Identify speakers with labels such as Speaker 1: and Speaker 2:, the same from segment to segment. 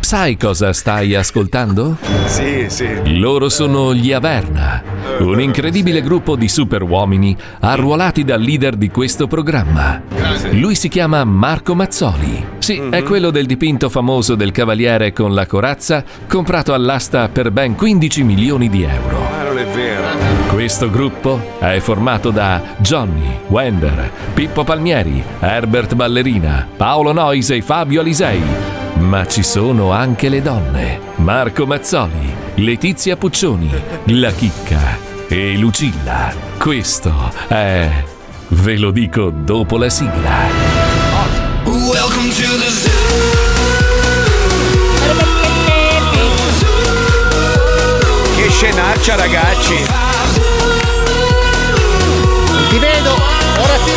Speaker 1: Sai cosa stai ascoltando?
Speaker 2: Sì, sì.
Speaker 1: Loro sono gli Averna, un incredibile gruppo di superuomini arruolati dal leader di questo programma. Lui si chiama Marco Mazzoli. Sì,
Speaker 2: Mhm.
Speaker 1: è quello del dipinto famoso del cavaliere con la corazza, comprato all'asta per ben 15 milioni di euro.
Speaker 2: Ma Ah, non è vero.
Speaker 1: Questo gruppo è formato da Johnny, Wender, Pippo Palmieri, Herbert Ballerina, Paolo Noise e Fabio Alisei. Ma ci sono anche le
Speaker 2: Eh.
Speaker 1: donne, Marco Mazzoli, Letizia Puccioni, La Chicca e Lucilla. Questo è... Ve lo dico dopo la sigla.
Speaker 3: Welcome to the zoo.
Speaker 2: Che scenaccia, ragazzi.
Speaker 4: Ti vedo, ora sì.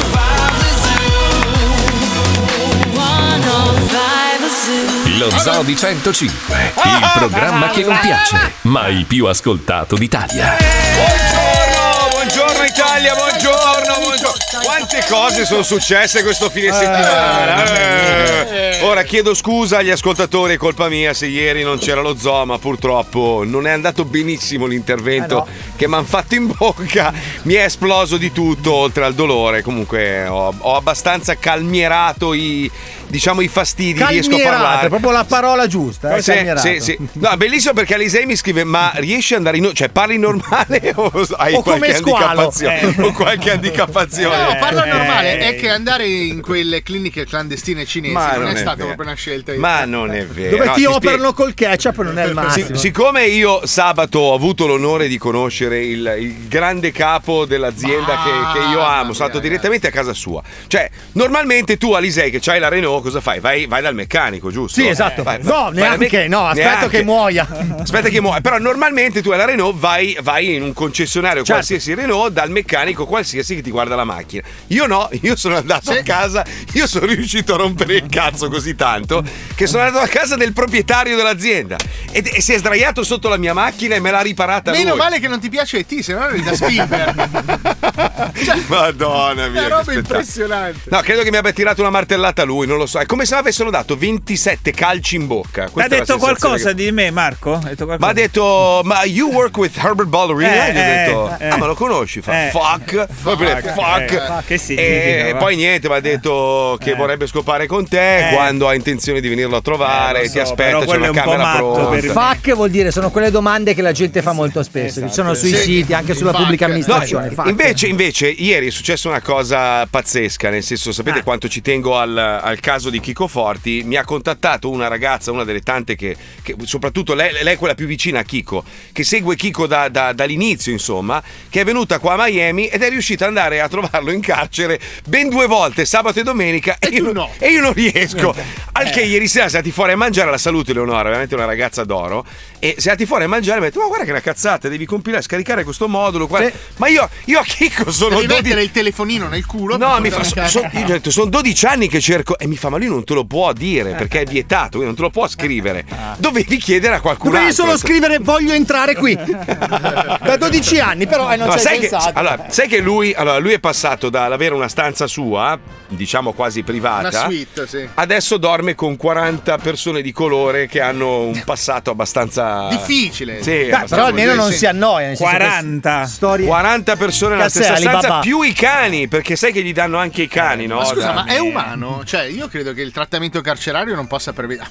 Speaker 1: Lo Zoo di 105, il programma che non piace, ma il più ascoltato d'Italia.
Speaker 2: Buongiorno, Oh, buongiorno Italia, buongiorno, buongiorno. Quante cose sono successe questo fine settimana? Eh. Ora chiedo scusa agli ascoltatori, è colpa mia se ieri non c'era lo zoo, ma purtroppo non è andato benissimo l'intervento che mi hanno fatto in bocca. Mi è esploso di tutto, oltre al dolore. Comunque ho, ho abbastanza calmierato i, diciamo, i fastidi, riesco a
Speaker 4: Calmierato,
Speaker 2: parlare.
Speaker 4: è proprio la parola giusta. Eh,
Speaker 2: Sì,
Speaker 4: calmierato.
Speaker 2: sì, sì. No, bellissimo perché Alisei mi scrive: Ma riesci ad andare in. cioè parli normale o hai
Speaker 4: O come
Speaker 2: qualche
Speaker 4: squalo,
Speaker 2: handicappazione?
Speaker 4: eh.
Speaker 2: O qualche handicappazione?
Speaker 5: Eh, No, parla normale, è
Speaker 2: Eh,
Speaker 5: che andare in quelle cliniche clandestine cinesi
Speaker 2: Ma
Speaker 5: non
Speaker 2: non
Speaker 5: è
Speaker 2: è
Speaker 5: stata
Speaker 2: vero.
Speaker 5: proprio una scelta.
Speaker 2: Ma non è vero.
Speaker 4: Dove
Speaker 2: Eh, No,
Speaker 4: ti,
Speaker 2: ti spiego.
Speaker 4: operano col ketchup non è il
Speaker 2: Si-
Speaker 4: massimo.
Speaker 2: siccome io sabato ho avuto l'onore di conoscere il, il grande capo dell'azienda che, che io amo, sono stato direttamente a casa sua. Cioè, normalmente tu, Alisei, che c'hai la Renault, cosa fai? Vai, vai dal meccanico, giusto? Eh,
Speaker 4: Sì, esatto.
Speaker 2: Vai- vai-
Speaker 4: no,
Speaker 2: vai dal
Speaker 4: neanche,
Speaker 2: mec-
Speaker 4: no, aspetto che
Speaker 2: neanche.
Speaker 4: muoia.
Speaker 2: Aspetta che muoio. Però normalmente tu alla Renault vai, vai in un concessionario
Speaker 5: Certo.
Speaker 2: qualsiasi Renault dal meccanico qualsiasi che ti guarda la macchina. Io no, io sono andato a casa, io sono riuscito a rompere il cazzo così tanto che sono andato a casa del proprietario dell'azienda e, e si è sdraiato sotto la mia macchina e me l'ha riparata
Speaker 5: Meno
Speaker 2: lui.
Speaker 5: male che non ti piace E.T., se no eri da Spielberg. cioè, Una
Speaker 2: Madonna mia. che
Speaker 5: roba
Speaker 2: spettacolo.
Speaker 5: impressionante.
Speaker 2: No, credo che mi abbia tirato una martellata lui, non lo so. È come se mi avessero dato 27 calci in bocca.
Speaker 6: Ti ha
Speaker 2: Questa è la
Speaker 6: detto
Speaker 2: sensazione
Speaker 6: qualcosa
Speaker 2: che-
Speaker 6: di me, Marco? Ha detto qualcosa?
Speaker 2: Ma ha detto, ma you work with Herbert Ballerina?
Speaker 6: Eh,
Speaker 2: Gli ho
Speaker 6: eh,
Speaker 2: detto,
Speaker 6: eh.
Speaker 2: ah, ma lo conosci? Fa,
Speaker 6: Eh.
Speaker 2: fuck. Poi per dire, fuck.
Speaker 6: eh, che significa,
Speaker 2: E
Speaker 6: va?
Speaker 2: poi niente, mi ha detto che vorrebbe scopare con te
Speaker 6: Eh.
Speaker 2: quando ha intenzione di venirlo a trovare.
Speaker 6: Eh, lo
Speaker 2: ti
Speaker 6: so, però
Speaker 2: aspetta, c'è
Speaker 6: quello
Speaker 2: una
Speaker 6: è un po'
Speaker 2: camera
Speaker 6: matto
Speaker 2: pronta.
Speaker 6: per-
Speaker 4: Fuck vuol dire sono quelle domande che la gente fa molto spesso, che sono sui
Speaker 2: esatto. Sì.
Speaker 4: siti, anche sulla
Speaker 5: Fuck.
Speaker 4: pubblica
Speaker 5: No,
Speaker 2: No,
Speaker 4: amministrazione. fuck.
Speaker 2: invece, invece, ieri è successa una cosa pazzesca, nel senso, sapete
Speaker 4: Ah.
Speaker 2: quanto ci tengo al, al caso di Chico Forti? Mi ha contattato una ragazza, una delle tante che, che- soprattutto lei, lei è quella più vicina a Chico, che segue Chico da- da- dall'inizio, insomma, che è venuta qua a Miami ed è riuscita ad andare a trovarlo in carcere ben due volte, sabato e domenica, e, io,
Speaker 5: tu
Speaker 2: non-
Speaker 5: no. Eh,
Speaker 2: e io non riesco. Al che ieri sera siamo andati fuori a mangiare, la salute Leonora, veramente una ragazza d'oro, e siamo andati fuori a mangiare e mi ha detto, ma guarda che è una cazzata, devi compilare, scaricare questo modulo, guarda-
Speaker 4: Sì.
Speaker 2: ma io, io a Chicco sono
Speaker 5: Devi
Speaker 2: 12
Speaker 5: mettere il telefonino nel culo.
Speaker 2: No,
Speaker 5: per
Speaker 2: mi fa.
Speaker 5: portare
Speaker 2: so-
Speaker 5: a
Speaker 2: so-
Speaker 5: casa.
Speaker 2: io gli ho detto, sono 12 anni che cerco. E mi fa, ma lui non te lo può dire perché è vietato, quindi non te lo può scrivere.
Speaker 5: Ah.
Speaker 2: Dovevi chiedere a qualcun
Speaker 4: Dovevi
Speaker 2: altro.
Speaker 4: solo scrivere voglio entrare qui. da 12 anni, però eh, non
Speaker 2: No,
Speaker 4: ci hai
Speaker 2: sai, che,
Speaker 4: pensato. Eh.
Speaker 2: allora, sai che lui, allora, lui è passato dall'avere una stanza sua, diciamo quasi privata,
Speaker 5: Una suite, sì.
Speaker 2: adesso dorme con 40 persone di colore che hanno un passato abbastanza
Speaker 5: Difficile.
Speaker 2: Sì, eh,
Speaker 4: Dai, però
Speaker 2: abbastanza-
Speaker 4: almeno non
Speaker 5: sì.
Speaker 4: si annoia. nel senso che
Speaker 6: 40.
Speaker 4: Storie.
Speaker 2: 40 persone nella
Speaker 4: Cassè,
Speaker 2: stessa stanza,
Speaker 4: Alibaba.
Speaker 2: più i cani, perché sai che gli danno anche i cani, no?
Speaker 5: Eh, Ma scusa,
Speaker 2: Da-
Speaker 5: ma è umano? Cioè, io credo che il trattamento carcerario non possa permettere.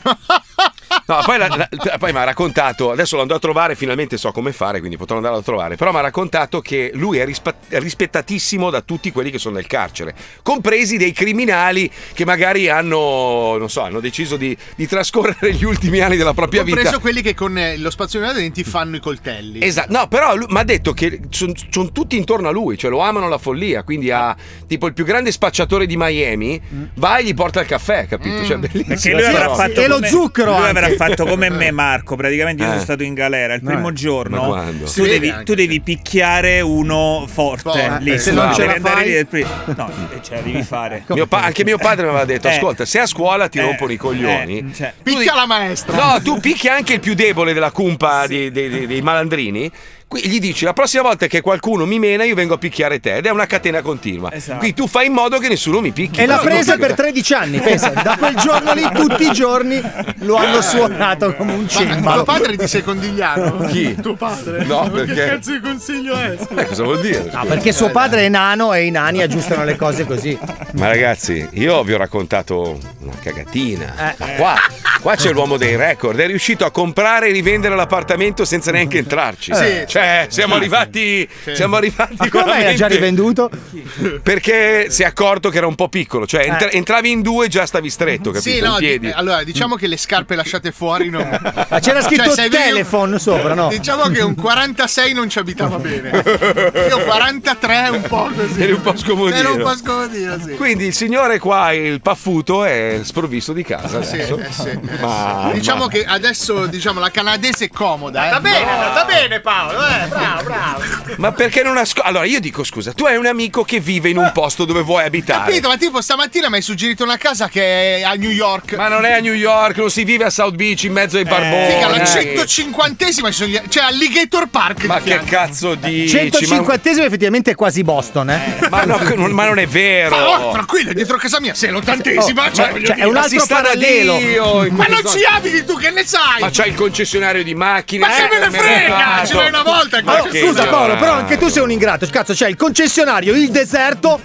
Speaker 2: No, poi, la- la- poi mi ha raccontato, adesso lo andrò a trovare, finalmente so come fare, quindi potrò andarlo a trovare, però mi ha raccontato che lui è rispa- è rispettatissimo da tutti quelli che sono nel carcere, compresi dei criminali che magari hanno, non so, hanno deciso di, di trascorrere gli ultimi anni della propria
Speaker 5: Ho
Speaker 2: vita.
Speaker 5: preso quelli che con eh, lo spazzolino da denti fanno i coltelli.
Speaker 2: Esatto, no, però lui- mi ha detto che sono tutti intorno a lui, cioè lo amano la follia, quindi ha tipo il più grande spacciatore di Miami,
Speaker 4: Mm.
Speaker 2: va e gli porta il caffè, capito? Cioè, bellissima
Speaker 6: Perché lui
Speaker 2: sta
Speaker 6: avrà
Speaker 2: roba.
Speaker 6: fatto
Speaker 4: E lo
Speaker 6: come-
Speaker 4: zucchero
Speaker 6: Lui
Speaker 4: anche.
Speaker 6: avrà fatto come me, Marco. Praticamente io
Speaker 2: Eh.
Speaker 6: sono stato in galera. Il primo
Speaker 2: Ma
Speaker 6: giorno
Speaker 2: quando?
Speaker 6: tu
Speaker 5: Si vede
Speaker 6: devi,
Speaker 5: anche,
Speaker 6: tu devi picchiare uno forte.
Speaker 5: Forte,
Speaker 6: lì,
Speaker 4: Eh, se
Speaker 6: tu
Speaker 2: non
Speaker 6: devi
Speaker 2: ce la
Speaker 6: andare
Speaker 4: fai- Ecco.
Speaker 6: lì del pri- No, cioè, devi fare.
Speaker 2: Mio pa- anche mio padre mi aveva detto:
Speaker 6: Eh.
Speaker 2: Ascolta, se a scuola ti
Speaker 6: Eh,
Speaker 2: rompono i coglioni,
Speaker 6: eh, cioè.
Speaker 2: tu
Speaker 5: Picchia
Speaker 2: di-
Speaker 5: la maestra.
Speaker 2: No, tu picchi anche il più debole della cumpa di- dei, dei- dei malandrini. Qui gli dici la prossima volta che qualcuno mi mena io vengo a picchiare te ed è una catena continua.
Speaker 6: Esatto.
Speaker 2: Qui tu fai in modo che nessuno mi picchi.
Speaker 4: E l'ha
Speaker 2: No,
Speaker 4: presa
Speaker 2: non-
Speaker 4: per 13 anni, pensa, da quel giorno lì tutti i giorni lo hanno suonato come un
Speaker 5: Ma tuo
Speaker 4: cembalo.
Speaker 5: padre è di Secondigliano?
Speaker 2: Chi?
Speaker 5: Tuo padre?
Speaker 2: No, perché?
Speaker 5: Che cazzo di consiglio è?
Speaker 2: Eh, cosa vuol dire?
Speaker 4: No, Ah, perché suo padre è nano e i nani aggiustano le cose così.
Speaker 2: Ma ragazzi, io vi ho raccontato una
Speaker 4: Eh.
Speaker 2: cagatina. Ma qua, qua c'è l'uomo dei record. È riuscito a comprare e rivendere l'appartamento senza neanche entrarci.
Speaker 5: Sì.
Speaker 2: Cioè, siamo arrivati. Siamo arrivati.
Speaker 4: Ma come mai l'ha
Speaker 2: veramente-
Speaker 4: già rivenduto?
Speaker 2: Perché si è accorto che era un po' piccolo. Cioè, entra- entravi in due e già stavi stretto, capito?
Speaker 5: Eh. Sì, no,
Speaker 2: in piedi.
Speaker 5: di- allora diciamo che le scarpe lasciate fuori non... Cioè,
Speaker 4: Ma c'era scritto
Speaker 5: se avevi un-
Speaker 4: telephone sopra, no?
Speaker 5: Diciamo che un 46 non ci abitava bene. Io 43 un po' così.
Speaker 2: Eri un po' scomodino.
Speaker 5: Era un po' scomodino, sì.
Speaker 2: Quindi il signore qua, il paffuto, è sprovvisto di casa.
Speaker 5: Sì,
Speaker 2: adesso.
Speaker 5: eh, sì, eh, sì.
Speaker 4: Ah,
Speaker 2: Ma-
Speaker 5: diciamo
Speaker 2: ma-
Speaker 5: che adesso diciamo la canadese è comoda. eh. Va bene,
Speaker 7: Va bene Paolo, eh, bravo, bravo.
Speaker 2: Ma perché non ascolti? Allora, io dico scusa, tu hai un amico che vive in un posto dove vuoi abitare.
Speaker 5: Eh. Capito, ma tipo stamattina mi hai suggerito una casa che è a New York.
Speaker 2: Ma non è a New York, non si vive a South Beach in mezzo ai barboni.
Speaker 5: Figa, la
Speaker 2: Eh.
Speaker 5: 150esima ci sono gli- cioè Alligator Park.
Speaker 2: Ma
Speaker 5: di
Speaker 2: che
Speaker 5: fianco.
Speaker 2: cazzo dici? Ma-
Speaker 4: 150esimo effettivamente è quasi Boston, eh?
Speaker 2: Ma, no, non, ma non è vero.
Speaker 5: Ma oh, tranquillo, è dietro casa mia, sei l'ottantesima.
Speaker 4: Oh,
Speaker 5: cioè,
Speaker 4: ma-
Speaker 5: voglio
Speaker 4: cioè,
Speaker 5: dire.
Speaker 4: è un
Speaker 2: Ma si
Speaker 4: altro
Speaker 2: sta da
Speaker 4: parallelo.
Speaker 2: Dio in
Speaker 5: Ma
Speaker 2: quelle
Speaker 5: non
Speaker 2: zone.
Speaker 5: ci abiti, tu che ne sai?
Speaker 2: Ma c'è il concessionario di macchine.
Speaker 5: Ma che eh? me ne frega! Ci vai una volta
Speaker 2: Ma
Speaker 5: qua.
Speaker 2: che-
Speaker 4: Scusa
Speaker 2: no.
Speaker 4: Paolo, però anche tu sei un ingrato. Cazzo, c'è il concessionario, il deserto,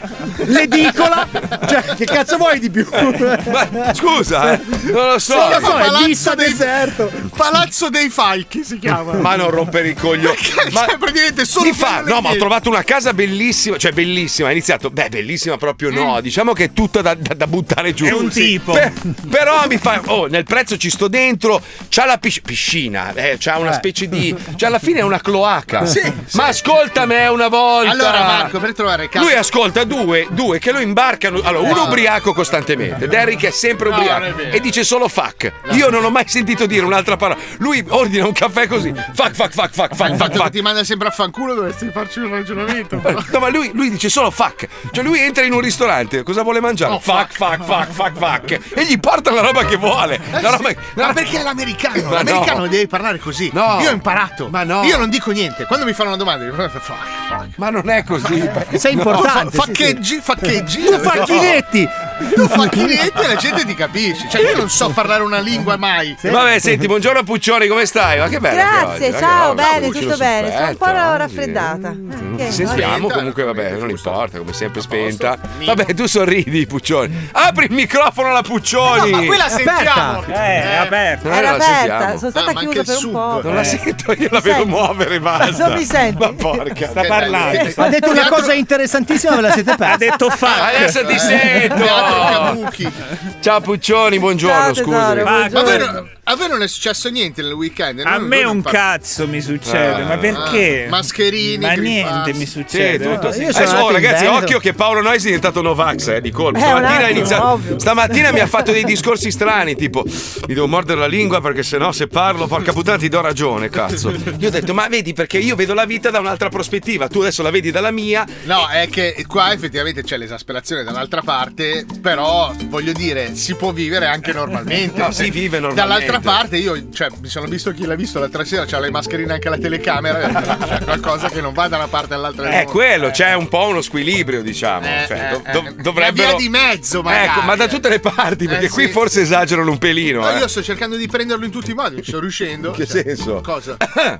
Speaker 4: l'edicola. Cioè, che cazzo vuoi di più?
Speaker 2: Ma scusa, eh, non lo so.
Speaker 4: Io so, è
Speaker 5: palazzo
Speaker 4: vista
Speaker 5: dei-
Speaker 4: deserto.
Speaker 5: Palazzo dei Falchi si chiama.
Speaker 2: Ma non rompere il coglione. Ma
Speaker 5: Cioè, praticamente solo
Speaker 2: Mi fa,
Speaker 5: quello
Speaker 2: no, ma ho
Speaker 5: lì.
Speaker 2: trovato una casa bellissima, cioè bellissima. Ha iniziato, beh, bellissima proprio no. Diciamo che è tutta da, da- da buttare giù.
Speaker 6: È un tipo.
Speaker 2: Per- però mi fa, oh, nel prezzo ci sto dentro. C'ha la pisc- piscina, eh, c'ha una specie di. Cioè, alla fine è una cloaca.
Speaker 5: Sì,
Speaker 2: Ma ascolta me una volta.
Speaker 5: Allora, Marco, per trovare casa.
Speaker 2: Lui ascolta due, due che lo imbarcano. Allora, uno ubriaco costantemente. Derrick è sempre
Speaker 5: Eh. No,
Speaker 2: ubriaco
Speaker 5: non è vero.
Speaker 2: e dice solo fuck. Io non ho mai sentito dire un'altra parola. Lui ordina un caffè così. Fuck, fuck, fuck, fuck, fuck,
Speaker 5: Il
Speaker 2: fuck,
Speaker 5: fatto che
Speaker 2: fuck.
Speaker 5: ti manda sempre a fanculo dovresti farci un ragionamento. però.
Speaker 2: No, ma lui, lui dice solo fuck. Cioè, lui entra in un ristorante, cosa vuole mangiare?
Speaker 5: Oh,
Speaker 2: fuck, fuck, fuck, fuck, fuck. E gli porta la roba che vuole. La roba che-
Speaker 5: Eh, Ma perché è l'americano?
Speaker 2: Ma
Speaker 5: l'americano
Speaker 2: no.
Speaker 5: deve parlare così.
Speaker 2: No.
Speaker 5: Io ho imparato.
Speaker 2: Ma no.
Speaker 5: Io non dico niente. Quando mi fanno una domanda, io faccio fuck, fuck.
Speaker 2: Ma non è così.
Speaker 4: Sei
Speaker 5: Fa-
Speaker 4: importante. sì, sì.
Speaker 5: Faccheggi, faccheggi.
Speaker 4: Tu facchinetti.
Speaker 5: Tu facchinetti e la gente ti capisce. Cioè, io non so parlare una lingua mai.
Speaker 2: Vabbè, senti, buongiorno Puccioni, come stai? Ma che bello.
Speaker 8: Grazie, ciao, bene, tutto bene. Sono un po' raffreddata. Eh,
Speaker 2: eh. Mm, Ci
Speaker 8: che-
Speaker 2: sentiamo, comunque vabbè, non importa, come sempre spenta. Vabbè, tu sorridi, Puccioni. Apri il microfono alla Puccioni!
Speaker 5: Ma qui la
Speaker 4: Aperta.
Speaker 5: sentiamo.
Speaker 6: Eh, è aperto.
Speaker 2: Noi
Speaker 8: Era
Speaker 2: non la
Speaker 8: aperta,
Speaker 2: sentiamo. Eh.
Speaker 8: sono stata
Speaker 5: ma anche
Speaker 8: chiusa
Speaker 5: il
Speaker 8: per un
Speaker 5: sub.
Speaker 8: po'.
Speaker 2: Non la
Speaker 3: Eh.
Speaker 2: sento, io la
Speaker 8: Mi
Speaker 2: vedo
Speaker 8: senti?
Speaker 2: muovere, basta.
Speaker 8: Non mi senti?
Speaker 2: Ma porca.
Speaker 6: Sta
Speaker 5: Dai,
Speaker 6: parlando.
Speaker 4: Eh, Ha detto una cosa interessantissima, ve la siete
Speaker 6: Ha
Speaker 4: persa.
Speaker 6: detto fa.
Speaker 2: Adesso ti
Speaker 5: Teatro
Speaker 2: sento.
Speaker 5: Kabuki.
Speaker 2: Ciao Puccioni,
Speaker 8: Ciao,
Speaker 2: buongiorno,
Speaker 8: tesoro,
Speaker 2: scusa.
Speaker 6: Ma
Speaker 5: A voi,
Speaker 8: buongiorno.
Speaker 5: non, a voi non è successo niente nel weekend?
Speaker 6: A
Speaker 5: Noi-
Speaker 6: me
Speaker 5: voi non
Speaker 6: un
Speaker 5: par-
Speaker 6: cazzo mi
Speaker 2: Eh.
Speaker 6: succede, ma perché?
Speaker 5: Ah, mascherini,
Speaker 6: Ma
Speaker 5: green
Speaker 6: niente
Speaker 5: pass.
Speaker 6: mi
Speaker 2: Sì,
Speaker 6: succede. Ah,
Speaker 2: tutto.
Speaker 4: io sono
Speaker 2: Adesso,
Speaker 4: nato
Speaker 2: oh,
Speaker 4: in
Speaker 2: ragazzi,
Speaker 4: Veneto.
Speaker 2: occhio che Paolo Nois è diventato Novax, eh, di colpo.
Speaker 8: Eh, un
Speaker 2: Stamattina, ha
Speaker 8: attimo,
Speaker 2: iniziato-
Speaker 8: ovvio.
Speaker 2: stamattina mi ha fatto dei discorsi strani, tipo, mi devo mordere la lingua perché sennò se parlo, porca puttana, ti do ragione, cazzo. Io ho detto, ma vedi, perché io vedo la vita da un'altra prospettiva, tu adesso la vedi dalla mia.
Speaker 5: No, è che qua effettivamente c'è l'esasperazione dall'altra parte, però voglio dire, si può vivere anche normalmente.
Speaker 2: No, si vive normalmente.
Speaker 5: Dall'altra parte io, cioè, mi sono visto chi l'ha visto l'altra sera, c'ha le mascherine anche alla telecamera, c'è "Cioè, qualcosa che non va da una parte all'altra.
Speaker 6: Eh, ecco.
Speaker 2: È quello, c'è un po' uno squilibrio, diciamo.
Speaker 5: Eh,
Speaker 2: Cioè,
Speaker 5: eh, eh.
Speaker 2: do- do-
Speaker 5: Una via
Speaker 2: dovrebbero.
Speaker 5: di mezzo, magari.
Speaker 2: Ecco, ma da tutte le parti, perché
Speaker 5: Eh,
Speaker 2: qui
Speaker 5: sì.
Speaker 2: forse esagerano un pelino.
Speaker 5: No,
Speaker 2: eh.
Speaker 5: io sto cercando di prenderlo in tutti i modi, ci sto riuscendo.
Speaker 2: Che
Speaker 5: Cioè,
Speaker 2: senso? Eh,
Speaker 5: Cosa?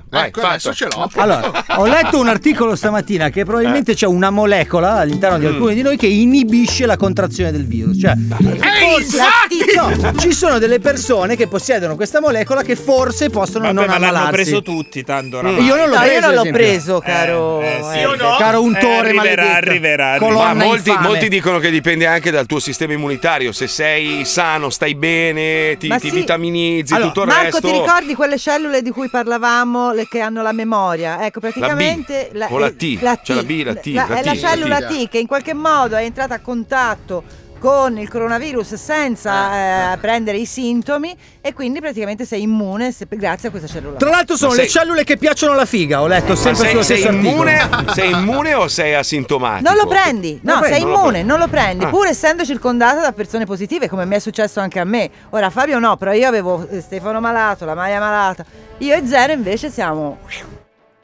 Speaker 2: Vai,
Speaker 5: ecco,
Speaker 2: fatto.
Speaker 5: adesso ce l'ho.
Speaker 4: Allora, ho letto un articolo stamattina che probabilmente
Speaker 2: Eh.
Speaker 4: c'è una molecola all'interno
Speaker 2: Mm.
Speaker 4: di alcuni di noi che inibisce la contrazione del virus. Cioè,
Speaker 2: Eh,
Speaker 4: forse- no, ci sono delle persone che possiedono questa molecola che forse possono
Speaker 6: Vabbè,
Speaker 4: non
Speaker 6: ma l'hanno
Speaker 4: ammalarsi.
Speaker 6: preso tutti, tanto oramai.
Speaker 4: Io non l'ho
Speaker 8: No,
Speaker 4: preso.
Speaker 8: io non
Speaker 4: ad
Speaker 8: l'ho
Speaker 4: esempio.
Speaker 8: preso, caro.
Speaker 6: eh, sì,
Speaker 8: eh.
Speaker 6: io no.
Speaker 4: Caro un
Speaker 6: Eh,
Speaker 4: tore
Speaker 6: arriverà,
Speaker 4: maledetto.
Speaker 6: arriverà, arriverà.
Speaker 4: Colonna
Speaker 2: Ma molti,
Speaker 4: infame.
Speaker 2: molti dicono che dipende anche dal tuo sistema immunitario. Se sei sano, stai bene, ti,
Speaker 8: Ma
Speaker 2: ti
Speaker 8: sì.
Speaker 2: vitaminizzi,
Speaker 4: Allora,
Speaker 2: tutto il
Speaker 8: Marco,
Speaker 2: resto.
Speaker 8: ti ricordi quelle cellule di cui parlavamo, le che hanno la memoria? Ecco, praticamente
Speaker 2: La B, o la T, c'è la B, la T, la
Speaker 8: è
Speaker 2: T,
Speaker 8: la
Speaker 2: la
Speaker 8: cellula
Speaker 5: T.
Speaker 8: T che in qualche modo è entrata a contatto con il coronavirus
Speaker 4: Ah,
Speaker 8: senza eh, prendere i sintomi e quindi praticamente sei immune se- grazie a questa cellula.
Speaker 4: Tra l'altro sono
Speaker 2: Ma
Speaker 4: le
Speaker 2: sei-
Speaker 4: cellule che piacciono alla figa, ho letto
Speaker 2: Ma
Speaker 4: sempre
Speaker 2: sei,
Speaker 4: sullo
Speaker 2: sei
Speaker 4: stesso articolo.
Speaker 2: immune, sei immune o sei asintomatico?
Speaker 8: non lo prendi, no,
Speaker 4: Lo prendo,
Speaker 8: sei
Speaker 2: lo
Speaker 8: immune,
Speaker 2: prendo.
Speaker 8: non lo prendi,
Speaker 2: Ah.
Speaker 8: pur essendo circondata da persone positive, come mi è successo anche a me. Ora Fabio no, però io avevo eh, Stefano malato, la Maia malata. Io e Zero invece siamo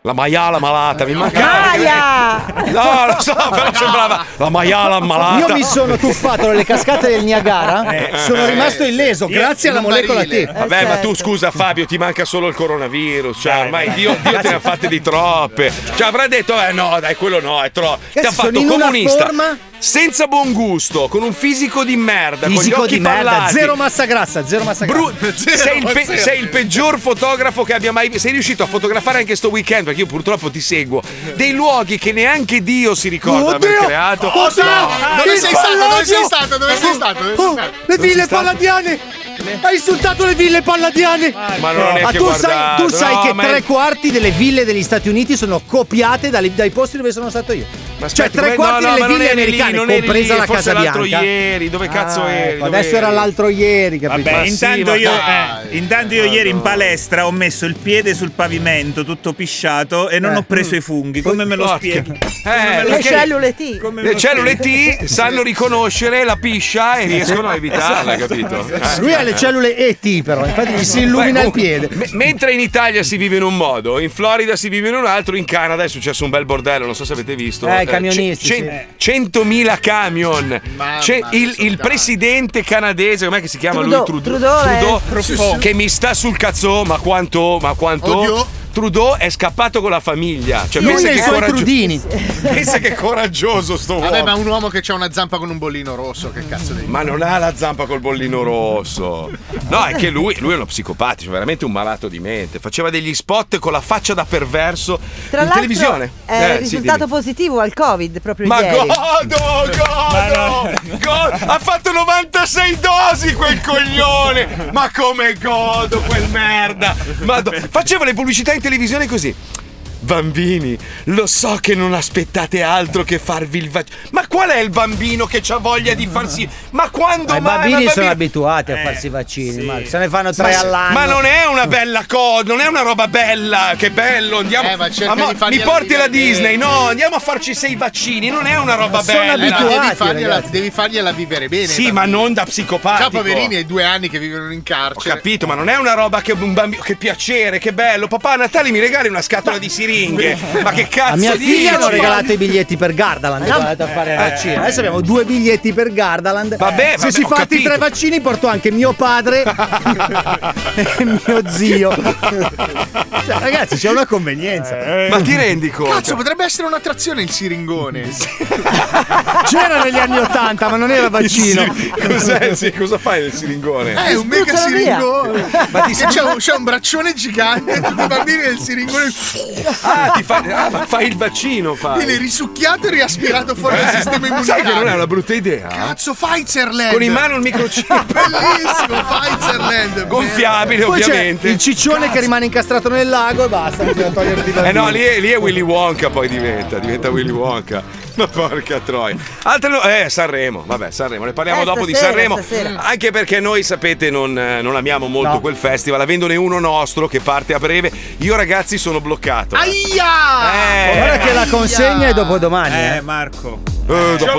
Speaker 2: La maiala malata, mi mancava.
Speaker 8: Maia!
Speaker 2: No, lo so, però sembrava la maiala malata.
Speaker 4: Io mi sono tuffato nelle cascate del
Speaker 2: Eh,
Speaker 4: Niagara, sono rimasto illeso grazie alla
Speaker 5: in un
Speaker 4: molecola
Speaker 5: barile.
Speaker 4: T.
Speaker 2: Vabbè,
Speaker 8: Eh,
Speaker 2: ma tu
Speaker 8: certo.
Speaker 2: scusa Fabio, ti manca solo il coronavirus, cioè ormai Dio, Dio te ne ha fatte di troppe. Cioè avrà detto, eh no, dai, quello no, è troppo. Ti ha
Speaker 4: Cazzo, sono
Speaker 2: fatto
Speaker 4: in una
Speaker 2: comunista.
Speaker 4: forma-
Speaker 2: Senza buon gusto, con un fisico di merda,
Speaker 4: Fisico
Speaker 2: con gli occhi
Speaker 4: di merda,
Speaker 2: pallati.
Speaker 4: zero massa grassa, zero massa grassa.
Speaker 2: Bru- sei, il pe-
Speaker 5: zero.
Speaker 2: sei il peggior fotografo che abbia mai visto. Sei riuscito a fotografare anche sto weekend, perché io purtroppo ti seguo. Dei luoghi che neanche Dio si ricorda di aver
Speaker 4: Oddio!
Speaker 2: creato.
Speaker 4: Oddio!
Speaker 5: Dove
Speaker 4: Il
Speaker 5: sei stato? Dove sei
Speaker 4: palladio!
Speaker 5: stato? Dove sei stato? Dove sei
Speaker 4: Oh,
Speaker 5: stato?
Speaker 4: le ville palladiane! Hai insultato le ville palladiane!
Speaker 2: Ma non ho
Speaker 4: Ma
Speaker 2: neanche
Speaker 4: tu sai,
Speaker 2: guardato.
Speaker 4: tu sai
Speaker 2: No,
Speaker 4: che
Speaker 2: ma-
Speaker 4: tre quarti delle ville degli Stati Uniti sono copiate dalle- dai posti dove sono stato io.
Speaker 2: Ma aspetta,
Speaker 4: cioè, tre
Speaker 2: come-
Speaker 4: quarti
Speaker 2: no, no, ma
Speaker 4: delle
Speaker 2: non
Speaker 4: ville
Speaker 2: eri lì,
Speaker 4: americane,
Speaker 2: non eri lì,
Speaker 4: compresa la
Speaker 2: forse
Speaker 4: Casa
Speaker 2: l'altro
Speaker 4: Bianca.
Speaker 2: ieri, dove cazzo
Speaker 4: Ah,
Speaker 2: eri?
Speaker 4: ecco,
Speaker 2: Dove
Speaker 4: adesso era
Speaker 2: eri?
Speaker 4: l'altro ieri, capito?
Speaker 6: Vabbè,
Speaker 2: sì,
Speaker 6: intanto,
Speaker 2: ma
Speaker 6: io,
Speaker 5: dai.
Speaker 6: eh, intanto io ieri in palestra ho messo il piede sul pavimento tutto pisciato e non
Speaker 4: Eh.
Speaker 6: ho preso i funghi. Come me lo
Speaker 2: Porca.
Speaker 6: spieghi?
Speaker 2: Eh,
Speaker 8: Le
Speaker 2: perché-
Speaker 8: cellule T.
Speaker 6: Come me
Speaker 2: Le
Speaker 6: lo
Speaker 2: cellule
Speaker 6: spieghi?
Speaker 2: T sanno riconoscere la piscia e eh, riescono a evitarla, capito? Eh.
Speaker 4: Esatto, Lui ha le cellule ET, però, infatti gli si illumina
Speaker 2: Beh,
Speaker 4: il
Speaker 2: comunque,
Speaker 4: piede.
Speaker 2: me- mentre in Italia si vive in un modo, in Florida si vive in un altro, in Canada è successo un bel bordello, non so se avete visto.
Speaker 4: Eh, i
Speaker 2: c-
Speaker 4: camionisti,
Speaker 2: cen- 100.000 camion.
Speaker 5: Mamma
Speaker 2: C'è
Speaker 5: mia,
Speaker 2: il, il
Speaker 5: soltanto.
Speaker 2: presidente canadese, com'è che si chiama
Speaker 8: Trudeau,
Speaker 2: lui? Trudeau,
Speaker 8: Trudeau, eh.
Speaker 2: Trudeau, che mi sta sul cazzo, ma quanto, ma quanto.
Speaker 5: Oddio.
Speaker 2: Trudeau è scappato con la famiglia. Cioè,
Speaker 4: Lui
Speaker 2: pensa
Speaker 4: e i
Speaker 2: che,
Speaker 4: suoi
Speaker 2: coraggio-
Speaker 4: trudini.
Speaker 2: pensa che coraggioso sto uomo.
Speaker 5: Vabbè, ma un uomo che c'ha una zampa con un bollino rosso, che cazzo devi
Speaker 2: Ma non ha la zampa col bollino rosso. No, è che lui, lui è uno psicopatico, veramente un malato di mente. Faceva degli spot con la faccia da perverso
Speaker 8: Tra
Speaker 2: in
Speaker 8: l'altro
Speaker 2: televisione.
Speaker 8: è
Speaker 2: Eh, sì,
Speaker 8: risultato
Speaker 2: dimmi.
Speaker 8: positivo al Covid proprio
Speaker 2: ma
Speaker 8: ieri.
Speaker 2: godo, godo, godo. Ha fatto 96 dosi quel coglione. Ma come godo quel merda. Maddo- Faceva le pubblicità in televisione così. Bambini, lo so che non aspettate altro che farvi il vaccino. Ma qual è il bambino che ha voglia di farsi? Ma quando
Speaker 4: Ma I
Speaker 2: mai?
Speaker 4: bambini
Speaker 2: Ma
Speaker 4: sono
Speaker 2: bambini- Eh,
Speaker 4: abituati a farsi i vaccini, Marco, se ne fanno tre all'anno.
Speaker 2: ma non è una bella cosa, non è una roba bella, che bello, andiamo.
Speaker 5: Eh, ma cerca
Speaker 2: mo-
Speaker 5: di fargli
Speaker 2: mi porti alla
Speaker 5: vedere.
Speaker 2: Disney, no, andiamo a farci sei vaccini, non è una roba
Speaker 4: sono
Speaker 2: bella.
Speaker 5: Eh, ma
Speaker 4: abituati,
Speaker 5: devi, fargliela,
Speaker 4: ragazzi.
Speaker 5: devi fargliela vivere bene.
Speaker 2: Sì,
Speaker 5: i
Speaker 2: ma
Speaker 5: bambini.
Speaker 2: non da psicopatico.
Speaker 5: Ciao, poverini, hai due anni che vivono in
Speaker 2: Ho
Speaker 5: carcere.
Speaker 2: capito, ma non è una roba che un bambino. Che piacere, che bello. Papà a Natale mi regali una scatola di siringhe. Ma che cazzo
Speaker 4: A mia
Speaker 2: di
Speaker 4: figlia hanno
Speaker 2: ma-
Speaker 4: regalato i biglietti per Gardaland. Sono andata a fare il vaccino. Adesso abbiamo due biglietti per Gardaland.
Speaker 2: Eh. Vabbè,
Speaker 4: Se
Speaker 2: vabbè,
Speaker 4: si
Speaker 2: ho
Speaker 4: fa altri
Speaker 2: capito.
Speaker 4: tre vaccini, porto anche mio padre e mio zio. Cioè, ragazzi, c'è una convenienza.
Speaker 2: Eh. Ma ti rendi conto?
Speaker 5: Cazzo, potrebbe essere un'attrazione il siringone.
Speaker 4: C'era negli anni Ottanta, ma non era vaccino.
Speaker 2: Cos'è? Sì, cosa fai del siringone?
Speaker 5: Eh, un mega
Speaker 8: spruzzano via.
Speaker 5: siringone. Ma ti c'è, un, c'è un braccione gigante, tutti i bambini nel siringone.
Speaker 2: Ah, ti fai, ah, ma fai il vaccino,
Speaker 5: Viene
Speaker 2: fai.
Speaker 5: risucchiato e riaspirato fuori dal sistema immunitario.
Speaker 2: Eh, Sai che non è una brutta idea?
Speaker 5: Cazzo, Pfizerland.
Speaker 2: Con in mano il microchip.
Speaker 5: Bellissimo, Pfizerland.
Speaker 2: gonfiabile
Speaker 4: Poi c'è
Speaker 2: ovviamente.
Speaker 4: il ciccione che rimane incastrato nel lago e basta, bisogna toglierti i
Speaker 2: Eh no,
Speaker 4: bambini.
Speaker 2: lì è, lì è Willy Wonka poi diventa, diventa Willy Wonka. Ma porca troia. Altre no- eh, Sanremo, vabbè, Sanremo, ne parliamo
Speaker 8: Eh,
Speaker 2: dopo di
Speaker 8: stasera,
Speaker 2: Sanremo. Mm.
Speaker 8: stasera.
Speaker 2: Anche perché noi, sapete, non, eh, non amiamo molto
Speaker 4: No.
Speaker 2: quel festival, avendone uno nostro che parte a breve. Io ragazzi sono bloccato.
Speaker 5: Aia!
Speaker 2: Eh,
Speaker 4: Guarda che la consegna è dopodomani. eh.
Speaker 6: Eh, Marco.
Speaker 2: eh,
Speaker 9: Giovedì dobbiamo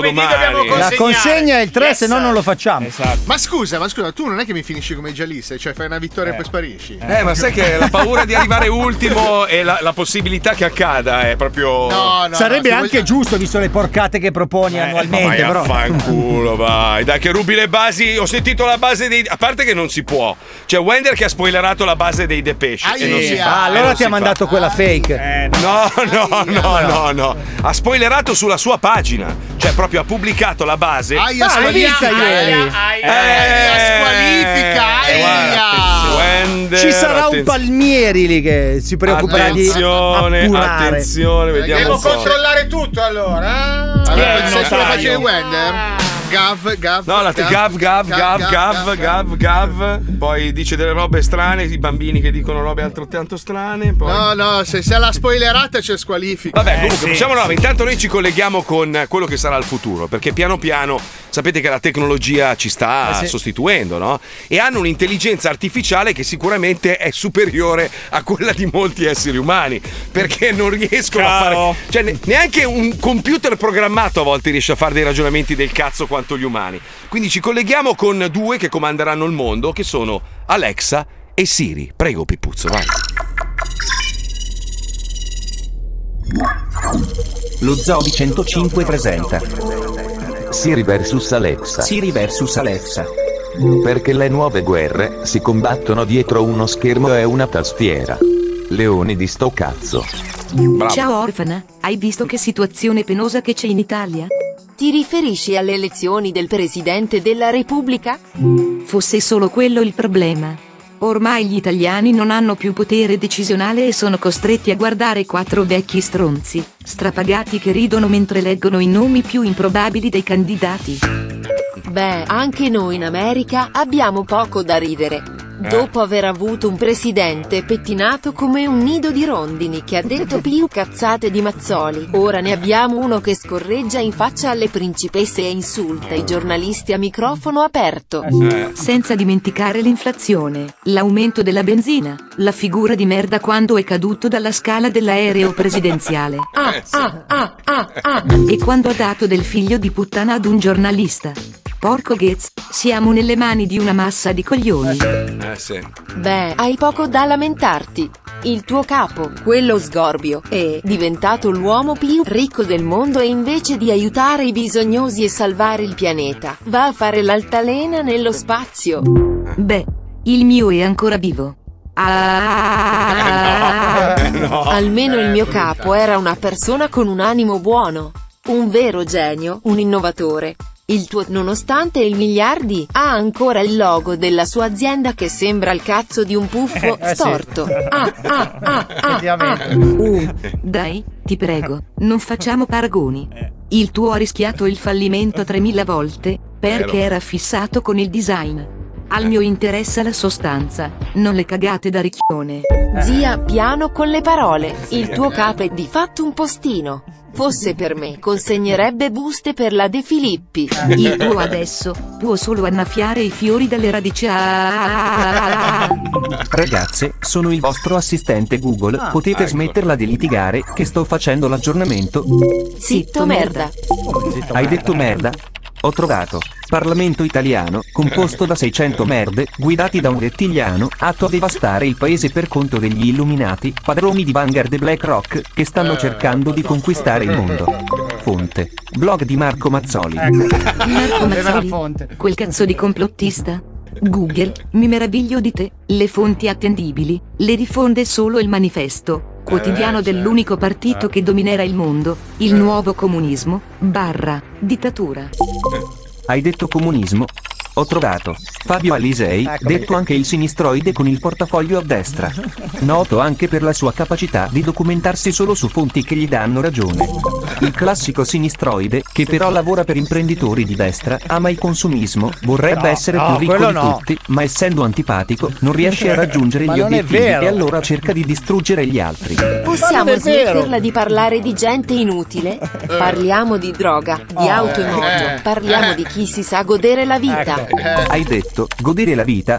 Speaker 9: cons-
Speaker 4: La
Speaker 2: dopodomani.
Speaker 9: consegnare.
Speaker 4: consegna è il 3,
Speaker 9: Yes,
Speaker 4: se no
Speaker 9: sir.
Speaker 4: non lo facciamo.
Speaker 6: Esatto.
Speaker 5: Ma scusa, ma scusa, tu non è che mi finisci come i Jalisse, cioè fai una vittoria e poi sparisci.
Speaker 2: Eh, ma sai che la paura di arrivare ultimo e la, la possibilità che accada è proprio.
Speaker 5: No, no,
Speaker 4: Sarebbe
Speaker 5: no, se
Speaker 4: anche
Speaker 5: voglio-
Speaker 4: giusto, visto le porcate che proponi
Speaker 2: Eh, Ma vai
Speaker 4: annualmente,
Speaker 2: a
Speaker 4: però.
Speaker 2: fanculo, vai. Dai, che rubi le basi. Ho sentito la base dei. A parte che non si può. C'è Wender che ha spoilerato la base dei Depeche. e non si
Speaker 5: Aia.
Speaker 2: fa,
Speaker 4: Ah,
Speaker 2: e
Speaker 4: allora
Speaker 2: non
Speaker 4: ti
Speaker 2: si
Speaker 4: ha
Speaker 2: fa.
Speaker 4: mandato quella fake.
Speaker 6: Eh, no.
Speaker 2: No, no, no, no, no. Ha spoilerato sulla sua pagina. Cioè, proprio ha pubblicato la base.
Speaker 5: Aia,
Speaker 4: Ah, l'hai vista
Speaker 5: squalifica,
Speaker 4: ieri?
Speaker 2: Eh,
Speaker 5: squalifica, aia.
Speaker 2: guarda, Wender,
Speaker 4: Ci sarà un
Speaker 2: attenz-
Speaker 4: Palmieri lì che si preoccuperà di
Speaker 2: Attenzione,
Speaker 4: appurare.
Speaker 2: attenzione, vediamo
Speaker 5: Devo
Speaker 2: un po'.
Speaker 9: controllare tutto allora. eh?
Speaker 5: Allora,
Speaker 6: Chi è il
Speaker 5: sei sulla
Speaker 6: notaio?
Speaker 5: pagina di Wender? Gav, Gav.
Speaker 2: No, la gav, gav, gav, gav, gav, gav. Poi dice delle robe strane, i bambini che dicono robe altrettanto strane. Poi...
Speaker 5: No, no, se, se la spoilerata c'è squalifica.
Speaker 2: Vabbè,
Speaker 6: Eh,
Speaker 2: comunque,
Speaker 6: sì.
Speaker 2: facciamo una roba. Intanto noi ci colleghiamo con eh, quello che sarà il futuro, perché piano piano sapete che la tecnologia ci sta
Speaker 6: Ah,
Speaker 2: sostituendo, no? E hanno un'intelligenza artificiale che sicuramente è superiore a quella di molti esseri umani, perché non riescono a
Speaker 6: Caro.
Speaker 2: fare... Cioè, ne- neanche un computer programmato a volte riesce a fare dei ragionamenti del cazzo quanto gli umani. Quindi ci colleghiamo con due che comanderanno il mondo, che sono Alexa e Siri. Prego, Pippuzzo, vai.
Speaker 10: Lo Zobi 105 presenta
Speaker 11: Siri vs Alexa.
Speaker 10: Siri vs Alexa.
Speaker 11: Perché le nuove guerre si combattono dietro uno schermo e una tastiera. Leoni di sto cazzo.
Speaker 12: Ciao orfana, hai visto che situazione penosa che c'è in Italia? Ti riferisci alle elezioni del Presidente della Repubblica? Fosse solo quello il problema. Ormai gli italiani non hanno più potere decisionale e sono costretti a guardare quattro vecchi stronzi, strapagati che ridono mentre leggono i nomi più improbabili dei candidati.
Speaker 13: Beh, anche noi in America abbiamo poco da ridere.
Speaker 12: Eh.
Speaker 13: Dopo aver avuto un presidente pettinato come un nido di rondini che ha detto più cazzate di mazzoli, ora ne abbiamo uno che scorreggia in faccia alle principesse e insulta i giornalisti a microfono aperto.
Speaker 12: Senza dimenticare l'inflazione, l'aumento della benzina, la figura di merda quando è caduto dalla scala dell'aereo presidenziale.
Speaker 13: Ah, ah, ah, ah, ah.
Speaker 12: E quando ha dato del figlio di puttana ad un giornalista. Porco Ghezz, siamo nelle mani di una massa di coglioni.
Speaker 3: Eh sì.
Speaker 13: Beh, ah, hai poco da lamentarti. Il tuo capo, quello sgorbio, è diventato l'uomo più ricco del mondo e invece di aiutare i bisognosi e salvare il pianeta, va a fare l'altalena nello spazio.
Speaker 12: Beh, il mio è ancora vivo. Ah,
Speaker 13: Almeno il mio capo era una persona con un animo buono. Un vero genio, un innovatore. Il tuo, nonostante il miliardi, ha ancora il logo della sua azienda che sembra il cazzo di un puffo
Speaker 12: Eh, eh sì.
Speaker 13: storto. Ah, ah, ah, ah, ah.
Speaker 12: Uh, dai, ti prego, non facciamo paragoni. Il tuo ha rischiato il fallimento 3000 volte, perché
Speaker 13: Vero.
Speaker 12: era fissato con il design. Al mio interessa la sostanza, non le cagate da ricchione.
Speaker 13: Zia, piano con le parole, il tuo capo è di fatto un postino. Fosse per me, consegnerebbe buste per la De Filippi.
Speaker 12: Il tuo adesso può solo annaffiare i fiori dalle radici. Ah,
Speaker 10: Ragazze, sono il vostro assistente Google.
Speaker 12: Ah,
Speaker 10: Potete
Speaker 12: ecco.
Speaker 10: smetterla di litigare, che sto facendo l'aggiornamento.
Speaker 13: Zitto merda.
Speaker 10: Hai detto merda? Ho trovato. Parlamento italiano, composto da 600 merde, guidati da un rettiliano, atto a devastare il paese per conto degli illuminati, padroni di Vanguard e BlackRock, che stanno cercando di conquistare il mondo. Fonte. Blog di Marco Mazzoli.
Speaker 12: Marco Mazzoli, quel cazzo di complottista? Google, mi meraviglio di te, le fonti attendibili, le rifonde solo il manifesto, quotidiano dell'unico partito che dominerà il mondo, il nuovo comunismo, barra, dittatura.
Speaker 10: Hai detto comunismo? Ho trovato. Fabio Alisei,
Speaker 14: Ah,
Speaker 12: Eccomi.
Speaker 10: detto anche il sinistroide con il portafoglio a destra. Noto anche per la sua capacità di documentarsi solo su fonti che gli danno ragione. Il classico sinistroide, che però lavora per imprenditori di destra, ama il consumismo, vorrebbe
Speaker 14: No,
Speaker 10: essere
Speaker 14: no,
Speaker 10: più ricco
Speaker 14: quello
Speaker 10: di
Speaker 14: no.
Speaker 10: tutti, ma essendo antipatico non riesce a raggiungere
Speaker 14: Ma
Speaker 10: gli
Speaker 14: non è
Speaker 10: obiettivi
Speaker 14: vero.
Speaker 10: e allora cerca di distruggere gli altri.
Speaker 14: Ma non
Speaker 13: Possiamo
Speaker 14: è vero. Eh.
Speaker 13: smetterla di parlare di gente inutile? Parliamo di droga, di
Speaker 14: Oh,
Speaker 10: Eh.
Speaker 13: auto e moto,
Speaker 10: Eh.
Speaker 13: parliamo di chi si sa godere la vita.
Speaker 5: Ecco.
Speaker 14: Ecco, eh.
Speaker 5: Eh.
Speaker 10: Hai detto godere la vita?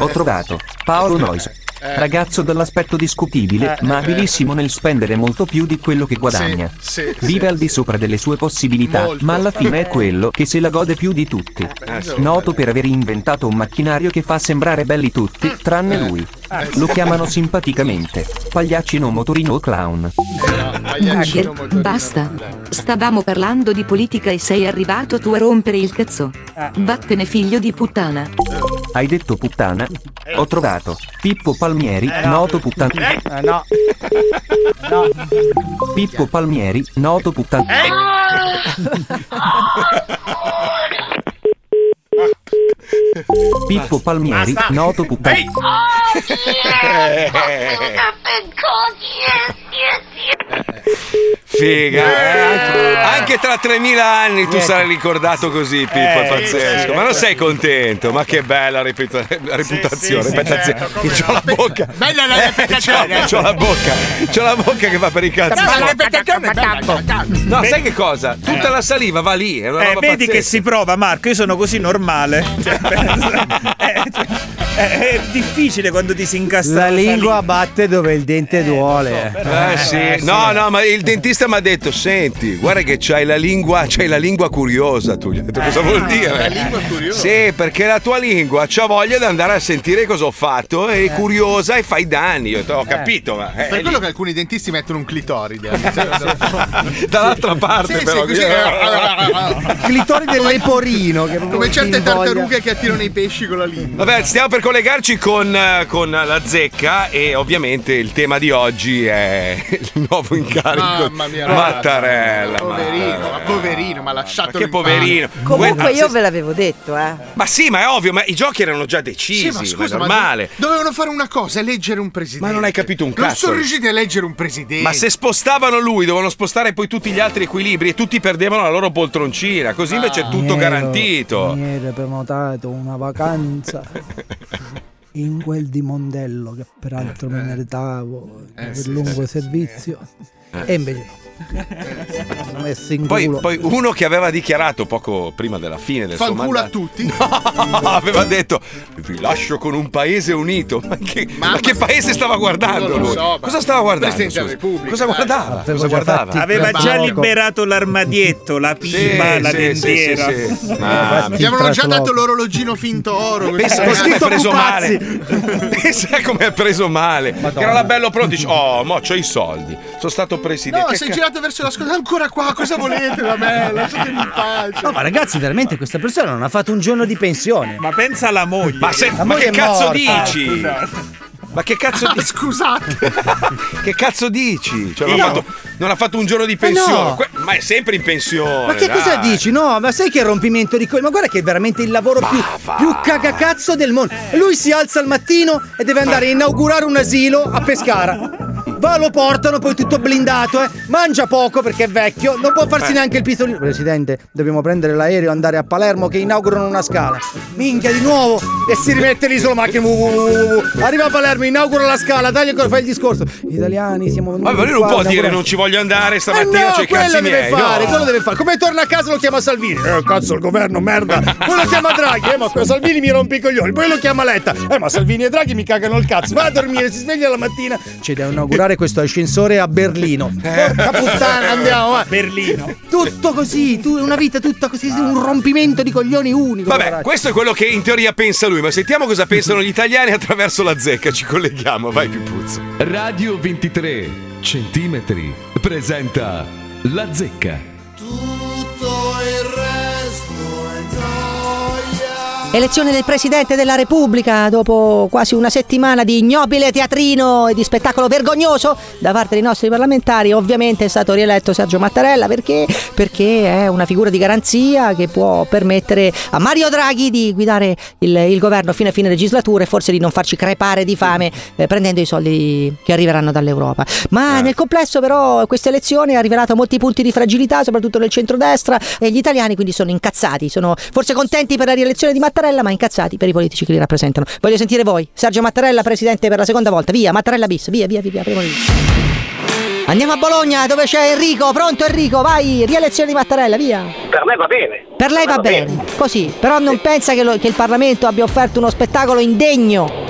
Speaker 10: Ho trovato Paolo Nois. Ragazzo dall'aspetto discutibile,
Speaker 5: Eh.
Speaker 10: ma abilissimo nel spendere molto più di quello che guadagna.
Speaker 5: Sì, sì,
Speaker 10: Vive al di sopra delle sue possibilità,
Speaker 5: Molto.
Speaker 10: ma alla fine è quello che se la gode più di tutti.
Speaker 5: Eh.
Speaker 10: Noto per aver inventato un macchinario che fa sembrare belli tutti, tranne lui.
Speaker 5: Mm. Eh.
Speaker 10: Lo chiamano simpaticamente pagliaccino motorino o clown.
Speaker 12: Google, basta. Stavamo parlando di politica e sei arrivato tu a rompere il cazzo. Vattene figlio di puttana.
Speaker 10: Hai detto puttana? Ho trovato Pippo Palmieri, noto puttana.
Speaker 14: no.
Speaker 10: Pippo Palmieri, noto puttana.
Speaker 3: Eh.
Speaker 2: Ah.
Speaker 10: Pippo Palmieri,
Speaker 15: Basta.
Speaker 10: noto puttana. Eh,
Speaker 3: Figa, eh, anche, anche tra 3000 anni tu sarai ricordato così, Pippo, è
Speaker 15: Eh,
Speaker 3: pazzesco.
Speaker 15: certo.
Speaker 3: Ma non sei contento? Ma che bella riputa- la reputazione,
Speaker 15: sì,
Speaker 3: reputazione.
Speaker 15: certo,
Speaker 3: Che c'ho la bocca.
Speaker 15: Bella la
Speaker 3: Eh,
Speaker 15: reputazione.
Speaker 2: cioè,
Speaker 3: c'ho, c'ho la bocca, c'ho la bocca che va per i cazzi.
Speaker 15: Però la
Speaker 3: reputazione
Speaker 2: cioè,
Speaker 3: No, sai che cosa? Tutta
Speaker 6: Eh.
Speaker 3: la saliva va lì, è una
Speaker 6: Eh,
Speaker 3: roba
Speaker 6: vedi che
Speaker 3: pazzesca.
Speaker 6: si prova, Marco. Io sono così normale. Cioè, pensa- eh, cioè, È, è difficile quando ti si incastra
Speaker 4: La
Speaker 6: la
Speaker 4: lingua batte dove il dente duole.
Speaker 2: Eh sì, no, no, ma il dentista mi ha detto: Senti, guarda che c'hai la lingua, c'hai la lingua curiosa. Tu gli hai detto cosa vuol dire?
Speaker 5: Eh, La lingua curiosa.
Speaker 2: Sì, perché la tua lingua c'ha voglia di andare a sentire cosa ho fatto, è curiosa e fai danni. Io ho detto, ho capito, ma.
Speaker 5: Eh.
Speaker 2: eh,
Speaker 5: per
Speaker 2: è
Speaker 5: quello
Speaker 2: lì.
Speaker 5: che alcuni dentisti mettono un clitoride.
Speaker 2: Dall'altra parte,
Speaker 5: Sì,
Speaker 2: però. eh.
Speaker 5: sì, così-
Speaker 4: Clitori dell'eporino. Che
Speaker 5: Come certe tartarughe che attirano i pesci con la lingua.
Speaker 2: Vabbè, stiamo per collegarci con, eh, con la zecca e ovviamente il tema di oggi è il nuovo incarico.
Speaker 5: Mamma mia, ragazzi.
Speaker 2: Mattarella.
Speaker 5: Poverino, ma poverino, ma lasciatelo.
Speaker 2: Che
Speaker 5: in pace.
Speaker 2: poverino.
Speaker 16: Comunque
Speaker 2: Guarda,
Speaker 16: io ve l'avevo detto, eh.
Speaker 2: Ma sì, ma è ovvio, ma i giochi erano già
Speaker 5: Sì,
Speaker 2: decisi,
Speaker 5: ma
Speaker 2: ma
Speaker 5: scusa,
Speaker 2: è
Speaker 5: ma
Speaker 2: normale.
Speaker 5: do- dovevano fare una cosa, eleggere un presidente.
Speaker 2: Ma non hai capito un
Speaker 5: Non
Speaker 2: cazzo.
Speaker 5: sono riusciti a eleggere un presidente.
Speaker 2: Ma se spostavano lui, dovevano spostare poi tutti gli altri equilibri e tutti perdevano la loro poltroncina, così invece
Speaker 4: Ah,
Speaker 2: è tutto garantito.
Speaker 8: Ieri Ah, prenotato una vacanza in quel di Mondello che peraltro mi meritavo per
Speaker 2: Eh. sì,
Speaker 8: lungo
Speaker 2: sì,
Speaker 8: servizio
Speaker 2: Eh.
Speaker 8: e invece no. Sono messo in
Speaker 2: Poi,
Speaker 8: culo.
Speaker 2: poi uno che aveva dichiarato poco prima della fine del
Speaker 5: Fa
Speaker 2: suo
Speaker 5: il culo a
Speaker 2: mandato
Speaker 5: tutti.
Speaker 2: aveva detto vi lascio con un paese unito. Ma che, ma che paese stava guardando
Speaker 5: Non lo
Speaker 2: lui?
Speaker 5: so, ma-
Speaker 2: Cosa stava guardando?
Speaker 5: Presidente della
Speaker 2: scusa?
Speaker 5: Repubblica,
Speaker 2: Cosa
Speaker 5: dai.
Speaker 2: guardava?
Speaker 5: Avevo
Speaker 2: Cosa
Speaker 5: già
Speaker 2: guardava?
Speaker 5: fatti
Speaker 6: Aveva
Speaker 5: Tre
Speaker 6: già
Speaker 5: barocco.
Speaker 6: liberato l'armadietto, la pipa, la
Speaker 2: sì, sì,
Speaker 6: tendiera.
Speaker 2: sì, sì.
Speaker 5: Gli avevano già dato l'orologino finto oro.
Speaker 2: Pensa
Speaker 5: Ho
Speaker 2: come è preso male. Pensa come è preso male. Che era la bello pronto. dice, Oh, mo c'ho i soldi. Sono stato presidente.
Speaker 5: No,
Speaker 2: Che
Speaker 5: sei
Speaker 2: ca-
Speaker 5: girato verso la scuola, ancora qua, cosa volete da me? Lasciatemi in pace.
Speaker 4: No, ma ragazzi, veramente questa persona non ha fatto un giorno di pensione.
Speaker 6: Ma pensa alla moglie.
Speaker 2: Ma, se-
Speaker 4: La
Speaker 2: ma
Speaker 4: moglie
Speaker 2: che
Speaker 4: è morta.
Speaker 2: cazzo dici? Ma che cazzo dici?
Speaker 5: Scusate.
Speaker 2: che cazzo dici? Cioè,
Speaker 4: Eh
Speaker 2: non, ha
Speaker 4: no.
Speaker 2: fatto, non ha fatto un giorno di
Speaker 4: Eh no.
Speaker 2: pensione. Que- Ma è sempre in pensione.
Speaker 4: Ma che
Speaker 2: dai.
Speaker 4: cosa dici? No, ma sai che rompimento di coglioni? Ma guarda che è veramente il lavoro più, più cagacazzo del mondo. Lui si alza al mattino e deve andare a inaugurare un asilo a Pescara. Va, lo portano, poi tutto blindato, eh. Mangia poco perché è vecchio, non può farsi
Speaker 8: Eh.
Speaker 4: neanche il pistolino. Presidente, dobbiamo prendere l'aereo e andare a Palermo che inaugurano una scala. Minchia di nuovo! E si rimette l'isola macchina. wuh, wuh, wuh, wuh. Arriva a Palermo, inaugura la scala, dai ancora fai il discorso. Italiani siamo venuti.
Speaker 2: Ma lui non
Speaker 4: qua,
Speaker 2: può dire
Speaker 4: inaugurare-
Speaker 2: non ci voglio andare
Speaker 4: eh
Speaker 2: stamattina.
Speaker 4: no,
Speaker 2: c'è i
Speaker 4: quello
Speaker 2: cazzi
Speaker 4: deve
Speaker 2: miei.
Speaker 4: fare,
Speaker 2: no.
Speaker 4: quello deve fare. Come torna a casa lo chiama Salvini. Eh, cazzo, il governo, merda. Poi lo chiama Draghi, eh, ma que- Salvini mi rompe i coglioni. Poi lo chiama Letta. Eh, ma Salvini e Draghi mi cagano il cazzo. Va a dormire, si sveglia la mattina. C'è da inaugurare questo ascensore a Berlino.
Speaker 2: Eh.
Speaker 4: Porca puttana, andiamo. va.
Speaker 6: Berlino.
Speaker 4: Tutto così, tu, una vita tutta così, un rompimento di coglioni unico.
Speaker 2: Ah. Vabbè,
Speaker 4: guarda.
Speaker 2: questo è quello che in teoria pensa lui, ma sentiamo cosa pensano gli italiani attraverso la zecca. Ci colleghiamo, vai Pipuzzo.
Speaker 17: Radio 23 centimetri presenta La Zecca.
Speaker 3: Tutto il resto è gioia.
Speaker 18: Elezione del Presidente della Repubblica dopo quasi una settimana di ignobile teatrino e di spettacolo vergognoso da parte dei nostri parlamentari. Ovviamente è stato rieletto Sergio Mattarella perché? Perché è una figura di garanzia che può permettere a Mario Draghi di guidare il, il governo fino a fine legislatura e forse di non farci crepare di fame eh, prendendo i soldi che arriveranno dall'Europa. Ma Ah, nel complesso però questa elezione ha rivelato molti punti di fragilità, soprattutto nel centrodestra e gli italiani quindi sono incazzati, sono forse contenti per la rielezione di Mattarella, ma incazzati per i politici che li rappresentano. Voglio sentire voi, Sergio Mattarella presidente per la seconda volta. Via, Mattarella bis, via, via, via, via. premo lì. Andiamo a Bologna dove c'è Enrico, pronto Enrico, vai, rielezione di Mattarella, via.
Speaker 14: Per me va bene.
Speaker 18: Per lei va bene, così, però non pensa che, lo- che il Parlamento abbia offerto uno spettacolo indegno.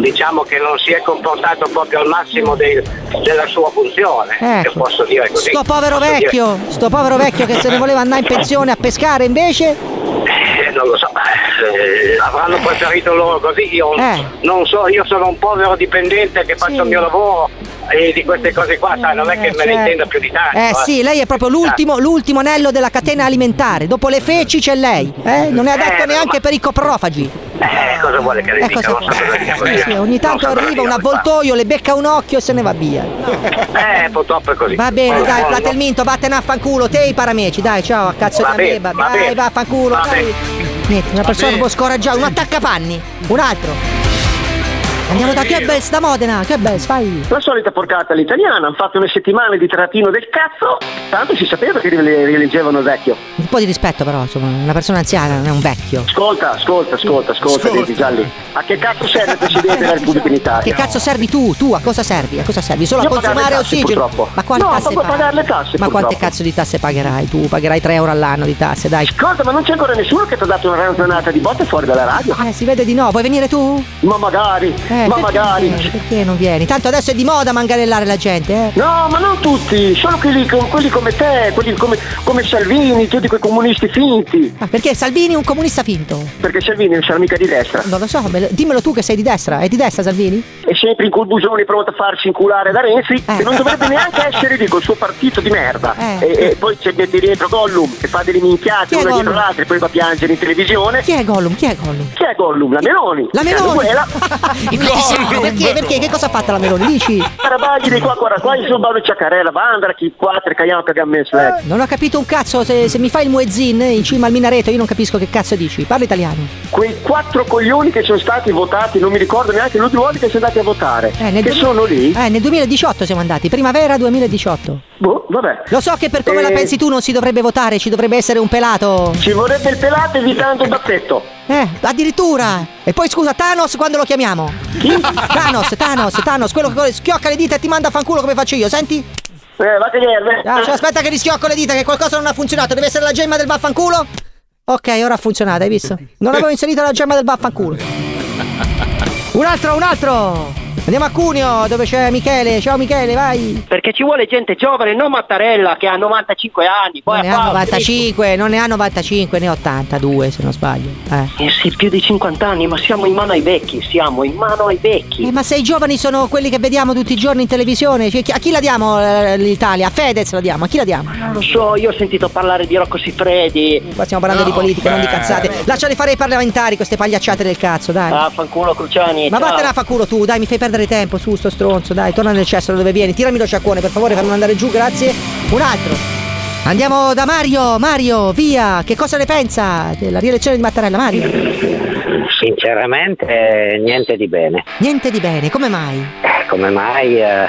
Speaker 14: Diciamo che non si è comportato proprio al massimo del- della sua funzione.
Speaker 18: Ecco.
Speaker 14: se Posso dire così.
Speaker 18: Sto povero
Speaker 14: Posso dire-
Speaker 18: vecchio, sto povero vecchio che se ne voleva andare in pensione a pescare invece
Speaker 14: Eh, non lo so, eh, avranno preferito loro così. Io
Speaker 18: Eh.
Speaker 14: non so, io sono un povero dipendente che faccio il mio lavoro e di queste cose qua, sai, non è che me ne
Speaker 18: certo.
Speaker 14: intenda più di tanto.
Speaker 18: Eh sì, lei è proprio l'ultimo, l'ultimo anello della catena alimentare. Dopo le feci c'è lei. eh? Non è adatto neanche per i coprofagi.
Speaker 14: Eh, cosa vuole che le
Speaker 18: Eh,
Speaker 14: dica?
Speaker 18: cosa-
Speaker 14: Non so cosa dica.
Speaker 18: Sì, sì, ogni tanto
Speaker 14: Non so cosa
Speaker 18: arriva un
Speaker 14: dica.
Speaker 18: avvoltoio, le becca un occhio e se ne va via.
Speaker 14: Eh, purtroppo è così.
Speaker 18: Va bene,
Speaker 14: Poi-
Speaker 18: dai,
Speaker 14: poi-
Speaker 18: Platelminto, vattene a fanculo, te e i parameci, dai, ciao, a cazzo
Speaker 14: Va
Speaker 18: di
Speaker 14: bene,
Speaker 18: ameba,
Speaker 14: va
Speaker 18: vai,
Speaker 14: bene.
Speaker 18: va a fanculo,
Speaker 14: Va
Speaker 18: dai.
Speaker 14: bene.
Speaker 18: Niente, una persona
Speaker 14: bene.
Speaker 18: proprio scoraggiata, un attaccapanni, un altro. Andiamo da Goebbels, da Modena, Goebbels, vai.
Speaker 19: La solita porcata all'italiana, hanno fatto una settimana di trattino del cazzo, tanto si sapeva che rile- rileggevano il vecchio.
Speaker 18: Un po' di rispetto però, insomma, una persona anziana, non è un vecchio.
Speaker 19: Ascolta, ascolta, ascolta, ascolta, Denti Gialli. A che cazzo serve il Presidente della Repubblica in Italia?
Speaker 18: Che cazzo servi tu? Tu a cosa servi? A cosa servi? Solo
Speaker 19: Io
Speaker 18: a consumare
Speaker 19: pagare le tasse,
Speaker 18: ossigeno?
Speaker 19: purtroppo.
Speaker 18: Ma quante
Speaker 19: No,
Speaker 18: tasse
Speaker 19: proprio
Speaker 18: paghi?
Speaker 19: pagare le tasse,
Speaker 18: Ma quante
Speaker 19: purtroppo.
Speaker 18: cazzo di tasse pagherai tu? Pagherai 3 euro all'anno di tasse, dai.
Speaker 19: Ascolta, ma non c'è ancora nessuno che ti ha dato una ranzonata di botte fuori dalla radio?
Speaker 18: Eh, si vede di no, vuoi venire tu?
Speaker 19: Ma magari,
Speaker 18: Eh,
Speaker 19: ma
Speaker 18: perché
Speaker 19: magari.
Speaker 18: non vieni? Perché non vieni? Tanto adesso è di moda manganellare la gente, eh.
Speaker 19: No, ma non tutti, solo quelli, co- quelli come te, quelli come, come Salvini, tutti quei comunisti finti.
Speaker 18: Ah, perché Salvini è un comunista finto?
Speaker 19: Perché Salvini non sarà mica di destra.
Speaker 18: Non lo so, me lo- dimmelo tu che sei di destra. È di destra Salvini?
Speaker 19: È sempre in col busone pronto a farsi inculare da Renzi, che non dovrebbe neanche essere lì col suo partito di merda.
Speaker 18: Eh.
Speaker 19: E, e poi c'è metti dietro Gollum che fa delle minchiate
Speaker 18: Chi è
Speaker 19: una dietro
Speaker 18: Gollum?
Speaker 19: l'altra e poi va a piangere in televisione.
Speaker 18: Chi è Gollum? Chi è Gollum?
Speaker 19: Chi è Gollum? La Meloni.
Speaker 18: La Meloni!
Speaker 19: Cioè,
Speaker 18: E quindi sì, perché? Perché? Che cosa ha fatto la Meloni? Dici?
Speaker 19: Carabagli di qua, guarda qua, insomma, Bano Ciacarella, Vandra, chi quattro, Caiano, che abbiamo messo. eh.
Speaker 18: Non ho capito un cazzo, se, se mi fai il muezzin in cima al minareto io non capisco che cazzo dici, parla italiano.
Speaker 19: Quei quattro coglioni che sono stati votati, non mi ricordo neanche l'ultima volta che siamo andati a votare.
Speaker 18: Eh, nel
Speaker 19: che
Speaker 18: duemila-
Speaker 19: sono lì.
Speaker 18: Eh, nel 2018 siamo andati, primavera 2018.
Speaker 19: Boh, vabbè.
Speaker 18: Lo so che per come la
Speaker 19: Eh.
Speaker 18: pensi tu non si dovrebbe votare, ci dovrebbe essere un pelato.
Speaker 19: Ci vorrebbe il pelato evitando il baffetto.
Speaker 18: Eh, addirittura! E poi scusa, Thanos quando lo chiamiamo? Thanos, Thanos, Thanos, quello che schiocca le dita e ti manda a fanculo come faccio io, senti?
Speaker 19: Eh, va che serve.
Speaker 18: Ah, cioè, aspetta che rischiocco le dita, che qualcosa non ha funzionato, deve essere la gemma del vaffanculo. Ok, ora ha funzionato, hai visto? Non avevo inserito la gemma del vaffanculo. Un altro, un altro! Andiamo a Cuneo, dove c'è Michele. Ciao Michele, vai!
Speaker 19: Perché ci vuole gente giovane, non Mattarella che ha 95 anni. Poi
Speaker 18: Non ne ha
Speaker 19: fa-
Speaker 18: 95, non ne ha 95, ne ha 82 se non sbaglio. Eh.
Speaker 19: Eh sì, più di 50 anni, ma siamo in mano ai vecchi, siamo in mano ai vecchi.
Speaker 18: Eh, ma se i giovani sono quelli che vediamo tutti i giorni in televisione, cioè, chi- a chi la diamo eh, l'Italia? A Fedez la diamo, a chi la diamo?
Speaker 19: Non lo so, io ho sentito parlare di Rocco Siffredi.
Speaker 18: Qua stiamo parlando di politica, non di cazzate. Lasciali fare i parlamentari queste pagliacciate del cazzo, dai.
Speaker 19: Ah, fanculo Cruciani.
Speaker 18: Ma
Speaker 19: ciao.
Speaker 18: vattene a fa culo tu, dai, mi fai perdere tempo, su sto stronzo, dai, torna nel cesso da dove vieni, tirami lo sciacquone, per favore, per non andare giù, grazie. Un altro. Andiamo da Mario, Mario, via, che cosa ne pensa della rielezione di Mattarella, Mario?
Speaker 20: Sinceramente eh, niente di bene.
Speaker 18: Niente di bene, come mai?
Speaker 20: Eh, Come mai eh,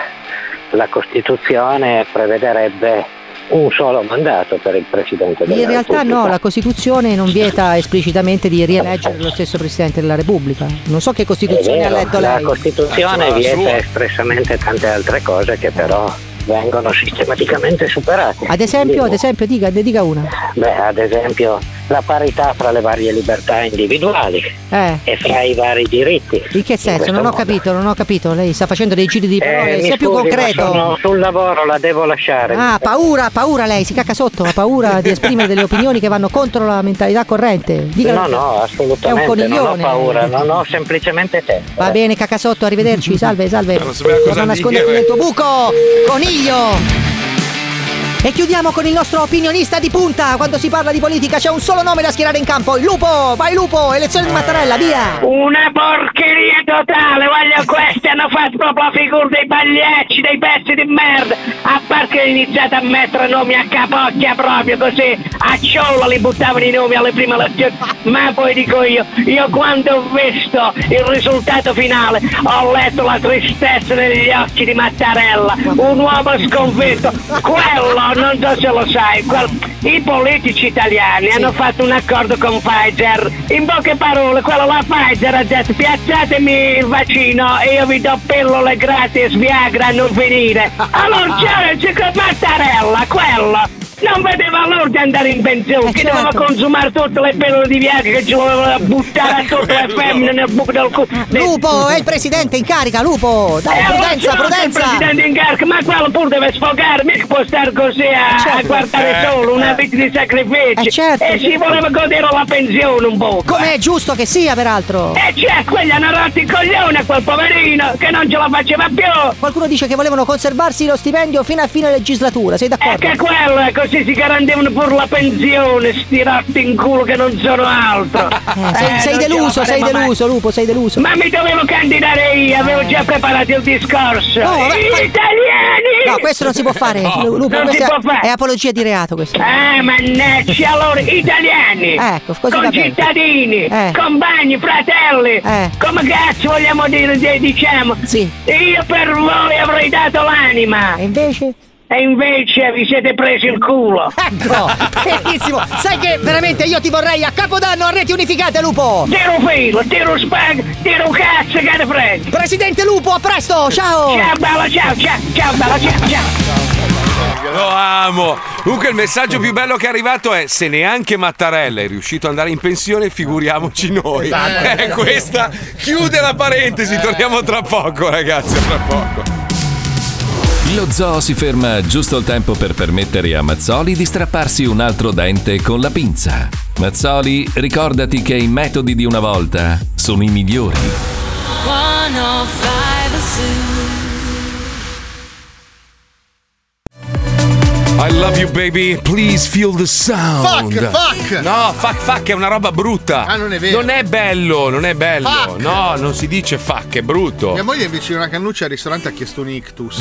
Speaker 20: la Costituzione prevederebbe un solo mandato per il Presidente della
Speaker 18: In realtà
Speaker 20: Repubblica?
Speaker 18: no, la Costituzione non vieta esplicitamente di rieleggere lo stesso Presidente della Repubblica. Non so che
Speaker 20: È
Speaker 18: Costituzione
Speaker 20: vero,
Speaker 18: ha letto
Speaker 20: la
Speaker 18: lei.
Speaker 20: Costituzione vieta espressamente tante altre cose che però vengono sistematicamente superate.
Speaker 18: Ad esempio, ad esempio, dica, ne dica una.
Speaker 20: Beh, ad esempio la parità fra le varie libertà individuali
Speaker 18: Eh.
Speaker 20: e fra i vari diritti.
Speaker 18: In che senso?
Speaker 20: questo
Speaker 18: Non ho
Speaker 20: modo. Eh,
Speaker 18: capito, non ho capito. Lei sta facendo dei giri di parole,
Speaker 20: mi
Speaker 18: sia più
Speaker 20: scusi, ma
Speaker 18: concreto.
Speaker 20: sono sul lavoro, la devo lasciare.
Speaker 18: Ah, paura, paura lei, si cacca sotto, ha paura di esprimere delle opinioni che vanno contro la mentalità corrente. Dica
Speaker 20: No, no,
Speaker 18: È un
Speaker 20: assolutamente, non ho
Speaker 18: coniglione.
Speaker 20: paura, non ho semplicemente tempo.
Speaker 18: Va bene, cacca sotto, arrivederci, salve, salve.
Speaker 20: Non sapeva cosa
Speaker 18: Non nasconderti
Speaker 20: dire,
Speaker 18: nel tuo
Speaker 20: eh.
Speaker 18: buco, coniglio. E chiudiamo con il nostro opinionista di punta. Quando si parla di politica c'è un solo nome da schierare in campo, il lupo. Vai lupo, elezione di Mattarella, via.
Speaker 21: Una porcheria totale, voglio questi hanno fatto proprio figura dei pagliacci, dei pezzi di merda. A parte che iniziate a mettere nomi a capocchia proprio così, a ciollo li buttavano i nomi alle prime elezioni. Ma poi dico io, io quando ho visto il risultato finale, ho letto la tristezza negli occhi di Mattarella, un uomo sconfitto. Quello, non so se lo sai, quel- i politici italiani hanno fatto un accordo con Pfizer. In poche parole, quello la Pfizer ha detto piazzatemi il vaccino e io vi do pillole gratis, Viagra a non finire. Allora c'era con Mattarella, quello. Non vedeva l'ora di andare in
Speaker 18: Eh,
Speaker 21: pensione, che
Speaker 18: certo.
Speaker 21: doveva consumare tutte le pillole di Viagra che ci voleva buttare a tutte le femmine nel buco del culo.
Speaker 18: Eh, Lupo, è il presidente in carica, lupo. Dai,
Speaker 21: Eh, lo
Speaker 18: prudenza,
Speaker 21: so che il
Speaker 18: prudenza.
Speaker 21: presidente in carica, ma quello pur deve sfogare, mica può stare così a, a guardare
Speaker 18: Eh.
Speaker 21: solo una vita di sacrifici.
Speaker 18: Eh, certo.
Speaker 21: E si voleva godere la pensione un po'.
Speaker 18: Come è giusto che sia, peraltro.
Speaker 21: E c'è quelli hanno rotto il coglione quel poverino Eh, che non ce la faceva più.
Speaker 18: Qualcuno dice che volevano conservarsi lo stipendio fino a fine legislatura, sei d'accordo?
Speaker 21: Che quello, così si garantivano pur la pensione, sti rotti in culo che non sono altro.
Speaker 18: sei
Speaker 21: Eh,
Speaker 18: sei
Speaker 21: non ce la
Speaker 18: deluso, sei
Speaker 21: faremo mai.
Speaker 18: deluso, Lupo, sei deluso. Eh.
Speaker 21: Ma mi dovevo candidare io, avevo già preparato il discorso.
Speaker 18: No, vabbè,
Speaker 21: Gli
Speaker 18: ma-
Speaker 21: italiani
Speaker 18: No, questo non si può fare.
Speaker 21: No,
Speaker 18: Lu- Lupo,
Speaker 21: non si
Speaker 18: questa
Speaker 21: può fare.
Speaker 18: è apologia di reato questo.
Speaker 21: Eh, mannaggia, allora, italiani,
Speaker 18: Ecco, così va bene.
Speaker 21: concittadini,
Speaker 18: Eh.
Speaker 21: compagni, fratelli, come cazzo vogliamo dire, de- diciamo, io per voi avrei dato l'anima.
Speaker 18: E invece?
Speaker 21: E invece vi siete presi il culo.
Speaker 18: Ecco, benissimo. Sai che veramente io ti vorrei a Capodanno a reti unificate, Lupo.
Speaker 21: Tiro filo, tiro spag, tiro cazzo, che ne frega.
Speaker 18: Presidente Lupo, a presto, ciao.
Speaker 21: Ciao, bello, ciao, ciao, ciao, bello, ciao, ciao.
Speaker 2: Lo amo. Comunque il messaggio più bello che è arrivato è se neanche Mattarella è riuscito ad andare in pensione, figuriamoci noi.
Speaker 3: Esatto.
Speaker 2: Eh, questa chiude la parentesi, torniamo tra poco ragazzi, tra poco.
Speaker 1: Lo zoo si ferma giusto il tempo per permettere a Mazzoli di strapparsi un altro dente con la pinza. Mazzoli, ricordati che i metodi di una volta sono i migliori.
Speaker 3: 105
Speaker 2: I love you baby, please feel the sound.
Speaker 5: Fuck, fuck.
Speaker 2: No, fuck, fuck è una roba brutta.
Speaker 5: Ah, non è vero.
Speaker 2: Non è bello, non è bello.
Speaker 5: Fuck.
Speaker 2: No, non si dice fuck, è brutto.
Speaker 5: Mia moglie invece di una cannuccia al ristorante ha chiesto un ictus.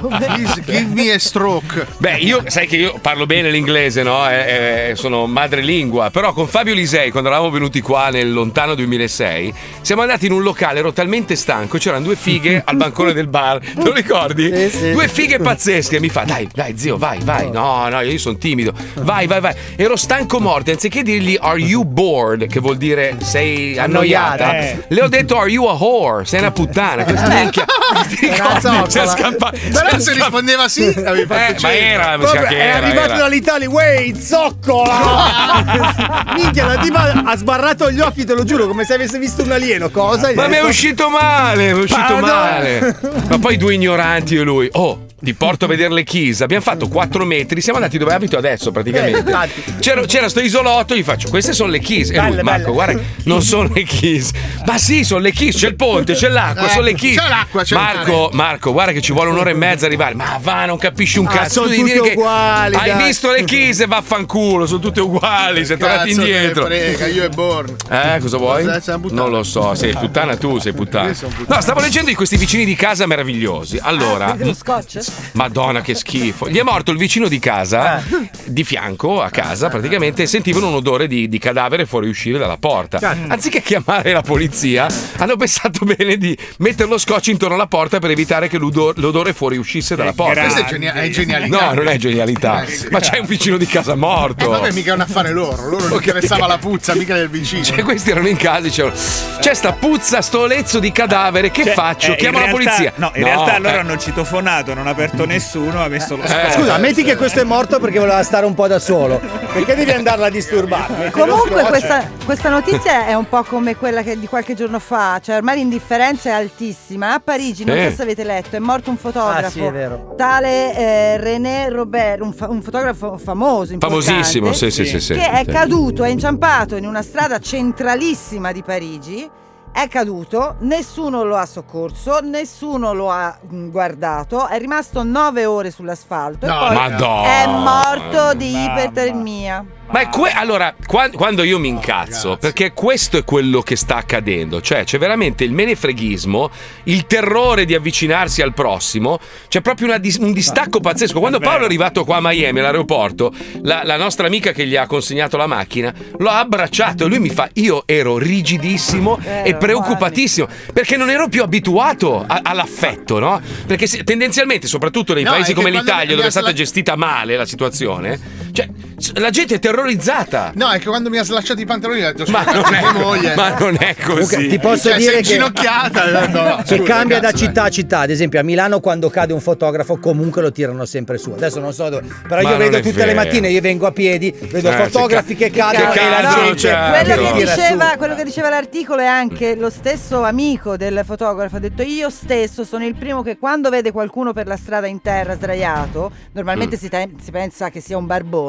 Speaker 5: Please give me a stroke.
Speaker 2: Beh, io sai che io parlo bene l'inglese, no? Eh, eh, sono madrelingua. Però con Fabio Lisei, quando eravamo venuti qua nel lontano 2006, siamo andati in un locale, ero talmente stanco, c'erano due fighe al bancone del bar. Te lo ricordi? Due fighe pazzesche. Mi fa, dai, dai, zio, vai, vai. No, no, io sono timido. Vai, vai, vai. Ero stanco morto. Anziché dirgli are you bored, che vuol dire sei annoiata,
Speaker 3: Annoiata, eh.
Speaker 2: le ho detto "Oh, are you a whore, sei una puttana. Questa minchia. cioè, Ti ricordi? C'è scappato.
Speaker 5: Però se rispondeva Ah, sì, avevi fatto
Speaker 2: Eh, ma era, mi sa
Speaker 22: Vabbè,
Speaker 2: che
Speaker 22: è
Speaker 2: era,
Speaker 22: arrivato
Speaker 2: era.
Speaker 22: dall'Italia, wey, zoccola! Minchia, la diva ha sbarrato gli occhi, te lo giuro, come se avesse visto un alieno. Cosa? Gli
Speaker 2: Ma
Speaker 22: ha
Speaker 2: mi è
Speaker 22: detto-
Speaker 2: uscito male, mi è uscito
Speaker 22: Pardon?
Speaker 2: male. Ma poi due ignoranti io e lui. Oh, ti porto a vedere le chiese. Abbiamo fatto 4 metri, siamo andati dove abito adesso
Speaker 3: Eh,
Speaker 2: praticamente.
Speaker 3: infatti.
Speaker 2: C'era, c'era sto isolotto, gli faccio, queste sono le chiese. E lui,
Speaker 3: Belle,
Speaker 2: Marco,
Speaker 3: belle.
Speaker 2: guarda, non sono le chiese. Ma sì, sono le chiese, c'è il ponte, c'è l'acqua,
Speaker 5: Eh,
Speaker 2: sono le chiese.
Speaker 5: c'è l'acqua, c'è il
Speaker 2: Marco, Marco, guarda che ci vuole un'ora e mezza arrivare. Ma va, non capisci un
Speaker 5: Ah,
Speaker 2: cazzo.
Speaker 5: sono
Speaker 2: Tu devi
Speaker 5: tutte
Speaker 2: dire che
Speaker 5: uguali,
Speaker 2: Hai
Speaker 5: dai.
Speaker 2: visto le chiese, vaffanculo, sono tutte uguali, siete tornati
Speaker 5: Cazzo, te ne
Speaker 2: indietro.
Speaker 5: frega, io e Born.
Speaker 2: Eh, cosa vuoi?
Speaker 5: Cosa- sei una puttana?
Speaker 2: Non lo so, sei puttana tu, sei puttana.
Speaker 5: Io sono puttana.
Speaker 2: No, stavo leggendo di questi vicini di casa meravigliosi.
Speaker 14: Ah,
Speaker 2: Allora,
Speaker 8: Dello scotch?
Speaker 2: Madonna, che schifo. Gli è morto il vicino di casa, di fianco a casa, praticamente sentivano un odore di, di cadavere fuori uscire dalla porta. Mm.
Speaker 3: Cazzo.
Speaker 2: Anziché chiamare la polizia, hanno pensato bene di mettere lo scotch intorno alla porta per evitare che l'udo- l'odore fuori uscisse dalla porta.
Speaker 5: Questa è, genia- è genialità.
Speaker 2: No, non è genialità.
Speaker 5: Eh, sì.
Speaker 2: Ma c'è un vicino di casa
Speaker 5: Eh,
Speaker 2: morto.
Speaker 5: vabbè, mica è un affare loro. Loro non
Speaker 2: Ok.
Speaker 5: interessava la puzza, mica del vicino.
Speaker 2: Cioè, questi erano in casa e dicevano: C'è sta puzza, sto lezzo di cadavere, che
Speaker 6: Cioè,
Speaker 2: faccio?
Speaker 6: eh,
Speaker 2: Chiamo
Speaker 6: in
Speaker 2: la
Speaker 6: realtà-
Speaker 2: polizia.
Speaker 6: No, in realtà loro
Speaker 2: eh,
Speaker 6: hanno citofonato, non ha aperto nessuno, ha messo lo
Speaker 2: Eh,
Speaker 6: scopo.
Speaker 4: Scusa, metti che questo è morto perché voleva stare un po' da solo. Perché devi andarla a
Speaker 2: Eh,
Speaker 4: disturbare?
Speaker 8: Comunque questa,
Speaker 2: cioè.
Speaker 8: questa notizia è un po' come quella che- di qualche giorno fa, cioè ormai l'indifferenza è altissima. A Parigi, non
Speaker 4: Sì.
Speaker 8: so se avete letto, è morto un fotografo,
Speaker 4: Ah, sì, è vero.
Speaker 8: tale eh, René Robert, un, fa- un fotografo famoso, importante,
Speaker 2: Famosissimo, sì, sì, sì, sì.
Speaker 8: che è
Speaker 2: Sì.
Speaker 8: caduto, è inciampato in una strada centralissima di Parigi. È caduto, nessuno lo ha soccorso, nessuno lo ha mh, guardato, è rimasto nove ore sull'asfalto
Speaker 2: No,
Speaker 8: e poi
Speaker 2: Madonna.
Speaker 8: è morto di ipertermia.
Speaker 2: Ma è que- allora, qua- quando io mi incazzo, perché questo è quello che sta accadendo, cioè c'è veramente il menefreghismo, il terrore di avvicinarsi al prossimo, c'è proprio una dis- un distacco pazzesco. Quando Paolo è arrivato qua a Miami all'aeroporto, la, la nostra amica che gli ha consegnato la macchina lo ha abbracciato e lui mi fa: Io ero rigidissimo e preoccupatissimo perché non ero più abituato a- all'affetto, no? Perché se- tendenzialmente, soprattutto nei
Speaker 5: No,
Speaker 2: paesi
Speaker 5: è che
Speaker 2: come
Speaker 5: quando mi
Speaker 2: l'Italia,
Speaker 5: ha
Speaker 2: dove è stata
Speaker 5: sla-
Speaker 2: gestita male la situazione, cioè s- la gente è terrorizzata.
Speaker 5: No, è che quando mi ha slacciato i pantaloni ho detto:
Speaker 2: Ma
Speaker 5: "Scusa,
Speaker 2: non
Speaker 5: mia
Speaker 2: è,
Speaker 5: moglie.
Speaker 2: ma non è così.
Speaker 4: Comunque, ti posso
Speaker 5: Cioè,
Speaker 4: dire
Speaker 5: sei
Speaker 4: che,
Speaker 5: inginocchiata, eh, no,
Speaker 4: che
Speaker 5: Eh, scusa,
Speaker 4: cambia da
Speaker 5: cazzo, dai.
Speaker 4: città a città. Ad esempio, a Milano, quando cade un fotografo, comunque lo tirano sempre su. Adesso non so dove, però
Speaker 3: Ma
Speaker 4: io
Speaker 3: non
Speaker 4: vedo
Speaker 3: è
Speaker 4: tutte
Speaker 3: vero.
Speaker 4: le mattine. Io vengo a piedi, vedo
Speaker 3: Eh, sì,
Speaker 4: fotografi
Speaker 3: ca-
Speaker 4: che cadono
Speaker 3: che
Speaker 4: e la
Speaker 3: cadono,
Speaker 4: gente
Speaker 3: certo.
Speaker 4: che
Speaker 8: Quello che,
Speaker 4: tira su.
Speaker 8: diceva, quello che diceva l'articolo è anche lo stesso amico del fotografo. Ha detto: Io stesso sono il primo che quando vede qualcuno per la strada in terra sdraiato, normalmente
Speaker 23: Mm.
Speaker 8: si, te- si pensa che sia un barbone,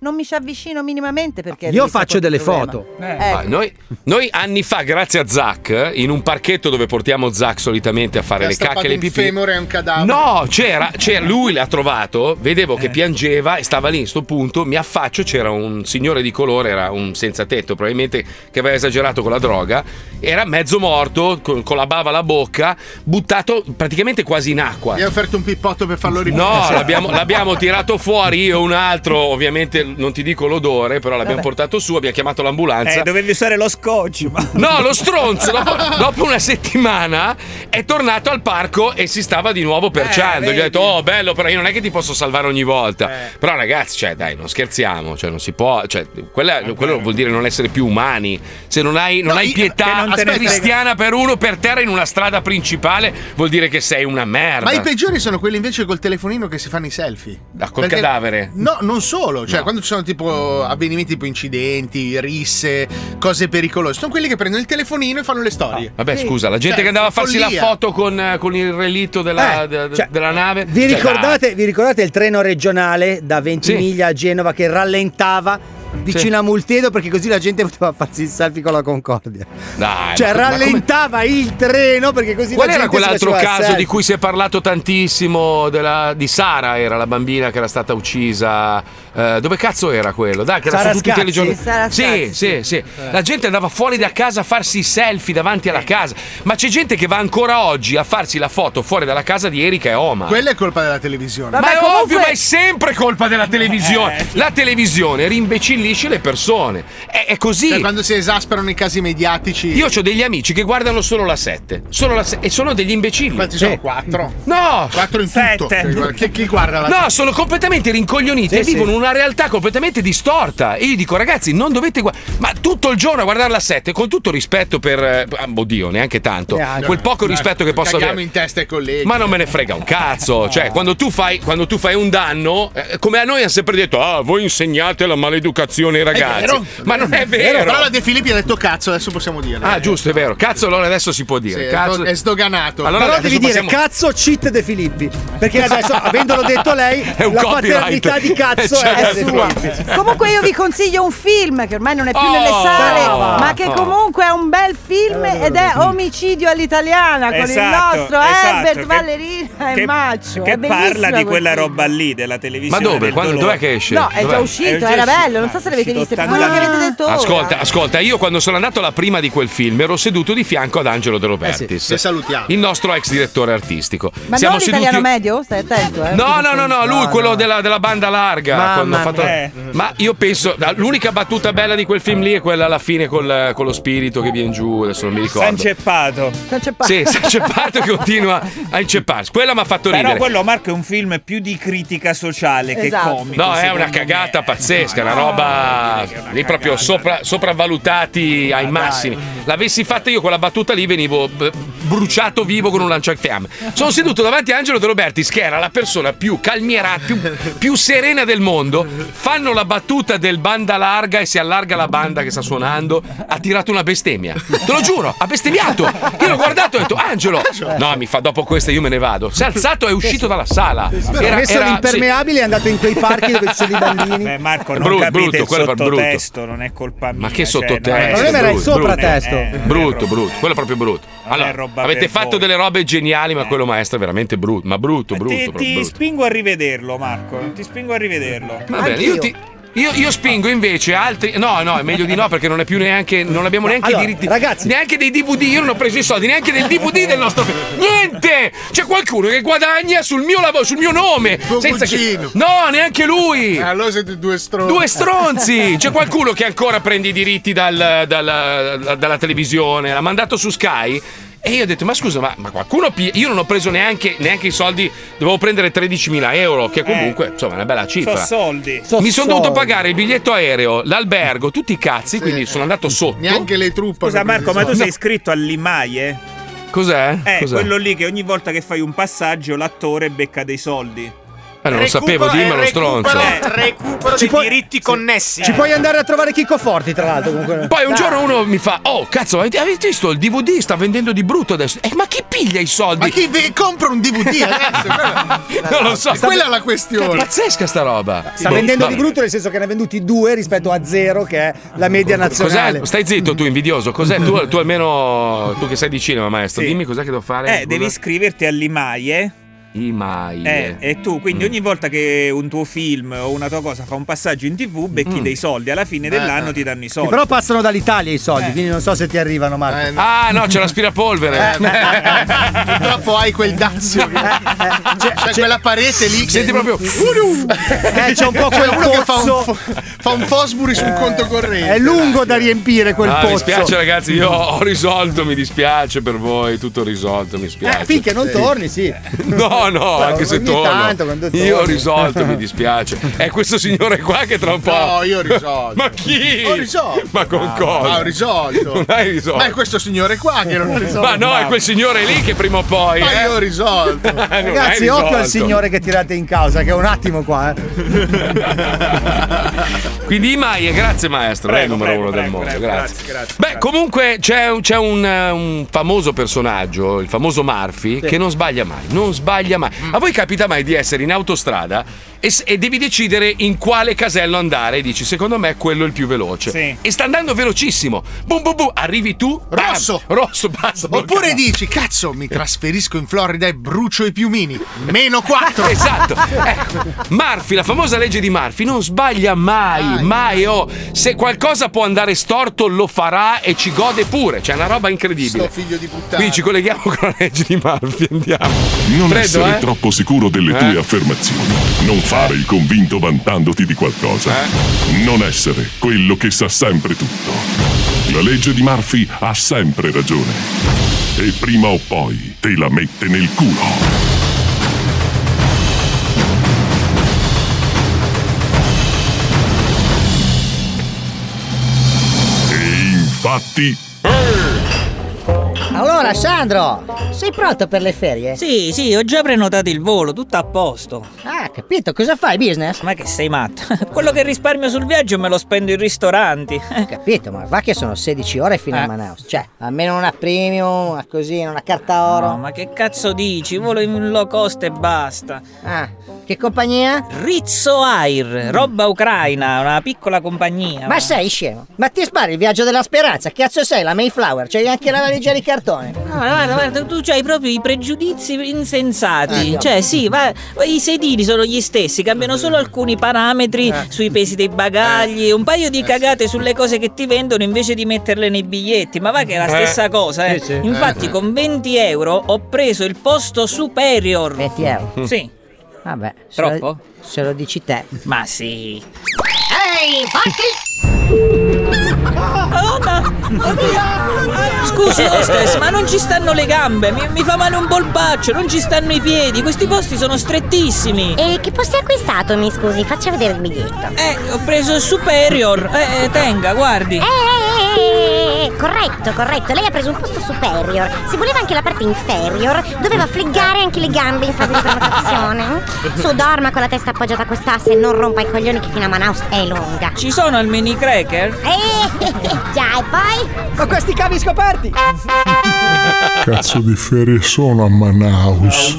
Speaker 8: non mi ci avvicino minimamente perché...
Speaker 24: Io
Speaker 8: lì,
Speaker 24: faccio
Speaker 8: secondo
Speaker 24: delle
Speaker 8: il problema.
Speaker 24: foto.
Speaker 6: Eh,
Speaker 8: Ecco.
Speaker 2: Ah, noi, noi anni fa, grazie a Zac, in un parchetto dove portiamo Zac solitamente a fare
Speaker 5: Ha
Speaker 2: le
Speaker 5: stappato
Speaker 2: cacche e le
Speaker 5: un
Speaker 2: pipì.
Speaker 5: femore e un cadavere.
Speaker 2: No, c'era, c'era- lui l'ha trovato, vedevo che piangeva e stava lì in sto punto, mi affaccio, c'era un signore di colore, era un senza tetto probabilmente che aveva esagerato con la droga, era mezzo morto, con, con la bava alla bocca, buttato praticamente quasi in acqua.
Speaker 5: Gli hai offerto un pippotto per farlo rimanere.
Speaker 2: No, l'abbiamo, l'abbiamo tirato fuori io e un altro, ovviamente non ti dico l'odore, però l'abbiamo
Speaker 6: Vabbè.
Speaker 2: portato su, abbiamo chiamato l'ambulanza.
Speaker 6: Eh, dovevi usare lo scotch, ma.
Speaker 2: No, lo stronzo, dopo, dopo una settimana è tornato al parco e si stava di
Speaker 5: Eh,
Speaker 2: nuovo perciando. Gli ho detto, oh bello, però io non è che ti posso salvare ogni volta.
Speaker 5: Eh.
Speaker 2: Però ragazzi, cioè dai, non scherziamo, cioè non si può, cioè, quella- quello vuol dire non essere più umani. Se non hai,
Speaker 5: Eh,
Speaker 2: non
Speaker 5: No,
Speaker 2: hai
Speaker 5: io- che
Speaker 2: pietà
Speaker 5: non te ne frega.
Speaker 2: cristiana per uno, per terra, in una strada principale, vuol dire che sei una merda.
Speaker 5: Ma i peggiori sono quelli invece col telefonino che si fanno i selfie.
Speaker 2: Ah, col
Speaker 5: Perché- Eh,
Speaker 2: cadavere.
Speaker 5: No, non solo. Cioè,
Speaker 2: No.
Speaker 5: quando ci sono tipo avvenimenti tipo incidenti, risse, cose pericolose, sono quelli che prendono il telefonino e fanno le storie.
Speaker 2: Ah, Vabbè, scusa, la gente
Speaker 5: Cioè,
Speaker 2: che andava a farsi
Speaker 5: follia.
Speaker 2: la foto con, eh, con il relitto della,
Speaker 5: Eh,
Speaker 2: de- de-
Speaker 5: cioè,
Speaker 2: della nave.
Speaker 4: Vi
Speaker 2: Cioè,
Speaker 4: ricordate, vi ricordate il treno regionale da Ventimiglia a Genova che rallentava vicino
Speaker 2: Sì.
Speaker 4: a Multedo perché così la gente poteva farsi il selfie con la Concordia?
Speaker 2: Dai, dai,
Speaker 4: cioè
Speaker 2: ma- ma come-
Speaker 4: rallentava il treno perché così
Speaker 2: Qual
Speaker 4: la
Speaker 2: era
Speaker 4: gente si
Speaker 2: quell'altro
Speaker 4: faceva
Speaker 2: caso
Speaker 4: selfie?
Speaker 2: di cui si è parlato tantissimo? della- di Sara era la bambina che era stata uccisa. Eh, dove cazzo era quello? Dai, che era
Speaker 4: Sara
Speaker 2: su tutti i
Speaker 4: Scazzi?
Speaker 2: telegiornali.
Speaker 4: Sara
Speaker 2: Sì,
Speaker 4: Scazzi.
Speaker 2: sì, sì. La gente andava fuori da casa a farsi i selfie davanti alla casa. Ma c'è gente che va ancora oggi a farsi la foto fuori dalla casa di Erika e Oma.
Speaker 5: Quella è colpa della televisione.
Speaker 2: ma è ovvio, ma è sempre colpa della
Speaker 5: Eh,
Speaker 2: televisione. La televisione rimbecillisce le persone. È, è così.
Speaker 5: Cioè, quando si esasperano i casi mediatici.
Speaker 2: Io ho degli amici che guardano solo la 7. Solo la se- e sono degli imbecilli. Eh.
Speaker 5: Infatti
Speaker 2: Sì.
Speaker 5: sono quattro.
Speaker 2: No!
Speaker 5: Quattro in tutto. Cioè, Chi, chi guarda la
Speaker 2: No, sono completamente rincoglioniti
Speaker 5: Sì,
Speaker 2: e
Speaker 5: sì.
Speaker 2: vivono una realtà completamente distorta. E io dico, ragazzi, non dovete guardare. Ma tutto il giorno a guardare la 7, con tutto rispetto per. eh, ah, Oddio, neanche tanto.
Speaker 5: Neanche.
Speaker 2: Quel poco
Speaker 5: Dai,
Speaker 2: rispetto che posso
Speaker 5: caghiamo
Speaker 2: avere.
Speaker 5: in testa ai colleghi.
Speaker 2: Ma non me ne frega un cazzo. Cioè, quando tu fai, quando tu fai un danno, eh, come a noi hanno sempre detto, ah, voi insegnate la maleducazione ai ragazzi.
Speaker 5: vero.
Speaker 2: Ma non è vero.
Speaker 5: Però la De Filippi ha detto cazzo, adesso possiamo dire.
Speaker 2: Ah, giusto, è vero. Cazzo, allora adesso si può dire.
Speaker 5: Sì,
Speaker 2: Cazzo.
Speaker 5: È sdoganato.
Speaker 2: Allora
Speaker 4: Però
Speaker 2: adesso
Speaker 4: devi dire
Speaker 2: possiamo-
Speaker 4: cazzo cheat De Filippi. Perché adesso, avendolo detto lei,
Speaker 2: È un
Speaker 4: la
Speaker 2: copyright.
Speaker 4: paternità di cazzo
Speaker 2: Certo.
Speaker 4: è sua.
Speaker 8: Comunque io vi consiglio un film che ormai non è più
Speaker 2: Oh,
Speaker 8: nelle sale,
Speaker 2: brava.
Speaker 8: ma che
Speaker 2: Oh.
Speaker 8: comunque è un bel film ed è Omicidio all'italiana con
Speaker 6: Eh, Esatto,
Speaker 8: il nostro
Speaker 6: esatto,
Speaker 8: Herbert
Speaker 6: che-
Speaker 8: Valerina e
Speaker 6: che-
Speaker 8: Maccio.
Speaker 6: che
Speaker 8: È
Speaker 6: parla
Speaker 8: bellissimo
Speaker 6: di
Speaker 8: quel
Speaker 6: quella
Speaker 8: film.
Speaker 6: roba lì della televisione.
Speaker 2: Ma dove?
Speaker 6: del
Speaker 2: Quando-
Speaker 6: dolore.
Speaker 2: dov'è che esce?
Speaker 8: No, è
Speaker 2: Dov'è?
Speaker 8: già uscito,
Speaker 6: È
Speaker 8: era
Speaker 6: già
Speaker 8: bello, non so se l'avete visto, è quello che avete detto ora.
Speaker 2: Ascolta, ascolta, io quando sono andato alla prima di quel film ero seduto di fianco ad Angelo De Robertis.
Speaker 5: sì, che salutiamo.
Speaker 2: Il nostro ex direttore artistico.
Speaker 8: Ma
Speaker 2: Siamo
Speaker 8: non
Speaker 2: seduti.
Speaker 8: l'italiano medio? Stai attento, eh.
Speaker 2: No, no, no, no, lui, quello della, della banda larga.
Speaker 8: Mamma
Speaker 2: quando ha fatto-
Speaker 8: mia. Eh.
Speaker 2: Ma io penso, l'unica battuta bella di quel film lì è quella alla fine col- con lo spirito che viene giù, adesso non mi ricordo.
Speaker 6: San Ceppato.
Speaker 8: San
Speaker 2: Sì, San Ceppato che continua a incepparsi. Quella mi ha fatto
Speaker 6: Però
Speaker 2: ridere.
Speaker 6: quello, Marco, è un film più di critica sociale
Speaker 2: Esatto.
Speaker 6: che comico.
Speaker 2: No, è
Speaker 6: secondo
Speaker 2: una
Speaker 6: me.
Speaker 2: cagata pazzesca, una roba lì proprio sopra- sopravvalutati ai massimi. L'avessi fatta io quella battuta lì venivo b- bruciato vivo con un lanciafiamme. Sono seduto davanti a Angelo De Robertis che era la persona più calmierata, più, più serena del mondo. Fanno la battuta del banda larga e si allarga la banda che sta suonando. Ha tirato una bestemmia. Te lo giuro, ha bestemmiato. Io l'ho guardato e ho detto Angelo. No, mi fa dopo questa io me ne vado. Si è alzato e è uscito dalla sala.
Speaker 4: ha messo
Speaker 2: sì. Eh,
Speaker 4: l'impermeabile e è andato in quei parchi dove ci sono i bambini.
Speaker 6: Beh, Marco,
Speaker 2: È
Speaker 6: non
Speaker 2: brutto,
Speaker 6: capite
Speaker 2: brutto,
Speaker 6: il
Speaker 2: quello è proprio
Speaker 6: sottotesto, non è colpa mia.
Speaker 2: Ma che
Speaker 6: cioè, non è-
Speaker 2: sottotesto?
Speaker 4: il problema era il
Speaker 2: brutto,
Speaker 4: sopratesto.
Speaker 2: brutto.
Speaker 4: Eh,
Speaker 2: Brutto, brutto, quello è proprio brutto. Allora,
Speaker 6: roba
Speaker 2: avete
Speaker 6: per
Speaker 2: fatto
Speaker 6: voi. Eh.
Speaker 2: delle robe geniali, ma quello maestro è veramente brutto, ma brutto, brutto,
Speaker 6: Ti,
Speaker 2: proprio
Speaker 6: ti
Speaker 2: brutto.
Speaker 6: spingo a rivederlo, Marco. Ti spingo a rivederlo.
Speaker 2: Va bene, io ti- io- io spingo invece altri. No, no, è meglio di no, perché non è più neanche. Non abbiamo neanche
Speaker 4: allora,
Speaker 2: i diritti. Neanche dei DVD. Io non ho preso i soldi, neanche del DVD del nostro. Niente! C'è qualcuno che guadagna sul mio lavoro, sul mio nome.
Speaker 5: Tuo
Speaker 2: che-
Speaker 5: cugino.
Speaker 2: No, neanche lui!
Speaker 5: Allora siete due stronzi.
Speaker 2: Due stronzi! C'è qualcuno che ancora prende i diritti dal- dalla- da- dalla televisione, l'ha mandato su Sky. E io ho detto, ma scusa, ma, ma qualcuno. pi- io non ho preso neanche, neanche i soldi, dovevo prendere 13.000 euro, che comunque, insomma, è una bella cifra.
Speaker 6: Sono soldi.
Speaker 2: Mi sono dovuto pagare il biglietto aereo, l'albergo, tutti i cazzi, quindi sono andato sotto.
Speaker 5: Neanche le truppe.
Speaker 6: Scusa,
Speaker 5: hanno
Speaker 6: Marco,
Speaker 5: preso
Speaker 6: ma tu
Speaker 5: i
Speaker 6: sei
Speaker 5: soldi.
Speaker 6: iscritto all'Imaie?
Speaker 2: Cos'è?
Speaker 6: Eh,
Speaker 2: Cos'è?
Speaker 6: quello lì che ogni volta che fai un passaggio l'attore becca dei soldi.
Speaker 2: Eh, non lo sapevo, dimmelo, stronzo.
Speaker 25: Eh, Recupero dei diritti connessi.
Speaker 4: Ci puoi andare a trovare Chicco Forti, tra l'altro. Comunque.
Speaker 2: Poi un giorno uno mi fa: Oh, cazzo, avete avete visto il DVD? Sta vendendo di brutto adesso. Eh, ma chi piglia i soldi?
Speaker 5: Ma chi ve- compra un DVD adesso? Quella-
Speaker 2: non lo so.
Speaker 5: Quella è la questione.
Speaker 2: È pazzesca sta roba. Boh,
Speaker 4: Sta vendendo di
Speaker 2: Vabbè.
Speaker 4: brutto, nel senso che ne ha venduti due rispetto a zero, che è la media nazionale.
Speaker 2: Cos'è? Stai zitto tu, invidioso. Cos'è? Tu, tu almeno, tu che sei di cinema, maestro, dimmi cos'è che devo fare.
Speaker 6: Eh, devi iscriverti all'IMAIE.
Speaker 2: IMAIE.
Speaker 6: Eh, e tu
Speaker 2: Mm.
Speaker 6: quindi ogni volta che un tuo film o una tua cosa fa un passaggio in tv becchi
Speaker 2: Mm.
Speaker 6: dei soldi alla fine dell'anno ti danno i
Speaker 4: Che
Speaker 6: soldi
Speaker 4: però passano dall'Italia i soldi,
Speaker 25: Eh.
Speaker 4: quindi non so se ti arrivano, Marco.
Speaker 2: Ah, no, c'è l'aspirapolvere.
Speaker 5: Eh. Purtroppo hai quel dazio. Che... C'è, c'è quella parete lì. Senti
Speaker 2: proprio.
Speaker 5: Eh,
Speaker 4: c'è un po' quel
Speaker 5: uno che fa un,
Speaker 4: pozzo. Eh.
Speaker 5: fo- fa un fosburi sul conto corrente.
Speaker 4: È lungo da riempire quel
Speaker 2: ah, mi
Speaker 4: pozzo.
Speaker 2: spiace ragazzi, io ho risolto, mi dispiace per voi, tutto risolto, mi spiace.
Speaker 4: Eh, finché non torni, sì.
Speaker 2: Eh, No, no,
Speaker 4: Però
Speaker 2: anche se
Speaker 4: ogni
Speaker 2: torno.
Speaker 4: tanto, quando torni.
Speaker 2: Io ho risolto, mi dispiace. È questo signore qua che tra un po'.
Speaker 5: No, io ho risolto.
Speaker 2: Ma chi?
Speaker 5: Ho risolto.
Speaker 2: Ma con
Speaker 5: Ah,
Speaker 2: cosa?
Speaker 5: ma ho risolto.
Speaker 2: Non hai risolto.
Speaker 5: Ma è questo signore qua che non
Speaker 4: Eh.
Speaker 5: ha risolto.
Speaker 2: Ma no, è quel signore lì che prima o poi.
Speaker 5: Ma
Speaker 2: eh.
Speaker 5: io ho risolto.
Speaker 2: Non hai
Speaker 4: Ragazzi, occhio al
Speaker 2: risolto.
Speaker 4: signore che tirate in causa, che è un attimo qua. eh.
Speaker 2: Quindi Imaie, grazie maestro, lei è il numero uno del mondo. grazie.
Speaker 25: grazie.
Speaker 2: Beh, comunque c'è, c'è un, eh, un famoso personaggio, il famoso Murphy, che non sbaglia mai, non sbaglia mai. A voi capita mai di essere in autostrada e, s- e devi decidere in quale casello andare? E dici, secondo me quello è il più veloce. E sta andando velocissimo. Bum bum bum, arrivi tu. bam,
Speaker 5: Rosso.
Speaker 2: Rosso, basta.
Speaker 5: Oppure
Speaker 2: bloccato.
Speaker 5: dici, cazzo, mi trasferisco in Florida e brucio i piumini. Meno 4.
Speaker 2: Esatto. Murphy, la famosa legge di Murphy, non sbaglia mai, mai. Oh, se qualcosa può andare storto, lo farà e ci gode pure. C'è una roba incredibile.
Speaker 5: Sto figlio di puttana.
Speaker 2: Quindi ci colleghiamo con la legge di Murphy, andiamo.
Speaker 24: Non
Speaker 2: Freddo,
Speaker 24: essere
Speaker 2: eh?
Speaker 24: troppo sicuro delle tue affermazioni. Non fare il convinto vantandoti di qualcosa.
Speaker 2: Eh?
Speaker 24: Non essere quello che sa sempre tutto. La legge di Murphy ha sempre ragione. E prima o poi te la mette nel culo. E infatti... eh!
Speaker 18: Allora, Sandro, sei pronto per le ferie?
Speaker 26: Sì, sì, ho già prenotato il volo, tutto a posto.
Speaker 18: Ah, capito, cosa fai, business?
Speaker 26: Ma che sei matto? Quello che risparmio sul viaggio me lo spendo in ristoranti.
Speaker 18: Capito, ma va che sono 16 ore fino a
Speaker 26: Eh.
Speaker 18: Manaus. Cioè, almeno una premium, una cosina, una carta oro.
Speaker 26: No, ma che cazzo dici? Volo in low cost e basta.
Speaker 18: Ah, che compagnia?
Speaker 26: Rizzo Air, roba ucraina, una piccola compagnia.
Speaker 18: Ma sei scemo? Ma ti spari il viaggio della speranza? Cazzo sei, la Mayflower? C'hai anche la valigia di cartone.
Speaker 26: No, Ah, Guarda, guarda, tu hai proprio i pregiudizi insensati.
Speaker 18: Ecco.
Speaker 26: Cioè, sì, va- i sedili sono gli stessi, cambiano solo alcuni parametri
Speaker 18: Eh.
Speaker 26: sui pesi dei bagagli, un paio di cagate sulle cose che ti vendono invece di metterle nei biglietti. Ma va che è la
Speaker 18: Eh.
Speaker 26: stessa cosa, eh.
Speaker 18: Sì, sì.
Speaker 26: Infatti,
Speaker 18: Eh.
Speaker 26: con 20 euro ho preso il posto superior.
Speaker 18: 20 euro?
Speaker 26: Sì.
Speaker 18: Vabbè, se lo-
Speaker 26: Troppo?
Speaker 18: se lo dici te.
Speaker 26: Ma sì.
Speaker 18: Ehi,
Speaker 26: Scusi, hostess, ma non ci stanno le gambe, mi, mi fa male un polpaccio, non ci stanno i piedi, questi posti sono strettissimi.
Speaker 27: E che posto hai acquistato, mi scusi? Faccia vedere il biglietto.
Speaker 26: Eh, ho preso il superior. Eh, eh, tenga, guardi.
Speaker 27: Eh, corretto, corretto. Lei ha preso un posto superior. Se voleva anche la parte inferior, doveva fleggare anche le gambe in fase di prenotazione. Su, dorma con la testa appoggiata a quest'asse e non rompa i coglioni che fino a Manaus è lunga.
Speaker 26: Ci sono al mini cracker?
Speaker 27: Eh, già, e poi?
Speaker 18: Con questi cavi scoperti!
Speaker 28: Cazzo di ferie sono a Manaus.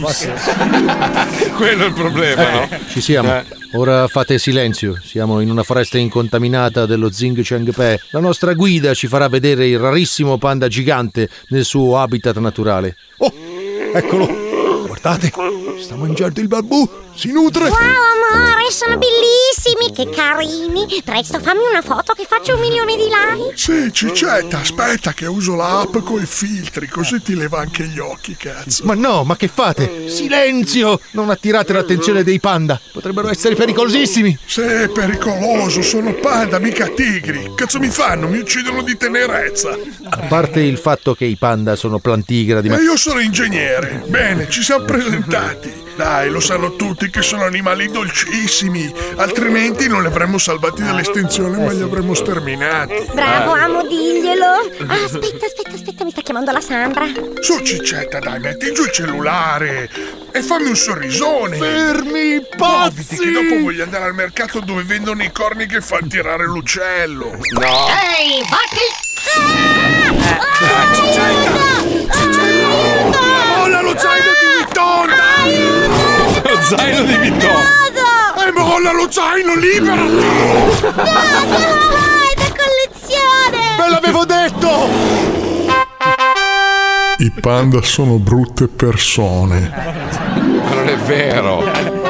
Speaker 2: Quello è il problema, no?
Speaker 29: Ci siamo. Ora fate silenzio. Siamo in una foresta incontaminata dello Zing Changpe. La nostra guida ci farà vedere il rarissimo panda gigante nel suo habitat naturale. Oh, eccolo. Guardate, sta mangiando il bambù. Si nutre.
Speaker 27: Wow, amore, sono bellissimi, che carini. Presto fammi una foto che faccio un milione di like.
Speaker 28: Sì, Cicetta, aspetta che uso la app coi filtri, così ti leva anche gli occhi, cazzo.
Speaker 29: Ma no, ma che fate? Silenzio! Non attirate l'attenzione dei panda. Potrebbero essere pericolosissimi.
Speaker 28: Sei pericoloso, sono panda, mica tigri. Cazzo mi fanno? Mi uccidono di tenerezza.
Speaker 29: A parte il fatto che i panda sono plantigradi, ma...
Speaker 28: E io sono ingegnere. Bene, ci siamo presentati. Dai, lo sanno tutti che sono animali dolcissimi, altrimenti non li avremmo salvati dall'estinzione, ma li avremmo sterminati.
Speaker 27: Eh Bravo, amo, diglielo. Ah, aspetta, aspetta, aspetta, mi sta chiamando la Sandra.
Speaker 28: Su, Cicetta, dai, metti giù il cellulare e fammi un sorrisone. Fermi, pazzi! che dopo voglio andare al mercato dove vendono i corni che fanno tirare l'uccello. No.
Speaker 30: Ehi,
Speaker 28: Eh,
Speaker 27: Ah,
Speaker 28: Molla lo zaino di
Speaker 27: Ah,
Speaker 28: Vitton, dai! Lo zaino di Vitton! E molla lo zaino, liberati!
Speaker 27: Vai, da collezione!
Speaker 28: Ve l'avevo detto! I panda sono brutte persone.
Speaker 31: Ma non è vero.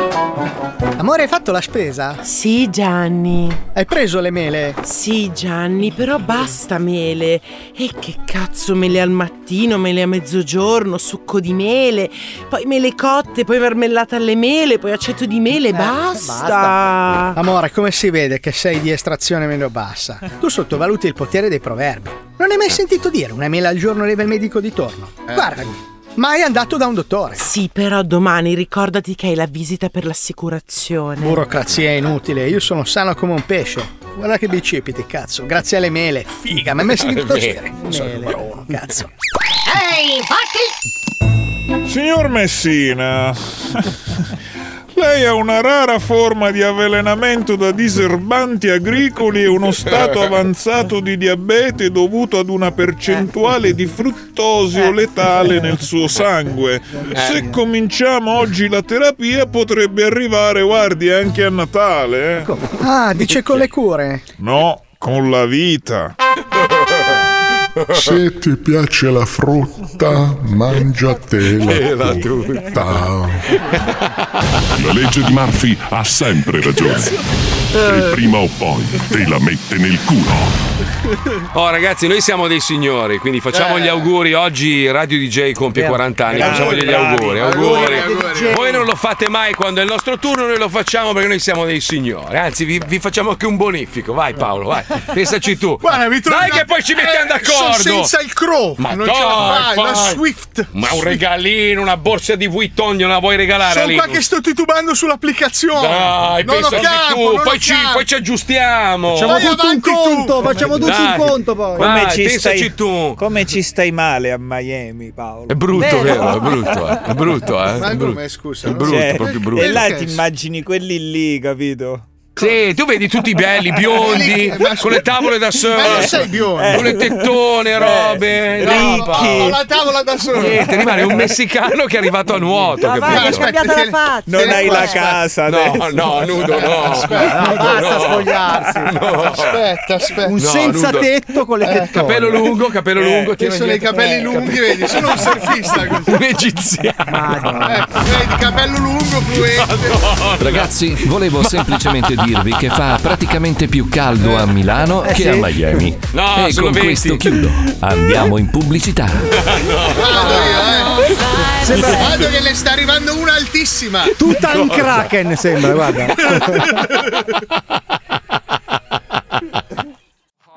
Speaker 32: Amore, hai fatto la spesa? Sì, Gianni. Hai preso le mele? Sì, Gianni, però basta mele. E che cazzo, mele al mattino, mele a mezzogiorno, succo di mele, poi mele cotte, poi marmellata alle mele, poi aceto di mele, Eh, basta. Amore, come si vede che sei di estrazione meno bassa? Tu sottovaluti il potere dei proverbi. Non hai mai sentito dire una mela al giorno leva il medico di torno? Guardami. Ma è andato da un dottore. Sì, però domani ricordati che hai la visita per l'assicurazione. Burocrazia inutile, io sono sano come un pesce. Guarda che bicipiti, cazzo. Grazie alle mele. Figa, mi hai
Speaker 2: Ah,
Speaker 32: messo di tutto
Speaker 28: Mele.
Speaker 32: serio. Sono il numero uno, cazzo.
Speaker 30: Ehi, fatti!
Speaker 11: Signor Messina, lei ha una rara forma di avvelenamento da diserbanti agricoli e uno stato avanzato di diabete dovuto ad una percentuale di fruttosio letale nel suo sangue.
Speaker 33: Eh.
Speaker 11: Se cominciamo oggi la terapia potrebbe arrivare, guardi, anche a Natale. eh.
Speaker 32: Ah, dice con le cure.
Speaker 11: No, con la vita.
Speaker 28: Se ti piace la frutta, mangiatela tutta.
Speaker 24: La legge di Murphy ha sempre ragione. E prima o poi te la mette nel culo.
Speaker 2: Oh ragazzi, noi siamo dei signori, quindi facciamo
Speaker 5: Eh.
Speaker 2: gli auguri. Oggi Radio DJ compie 40 anni,
Speaker 31: Grazie,
Speaker 2: facciamogli gli
Speaker 31: bravi.
Speaker 2: auguri.
Speaker 31: Auguri,
Speaker 2: auguri.
Speaker 31: auguri.
Speaker 2: Voi non lo fate mai quando è il nostro turno, noi lo facciamo perché noi siamo dei signori. Anzi, vi, vi facciamo anche un bonifico. Vai Paolo, vai. Pensaci tu.
Speaker 5: Guarda, mi Eh,
Speaker 2: Dai che poi ci mettiamo d'accordo.
Speaker 5: Sono senza il crow.
Speaker 2: Ma
Speaker 5: non
Speaker 2: dai,
Speaker 5: ce la fai, la
Speaker 2: fai.
Speaker 5: Swift.
Speaker 2: Ma un regalino, una borsa di Vuitton gliela vuoi regalare
Speaker 5: Sono
Speaker 2: lì?
Speaker 5: qua che sto titubando sull'applicazione.
Speaker 2: Dai,
Speaker 5: non ho
Speaker 2: pensaci
Speaker 5: campo,
Speaker 2: tu,
Speaker 5: non ho
Speaker 2: poi ci,
Speaker 5: campo.
Speaker 2: poi ci aggiustiamo.
Speaker 6: Facciamo
Speaker 5: Vai
Speaker 6: tutto un
Speaker 5: avanti
Speaker 6: conto,
Speaker 5: tu.
Speaker 6: facciamo tutto un
Speaker 2: Dai.
Speaker 6: conto poi.
Speaker 2: Vai,
Speaker 6: Come ci stai-
Speaker 2: pensaci tu.
Speaker 6: Come ci stai male a Miami, Paolo?
Speaker 2: È brutto, vero? È brutto, eh. È brutto, eh.
Speaker 6: Ma
Speaker 2: È brutto.
Speaker 6: come,
Speaker 5: scusa?
Speaker 2: È brutto,
Speaker 6: Cioè,
Speaker 2: proprio brutto.
Speaker 6: E là ti
Speaker 2: Perché?
Speaker 6: immagini quelli lì, capito?
Speaker 2: Sì, tu vedi tutti belli,
Speaker 5: Eh,
Speaker 2: biondi,
Speaker 6: Ma-
Speaker 2: con le tavole da surf.
Speaker 6: Ma non sei biondo.
Speaker 2: Con le
Speaker 5: Eh,
Speaker 2: tettone, robe.
Speaker 5: No, Ho la tavola da solo.
Speaker 2: Niente, rimane un messicano che è arrivato a nuoto.
Speaker 5: Ma vai,
Speaker 2: capito?
Speaker 5: gli hai cambiato la faccia.
Speaker 6: Non hai la casa
Speaker 2: No,
Speaker 6: adesso.
Speaker 2: no, nudo no.
Speaker 5: Aspetta,
Speaker 2: Nudo
Speaker 5: basta
Speaker 2: no.
Speaker 5: sfogliarsi.
Speaker 2: No.
Speaker 5: Aspetta, aspetta.
Speaker 2: Un No, senza nudo.
Speaker 32: tetto con le
Speaker 2: Eh, Capello lunggo, capello lungo.
Speaker 5: Eh,
Speaker 2: Eh,
Speaker 5: Che
Speaker 2: tiro
Speaker 5: sono i
Speaker 2: indietro.
Speaker 5: capelli lunghi, vedi? Sono un surfista così.
Speaker 2: Un
Speaker 5: Ah,
Speaker 2: egiziano. Eh,
Speaker 5: Eh. Vedi, capello lungo, fluente.
Speaker 1: Ragazzi, volevo semplicemente dirvi che fa praticamente più caldo a Milano
Speaker 5: Eh,
Speaker 1: che a
Speaker 5: sì.
Speaker 1: Miami.
Speaker 5: No,
Speaker 1: e
Speaker 5: solo
Speaker 1: con
Speaker 5: 20.
Speaker 1: questo chiudo. Andiamo in pubblicità.
Speaker 5: Vado io, eh.
Speaker 32: Sembra-
Speaker 5: Vado che le sta arrivando una altissima.
Speaker 32: Tutta un kraken sembra, guarda.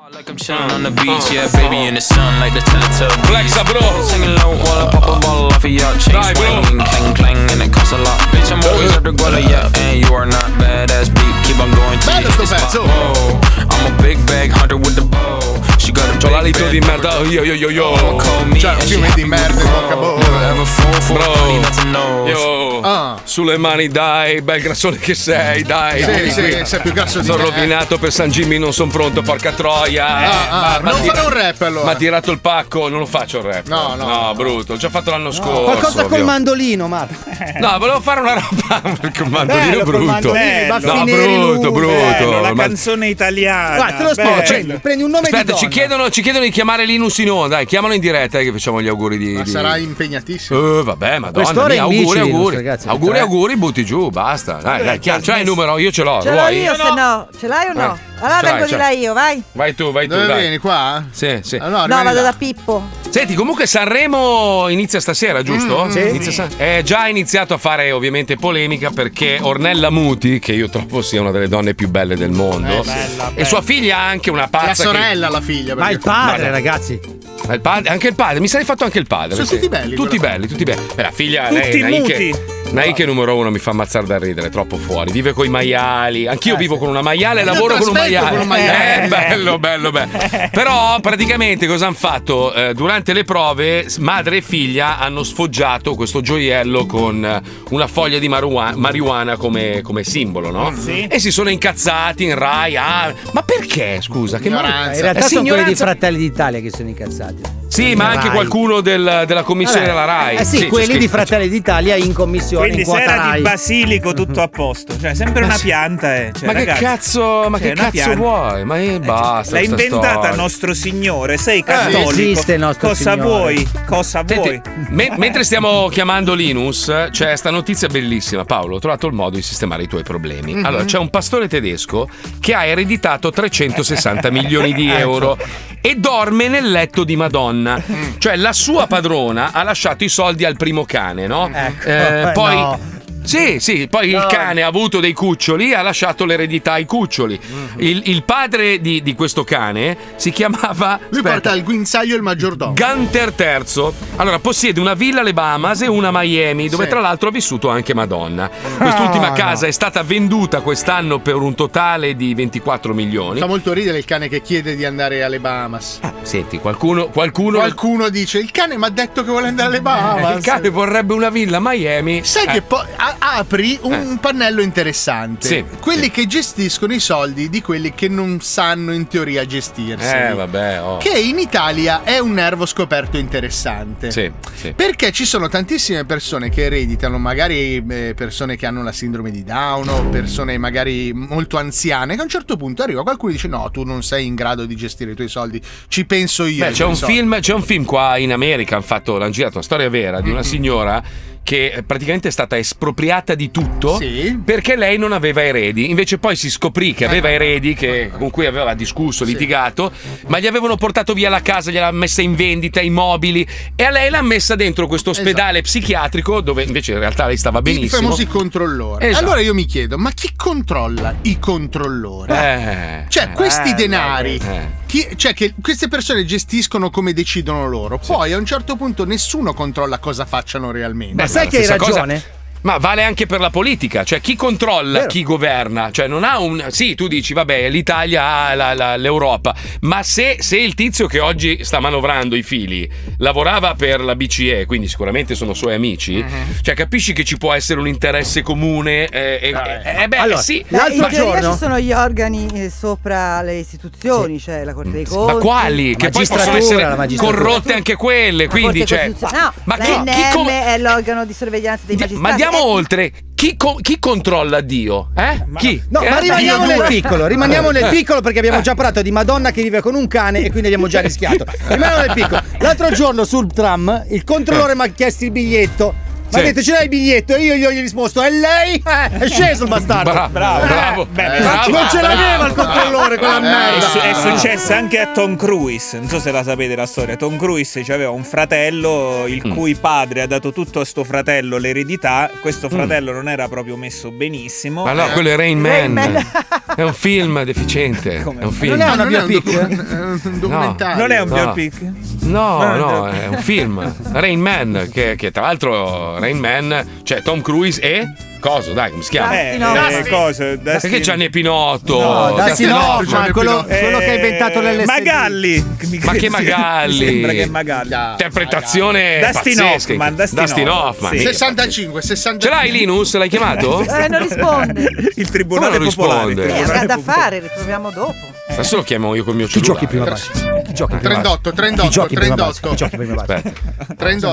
Speaker 3: Like I'm chilling on the beach, yeah, baby in the sun, like the Teletubbies. Flexa, bro. Singing low while I pop a ball off of your chain, swinging, clang clang, and it costs a lot. Bitch, I'm always at the guala, yeah, and you are not badass beat. Keep on going till you hit the spot.
Speaker 2: Oh,
Speaker 3: Whoa, I'm a big bag hunter with the bow. She got a
Speaker 2: C'ho l'alito di merda, Oh, yo yo yo Cioè, yo.
Speaker 5: Oh,
Speaker 3: Ciao, fiume di merda in bocca
Speaker 2: Bro, yo.
Speaker 3: Ah.
Speaker 2: Sulle mani dai, bel grassone che sei, dai.
Speaker 5: Sì,
Speaker 2: vieni
Speaker 5: sì,
Speaker 2: qui.
Speaker 5: sei più grasso di me.
Speaker 2: Sono rovinato per San Jimmy, non sono pronto, porca troia. eh.
Speaker 5: ah,
Speaker 2: Ma- ma
Speaker 5: non
Speaker 2: tira-
Speaker 5: fare un rap, allora.
Speaker 2: Ma ha tirato il pacco, non lo faccio il rap.
Speaker 5: No, no,
Speaker 2: No, brutto, l'ho già fatto l'anno scorso.
Speaker 4: Qualcosa col
Speaker 2: ovvio.
Speaker 4: mandolino, Marco.
Speaker 2: No, volevo fare una roba perché un mandolino
Speaker 4: Bello, col
Speaker 2: brutto.
Speaker 4: mandolino, i baffi
Speaker 2: no,
Speaker 4: neri
Speaker 2: brutto,
Speaker 4: lunghi.
Speaker 2: brutto.
Speaker 6: Bello, la
Speaker 2: Ma-
Speaker 6: canzone italiana.
Speaker 4: Guarda, te lo
Speaker 6: bello.
Speaker 4: sposto. Prendi, prendi un nome
Speaker 2: Aspetta,
Speaker 4: di
Speaker 2: ci
Speaker 4: donna.
Speaker 2: chiedono, ci chiedono di chiamare Linus in onda. Dai, chiamalo in diretta eh, che facciamo gli auguri di.
Speaker 5: Ma
Speaker 2: di-
Speaker 5: sarà impegnatissimo.
Speaker 2: Eh, vabbè, madonna.
Speaker 5: Quest'ora
Speaker 2: Mia,
Speaker 5: è
Speaker 2: auguri,
Speaker 5: bici,
Speaker 2: auguri.
Speaker 5: Linus, ragazzi,
Speaker 2: auguri,
Speaker 5: tre.
Speaker 2: auguri, butti giù, basta. Dai, dai, chiama. C'hai il numero, io ce l'ho.
Speaker 8: Ce l'ho
Speaker 2: vuoi?
Speaker 8: io, se no. Ce l'hai o no?
Speaker 2: Eh,
Speaker 8: Allora
Speaker 2: ce l'hai,
Speaker 8: vengo
Speaker 2: ce
Speaker 8: di là
Speaker 2: l'hai.
Speaker 8: io, vai.
Speaker 2: Vai tu, vai tu.
Speaker 5: Dove
Speaker 2: dai.
Speaker 5: vieni, qua? Ah,
Speaker 2: Sì, sì.
Speaker 8: No, vado da Pippo.
Speaker 2: Senti, comunque Sanremo inizia stasera, giusto?
Speaker 8: Mm, sì.
Speaker 2: Inizia sa- è già iniziato a fare ovviamente polemica perché Ornella Muti, che io trovo sia una delle donne più belle del mondo,
Speaker 5: Eh, bella,
Speaker 2: e sua figlia ha anche una
Speaker 5: La
Speaker 2: pazza.
Speaker 5: sorella, la figlia.
Speaker 2: Ma il padre,
Speaker 32: ragazzi.
Speaker 2: il padre, anche il padre, mi sarei fatto anche il padre.
Speaker 5: Sono
Speaker 2: sì.
Speaker 5: tutti belli,
Speaker 2: Tutti
Speaker 5: quella-
Speaker 2: belli, tutti belli. Beh, la figlia
Speaker 5: Tutti
Speaker 2: lei, è una
Speaker 5: muti.
Speaker 2: Inche- Nike numero uno mi fa ammazzare da ridere, è troppo fuori. Vive con i maiali. Anch'io vivo con una maiale e
Speaker 13: Io
Speaker 2: lavoro con un
Speaker 13: trasmetto
Speaker 2: maiale.
Speaker 13: con un maiale.
Speaker 2: Eh, bello, bello, bello. Però praticamente cosa hanno fatto? Eh, durante le prove, s- madre e figlia hanno sfoggiato questo gioiello con eh, una foglia di marua- marijuana come, come simbolo, no?
Speaker 13: Sì.
Speaker 2: E si sono incazzati in Rai. ah, ma perché? Scusa, che
Speaker 4: Ma
Speaker 2: ignoranza.
Speaker 4: In realtà
Speaker 2: Eh, sì,
Speaker 4: sono quelli di
Speaker 2: ignoranza-
Speaker 4: Fratelli d'Italia che sono incazzati.
Speaker 2: Sì, ma anche
Speaker 4: Rai.
Speaker 2: qualcuno del- della commissione
Speaker 4: Vabbè.
Speaker 2: della Rai.
Speaker 4: Eh sì,
Speaker 2: c'è
Speaker 4: quelli di
Speaker 2: scritto.
Speaker 4: Fratelli d'Italia in commissione.
Speaker 6: Quindi
Speaker 4: in
Speaker 6: se
Speaker 4: quota
Speaker 6: era di
Speaker 4: Rai.
Speaker 6: basilico tutto a posto, cioè sempre una pianta. eh. Cioè,
Speaker 2: ma che
Speaker 6: ragazzi,
Speaker 2: cazzo, ma
Speaker 6: cioè,
Speaker 2: che
Speaker 6: una
Speaker 2: cazzo
Speaker 6: pianta.
Speaker 2: vuoi? Ma eh, basta.
Speaker 6: L'ha
Speaker 2: sta
Speaker 6: inventata
Speaker 2: storia.
Speaker 6: nostro signore, sei cattolico.
Speaker 2: esiste Nostro
Speaker 6: cosa
Speaker 2: Signore.
Speaker 6: vuoi? Cosa vuoi?
Speaker 2: Me- mentre stiamo chiamando Linus, c'è sta notizia bellissima. Paolo, ho trovato il modo di sistemare i tuoi problemi.
Speaker 13: Mhm.
Speaker 2: Allora, c'è un pastore tedesco che ha ereditato 360 milioni di
Speaker 4: Ecco.
Speaker 2: euro e dorme nel letto di Madonna.
Speaker 4: Mm.
Speaker 2: Cioè, la sua padrona ha lasciato i soldi al primo cane, no?
Speaker 4: Ecco.
Speaker 2: Eh, poi.
Speaker 13: no.
Speaker 2: Sì, sì, poi il cane ha avuto dei cuccioli e ha lasciato l'eredità ai cuccioli.
Speaker 5: Mm-hmm.
Speaker 2: Il, il padre di, di questo cane si chiamava.
Speaker 5: Lui porta il guinzaglio e il maggiordomo.
Speaker 2: Gunter III. Allora, possiede una villa alle Bahamas e una a Miami, dove
Speaker 5: Sì. Ah,
Speaker 2: tra l'altro ha vissuto anche Madonna. Quest'ultima
Speaker 5: no.
Speaker 2: casa è stata venduta quest'anno per un totale di 24 milioni.
Speaker 5: Fa molto ridere il cane che chiede di andare alle Bahamas.
Speaker 2: Senti, qualcuno. Qualcuno. Eh,
Speaker 5: Qualcuno dice: Il cane mi ha detto che vuole andare alle Bahamas.
Speaker 2: Il cane vorrebbe una villa a Miami.
Speaker 5: Sai
Speaker 2: Eh.
Speaker 5: che poi a- apri un pannello interessante.
Speaker 2: Sì,
Speaker 5: quelli che gestiscono i soldi di quelli che non sanno in teoria gestirsi.
Speaker 2: Eh, vabbè, oh.
Speaker 5: Che in Italia è un nervo scoperto interessante.
Speaker 2: Sì, sì.
Speaker 5: Perché ci sono tantissime persone che ereditano, magari eh, persone che hanno la sindrome di Down o persone magari molto anziane, che a un certo punto arriva qualcuno e dice no, tu non sei in grado di gestire i tuoi soldi, ci penso io.
Speaker 2: Beh,
Speaker 5: ai
Speaker 2: c'è
Speaker 5: tuoi
Speaker 2: un,
Speaker 5: soldi."
Speaker 2: film, c'è un film qua in America, hanno fatto, l'hanno girato, una storia vera di una signora che eh, praticamente è stata espropriata di tutto perché lei non aveva eredi. Invece poi si scoprì che
Speaker 5: Eh.
Speaker 2: aveva eredi che- con cui aveva discusso, litigato, ma gli avevano portato via la casa, gliel'ha messa in vendita, i mobili e a lei l'ha messa dentro questo ospedale psichiatrico dove invece in realtà lei stava
Speaker 5: Esatto. I
Speaker 2: benissimo.
Speaker 5: famosi controllori.
Speaker 2: Esatto.
Speaker 5: Allora io mi chiedo, ma chi controlla i controllori?
Speaker 2: Eh,
Speaker 5: cioè,
Speaker 2: eh,
Speaker 5: questi
Speaker 2: eh,
Speaker 5: denari,
Speaker 2: eh.
Speaker 5: chi- cioè che queste persone gestiscono come decidono loro, poi a un certo punto nessuno controlla cosa facciano realmente.
Speaker 2: Beh, la stessa cosa- ma vale anche per la politica, cioè chi controlla chi governa, cioè non ha un. Sì, tu dici, vabbè, l'Italia ha la- la- l'Europa, ma se, se il tizio che oggi sta manovrando i fili lavorava per la BCE, quindi sicuramente sono suoi amici,
Speaker 8: Mhm.
Speaker 2: cioè capisci che ci può essere un interesse comune? Eh,
Speaker 8: Ah,
Speaker 2: eh, eh, eh, beh,
Speaker 4: Allora,
Speaker 2: sì,
Speaker 8: in
Speaker 2: ma,
Speaker 8: teoria ci sono gli organi eh, sopra le istituzioni, cioè la Corte dei Conti.
Speaker 2: ma quali?
Speaker 4: La
Speaker 2: Che poi possono
Speaker 4: magistratura,
Speaker 2: essere
Speaker 4: la magistratura.
Speaker 2: corrotte anche quelle, quindi,
Speaker 8: Corte
Speaker 2: cioè.
Speaker 8: Costituzionale. No,
Speaker 2: ma
Speaker 8: la
Speaker 2: chi- chi
Speaker 8: NM
Speaker 2: com-
Speaker 8: è l'organo di sorveglianza dei magistrati.
Speaker 2: Ma andiamo
Speaker 8: Eh,
Speaker 2: oltre. Chi, co- chi controlla Dio? Eh? chi?
Speaker 4: No,
Speaker 2: Eh,
Speaker 4: ma rimaniamo
Speaker 2: Dio
Speaker 4: nel
Speaker 2: due.
Speaker 4: piccolo, rimaniamo nel
Speaker 2: Eh.
Speaker 4: piccolo perché abbiamo già parlato di Madonna che vive con un cane e quindi abbiamo già rischiato. Rimaniamo nel piccolo. L'altro giorno sul tram il controllore mi ha chiesto il biglietto. Ma
Speaker 13: Sì.
Speaker 4: ha detto ce l'hai il biglietto? E io gli ho risposto, e lei? Eh, è sceso il bastardo.
Speaker 2: Bravo, bravo,
Speaker 4: Eh,
Speaker 2: bravo.
Speaker 4: beh, non ce l'aveva il controllore quella
Speaker 6: Eh, È,
Speaker 4: merda.
Speaker 6: su- è
Speaker 2: Eh.
Speaker 6: successo anche a Tom Cruise. Non so se la sapete la storia. Tom Cruise aveva un fratello il
Speaker 2: Mm.
Speaker 6: cui padre ha dato tutto a sto fratello l'eredità. Questo
Speaker 2: Mm.
Speaker 6: fratello non era proprio messo benissimo.
Speaker 2: Ma no, quello è Rain
Speaker 6: Eh. Rain
Speaker 2: Man.
Speaker 6: Man.
Speaker 2: È un film deficiente. È un film.
Speaker 6: è una
Speaker 5: Non è un,
Speaker 6: biopic?
Speaker 5: docu- un- un documentario.
Speaker 6: Non è un
Speaker 2: No.
Speaker 6: biopic?
Speaker 2: No,
Speaker 6: Eh,
Speaker 2: no,
Speaker 6: doc-
Speaker 2: è un film. Rain Man, che, che tra l'altro Rain Man, cioè Tom Cruise e... Coso, dai, come si chiama?
Speaker 6: Eh, eh, cosa? Dustin-
Speaker 2: Perché Gianni Pinotto?
Speaker 6: No, Dustin Hoffman,
Speaker 2: Hoffman,
Speaker 6: quello- quello che ha inventato
Speaker 2: Eh,
Speaker 6: l'LSD. Magalli.
Speaker 2: Ma che
Speaker 6: Mi sembra che
Speaker 2: Magalli?
Speaker 6: è Magalli.
Speaker 2: Interpretazione
Speaker 6: Dustin
Speaker 2: pazzesca.
Speaker 6: Hoffman, Dustin Hoffman.
Speaker 2: Eh, Hoffman.
Speaker 6: Sì.
Speaker 2: mica.
Speaker 5: 65, 65.
Speaker 2: Ce l'hai Linus? L'hai chiamato?
Speaker 8: Eh, non risponde.
Speaker 6: Il tribunale
Speaker 2: Come non
Speaker 6: popolare. esatto.
Speaker 2: risponde?
Speaker 8: Eh, avrà da fare, riproviamo dopo.
Speaker 2: Adesso lo chiamo io col mio cellulare. Chi giochi prima base? Chi giochi
Speaker 5: 38, 38, 38.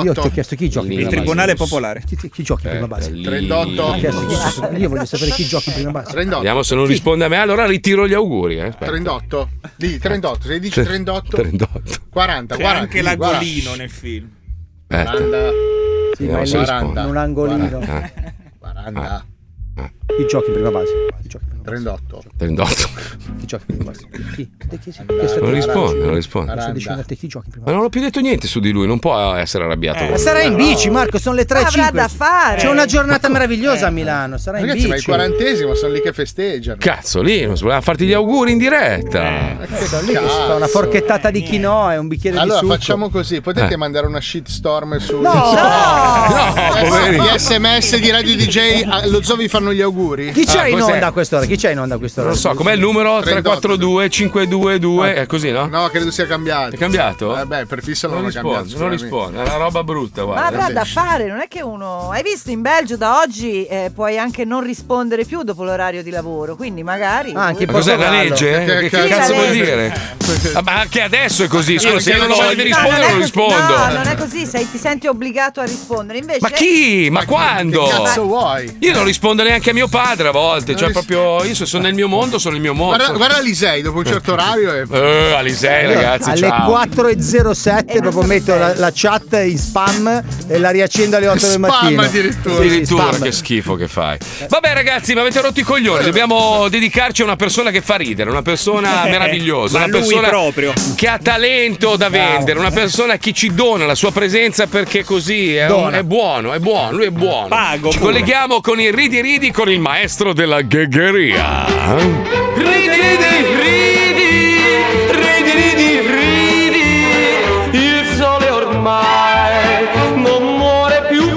Speaker 4: Io ti ho chiesto chi giochi
Speaker 2: Il
Speaker 4: prima base.
Speaker 2: Tribunale
Speaker 6: Popolare.
Speaker 4: Chi, chi giochi prima base?
Speaker 2: lì.
Speaker 5: 38.
Speaker 4: Ho chiesto chi- Io voglio sapere chi giochi prima base.
Speaker 2: Vediamo se non risponde a me, allora ritiro gli auguri. Eh. aspetta.
Speaker 5: 38. Di 38, se dici 38,
Speaker 2: 38.
Speaker 5: 40,
Speaker 6: C'è
Speaker 5: 40.
Speaker 6: anche
Speaker 5: di, guarda.
Speaker 6: l'agolino nel film.
Speaker 2: Eh.
Speaker 5: 40.
Speaker 4: Sì, ma è lì,
Speaker 5: 40.
Speaker 2: eh.
Speaker 4: in un angolino.
Speaker 5: 40.
Speaker 4: Ah. Chi giochi in prima base? Chi giochi in prima
Speaker 5: 38.
Speaker 2: Trendotto.
Speaker 4: Chi gioca in prima classe? Chi? Te chi sei?
Speaker 2: Non
Speaker 4: Che stai-
Speaker 2: risponde, non risponde.
Speaker 4: Sto dicendo a te chi gioca in prima
Speaker 2: Ma non ho più detto niente su di lui, non può essere arrabbiato.
Speaker 4: classe. Eh, Sarà in bici, Marco, sono le 3
Speaker 5: Ma avrà da fare.
Speaker 4: C'è una giornata meravigliosa a Milano, sarà in
Speaker 5: Ragazzi,
Speaker 4: bici.
Speaker 5: ma il quarantesimo sono lì che festeggiano.
Speaker 2: Cazzolinus, voleva farti gli auguri in
Speaker 8: Eh.
Speaker 2: diretta.
Speaker 4: Eh, Lì che si fa una forchettata di quinoa e un bicchiere
Speaker 5: Allora
Speaker 4: di succo.
Speaker 5: facciamo così, potete
Speaker 2: Eh.
Speaker 5: mandare una shitstorm su
Speaker 4: No! No!
Speaker 5: Eh,
Speaker 4: poverino.
Speaker 5: gli sms di Radio DJ, ah, lo zoo vi fanno gli auguri.
Speaker 4: Chi
Speaker 2: Ah,
Speaker 4: c'è in onda a quest'ora? Chi c'è in onda a quest'ora?
Speaker 2: Non lo so, com'è il numero?
Speaker 5: 38.
Speaker 2: 342
Speaker 8: Eh.
Speaker 2: 522, è così, no?
Speaker 5: No, credo sia cambiato.
Speaker 2: È cambiato?
Speaker 5: Vabbè, per fisso
Speaker 2: non
Speaker 5: l'hanno
Speaker 2: risponde,
Speaker 5: cambiato,
Speaker 2: non
Speaker 5: sicuramente.
Speaker 2: risponde, è una roba brutta,
Speaker 8: Ma
Speaker 2: guarda.
Speaker 8: avrà da fare, non è che uno. Hai visto in Belgio da oggi eh, puoi anche non rispondere più dopo l'orario di lavoro, quindi magari.
Speaker 2: Ma cos'è la legge? Che, che
Speaker 8: Sì, la
Speaker 2: cazzo vuol
Speaker 8: legge.
Speaker 2: dire? Ah, Ma anche adesso è così, scusa, se
Speaker 8: Perché
Speaker 2: io non
Speaker 8: non
Speaker 2: ho
Speaker 8: c'è-
Speaker 2: di
Speaker 8: No,
Speaker 2: rispondere
Speaker 8: non è
Speaker 2: non rispondo.
Speaker 8: No, non è così, sei- ti senti obbligato a rispondere. Invece.
Speaker 2: Ma chi? Ma quando?
Speaker 5: vuoi?
Speaker 2: Io non rispondo neanche a mio padre a volte, cioè proprio io so- sono nel mio mondo, sono il mio mondo.
Speaker 5: Guarda, guarda Alisei, dopo un certo orario è...
Speaker 2: Eh, Alisei, ragazzi,
Speaker 4: alle
Speaker 2: ciao.
Speaker 4: 4.07 proprio metto la, la chat in spam e la riaccendo alle 8 del mattino. Sì, sì,
Speaker 2: Addirittura,
Speaker 4: spam.
Speaker 2: che schifo che fai. Vabbè, ragazzi, mi avete rotto i coglioni. Dobbiamo dedicarci a una persona che fa ridere, una persona
Speaker 6: Eh,
Speaker 2: meravigliosa,
Speaker 6: ma
Speaker 2: una
Speaker 6: lui
Speaker 2: persona
Speaker 6: proprio.
Speaker 2: che ha talento da vendere, una persona che ci dona la sua presenza perché così è, un-
Speaker 6: Dona.
Speaker 2: è buono, è buono, lui è buono.
Speaker 6: Pago
Speaker 2: ci
Speaker 6: pure.
Speaker 2: colleghiamo con il Ridi Ridi con il maestro della ghegheria.
Speaker 13: Ridi, ridi, ridi, ridi, ridi, il sole ormai non muore più.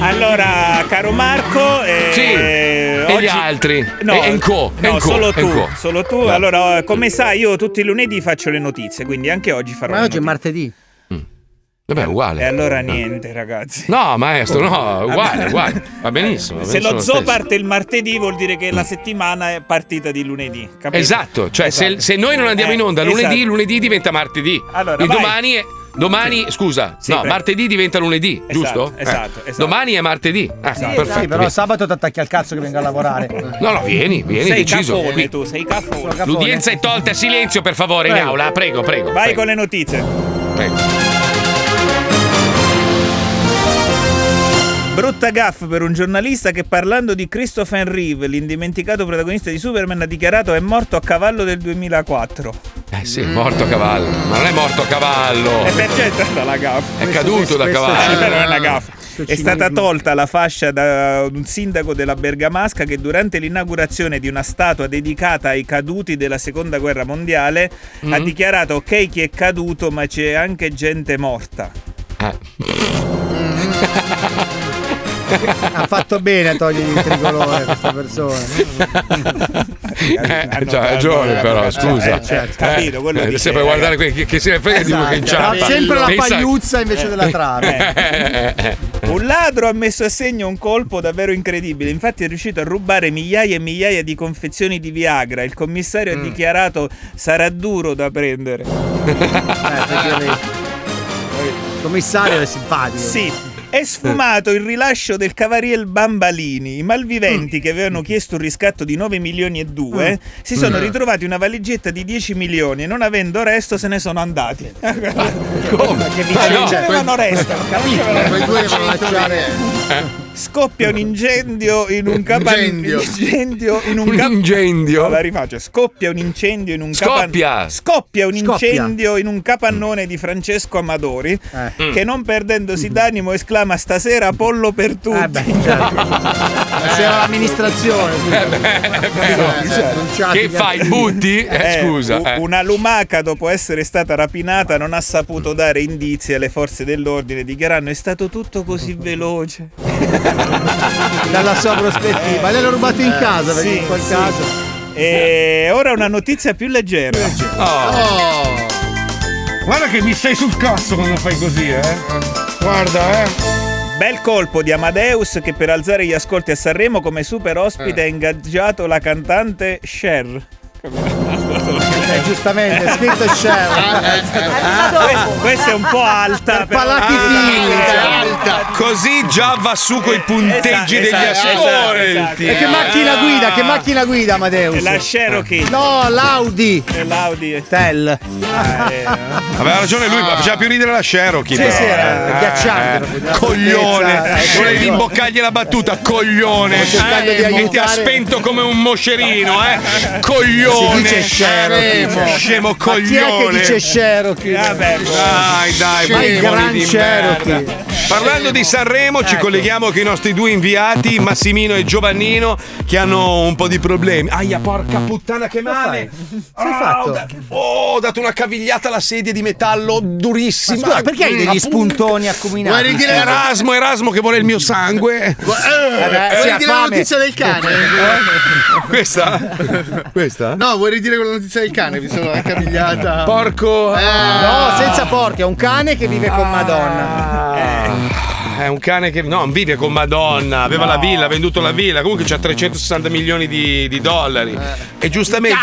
Speaker 6: Allora, caro Marco, eh,
Speaker 2: Sì, e gli
Speaker 6: oggi-
Speaker 2: altri?
Speaker 6: No,
Speaker 2: E- Enco,
Speaker 6: no,
Speaker 2: Enco,
Speaker 6: solo tu,
Speaker 2: Enco.
Speaker 6: solo tu. Allora, come sai, io tutti i lunedì faccio le notizie, quindi anche oggi farò.
Speaker 4: Ma
Speaker 6: le
Speaker 4: oggi è
Speaker 6: notizie. Eh,
Speaker 4: martedì.
Speaker 2: Mm. Vabbè, è uguale.
Speaker 6: E allora niente, ragazzi.
Speaker 2: No, maestro, no, è uguale,
Speaker 6: Vabbè.
Speaker 2: uguale. Va benissimo. va
Speaker 6: Se lo
Speaker 2: benissimo lo
Speaker 6: zoo
Speaker 2: stesso. Mm.
Speaker 6: parte il martedì vuol dire che la settimana è partita di lunedì, capito?
Speaker 2: Esatto, cioè se-
Speaker 6: Esatto.
Speaker 2: Se, noi non andiamo
Speaker 6: Eh,
Speaker 2: in onda lunedì,
Speaker 6: esatto.
Speaker 2: lunedì diventa martedì.
Speaker 6: Allora,
Speaker 2: E
Speaker 6: vai.
Speaker 2: domani è- Domani, scusa, no,
Speaker 6: prego.
Speaker 2: martedì diventa lunedì,
Speaker 6: Esatto,
Speaker 2: giusto? Eh.
Speaker 6: esatto, esatto.
Speaker 2: Domani è martedì. Ah,
Speaker 4: Sì,
Speaker 2: perfetto.
Speaker 4: sì, però sabato ti attacchi al cazzo che venga a lavorare.
Speaker 2: No, no, vieni, vieni,
Speaker 6: sei
Speaker 2: deciso.
Speaker 6: Cafone,
Speaker 2: Qui.
Speaker 6: tu, sei cafone.
Speaker 2: L'udienza è tolta, silenzio per favore in
Speaker 6: Prego.
Speaker 2: aula, prego, prego.
Speaker 6: Vai
Speaker 2: prego.
Speaker 6: con le notizie.
Speaker 2: Prego.
Speaker 6: Brutta gaffa per un giornalista che parlando di Christopher Reeve, l'indimenticato protagonista di Superman, ha dichiarato è morto a cavallo del 2004.
Speaker 2: Eh sì, è morto a cavallo, ma non è morto a cavallo.
Speaker 6: E perché è stata la gaffa?
Speaker 2: È caduto da
Speaker 6: Eh, però è
Speaker 2: cavallo.
Speaker 6: una gaffa. È stata tolta la fascia da un sindaco della Bergamasca che durante l'inaugurazione di una statua dedicata ai caduti della seconda guerra mondiale ha dichiarato ok chi è caduto ma c'è anche gente morta.
Speaker 4: ha fatto bene a togliergli il tricolore questa persona.
Speaker 2: Eh,
Speaker 4: hanno-
Speaker 2: cioè, ha
Speaker 4: hanno-
Speaker 2: ragione, però,
Speaker 4: eh,
Speaker 2: scusa.
Speaker 4: eh, certo, capito, quello
Speaker 2: eh,
Speaker 4: dice,
Speaker 2: se puoi guardare que- che, che se ne frega di uno che
Speaker 4: Esatto,
Speaker 2: inciampa.
Speaker 4: ha sempre la
Speaker 2: Pensa-
Speaker 4: pagliuzza invece della trave.
Speaker 2: Eh, eh, eh.
Speaker 6: Un ladro ha messo a segno un colpo davvero incredibile. Infatti, è riuscito a rubare migliaia e migliaia di confezioni di Viagra. Il commissario ha
Speaker 4: Mm.
Speaker 6: dichiarato: sarà duro da prendere.
Speaker 4: Eh, Il commissario è simpatico.
Speaker 6: Sì. È sfumato il rilascio del Cavariel Bambalini. I malviventi che avevano chiesto un riscatto di 9 milioni e 2 si sono
Speaker 4: Mm. Mm.
Speaker 6: ritrovati una valigetta di 10 milioni e non avendo resto se ne sono andati.
Speaker 4: Eh,
Speaker 2: Come?
Speaker 6: Che cioè,
Speaker 2: Ma no.
Speaker 6: non c'avevano resto, capito?
Speaker 5: Quei due devono lasciare...
Speaker 6: Eh? Scoppia un incendio in un
Speaker 5: Incendio.
Speaker 6: capannaio. Incendio in un cap-
Speaker 2: incendio.
Speaker 6: La rifaccio. Scoppia un incendio in un
Speaker 2: Scoppia.
Speaker 6: capannaio. Scoppia un
Speaker 2: Scoppia.
Speaker 6: incendio in un capannone di Francesco Amadori che non perdendosi d'animo esclama stasera Apollo per tutti.
Speaker 3: certo.
Speaker 6: Eh,
Speaker 4: C'era l'amministrazione.
Speaker 3: Eh
Speaker 2: Cioè,
Speaker 6: certo,
Speaker 2: Che fai, butti? Eh, scusa,
Speaker 6: u-
Speaker 2: eh.
Speaker 6: Una lumaca dopo essere stata rapinata non ha saputo dare indizi alle forze dell'ordine, dichiarando è stato tutto così veloce.
Speaker 4: Dalla sua prospettiva. L'hanno rubato in casa perché
Speaker 6: Sì,
Speaker 4: in quel
Speaker 6: sì.
Speaker 4: caso.
Speaker 6: E ora una notizia più leggera.
Speaker 4: Oh.
Speaker 34: Guarda che mi stai sul cazzo quando fai così, eh. Guarda, eh.
Speaker 6: Bel colpo di Amadeus che per alzare gli ascolti a Sanremo come super ospite
Speaker 34: Eh.
Speaker 6: ha ingaggiato la cantante Cher.
Speaker 4: Eh, giustamente, scritto Ah, Shell.
Speaker 6: Questa Ah, è un po' alta. però-
Speaker 4: palati
Speaker 6: Ah,
Speaker 4: fini,
Speaker 6: eh,
Speaker 4: cioè.
Speaker 6: alta.
Speaker 2: Così già va su coi punteggi degli
Speaker 6: esatto,
Speaker 2: ascolti.
Speaker 6: esatto,
Speaker 4: E che macchina guida, che macchina guida Amadeus?
Speaker 6: È la Cherokee.
Speaker 4: No, l'Audi.
Speaker 6: È l'Audi.
Speaker 4: Tel.
Speaker 2: Aveva ragione lui, ma faceva più ridere la Cherokee.
Speaker 4: Sì,
Speaker 2: però.
Speaker 4: sì, era
Speaker 2: Eh,
Speaker 4: agghiacciante,
Speaker 2: eh.
Speaker 4: proprio, della
Speaker 2: Coglione,
Speaker 4: fortezza, eh,
Speaker 2: volevi
Speaker 4: sì.
Speaker 2: imboccargli la battuta, coglione.
Speaker 35: Ho cercato
Speaker 2: eh,
Speaker 35: di
Speaker 2: che ti ha
Speaker 35: aiutare.
Speaker 2: spento come un moscerino, eh. Coglione.
Speaker 4: Si dice Cherokee,
Speaker 2: Scemo,
Speaker 4: cioè.
Speaker 2: scemo
Speaker 4: Ma chi è che
Speaker 2: coglione.
Speaker 4: dice Cherokee? Eh, Vabbè, boh.
Speaker 2: dai, dai,
Speaker 4: scemo. Ma il
Speaker 2: barboni
Speaker 4: gran
Speaker 2: di
Speaker 4: Cherokee.
Speaker 2: merda. Parlando di Sanremo, ci colleghiamo con i nostri due inviati, Massimino e Giovannino, che hanno un po' di problemi. Aia, porca puttana, che male! Ah, ho da- Oh, ho dato una cavigliata alla sedia di metallo durissima.
Speaker 4: Ma scusa, perché hai
Speaker 2: Mm,
Speaker 4: degli
Speaker 2: appunto.
Speaker 4: spuntoni accuminati?
Speaker 2: Vuoi ridire Erasmo, Erasmo che vuole il mio sangue.
Speaker 5: Vabbè,
Speaker 2: Eh,
Speaker 5: vuoi
Speaker 2: eh,
Speaker 5: ridire la
Speaker 2: fame.
Speaker 5: notizia del cane?
Speaker 2: Questa? Questa?
Speaker 5: No, vuoi ridire con la notizia del cane? Mi sono Eh. accavigliata.
Speaker 2: Porco.
Speaker 4: No, senza porchi, è un cane che vive
Speaker 5: Ah.
Speaker 4: con Madonna.
Speaker 2: Eh, È un cane che non vive con Madonna, aveva la villa, ha venduto la villa, comunque c'ha 360 milioni di, di dollari.
Speaker 5: Eh.
Speaker 2: E giustamente.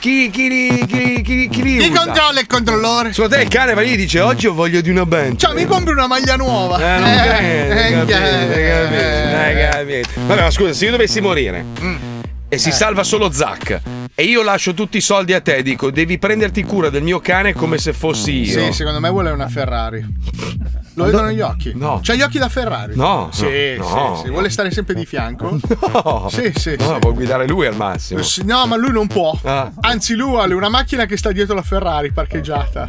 Speaker 2: Chi, chi, li- chi, chi, chi li
Speaker 5: Chi
Speaker 2: usa?
Speaker 5: controlla il controllore?
Speaker 2: Secondo te il cane va lì e dice oggi ho voglia di una band.
Speaker 5: Ciao, mi compri una maglia nuova.
Speaker 2: Eh, non
Speaker 5: eh,
Speaker 2: capite, capite,
Speaker 5: eh,
Speaker 2: capite, eh, capite. Vabbè, ma scusa, se io dovessi morire
Speaker 5: Mm.
Speaker 2: e
Speaker 5: Eh.
Speaker 2: si salva solo Zack e io lascio tutti i soldi a te, dico, devi prenderti cura del mio cane come se fossi io.
Speaker 5: Sì, secondo me vuole una Ferrari. Lo vedono gli occhi? No. C'ha gli occhi da Ferrari?
Speaker 2: No,
Speaker 5: Sì,
Speaker 2: no,
Speaker 5: sì,
Speaker 2: no.
Speaker 5: sì. Vuole stare sempre di fianco?
Speaker 2: No.
Speaker 5: Sì, sì,
Speaker 2: No,
Speaker 5: sì.
Speaker 2: può guidare lui al massimo.
Speaker 5: Sì, No, ma lui non può.
Speaker 2: Ah.
Speaker 5: Anzi, lui vuole una macchina che sta dietro la Ferrari parcheggiata.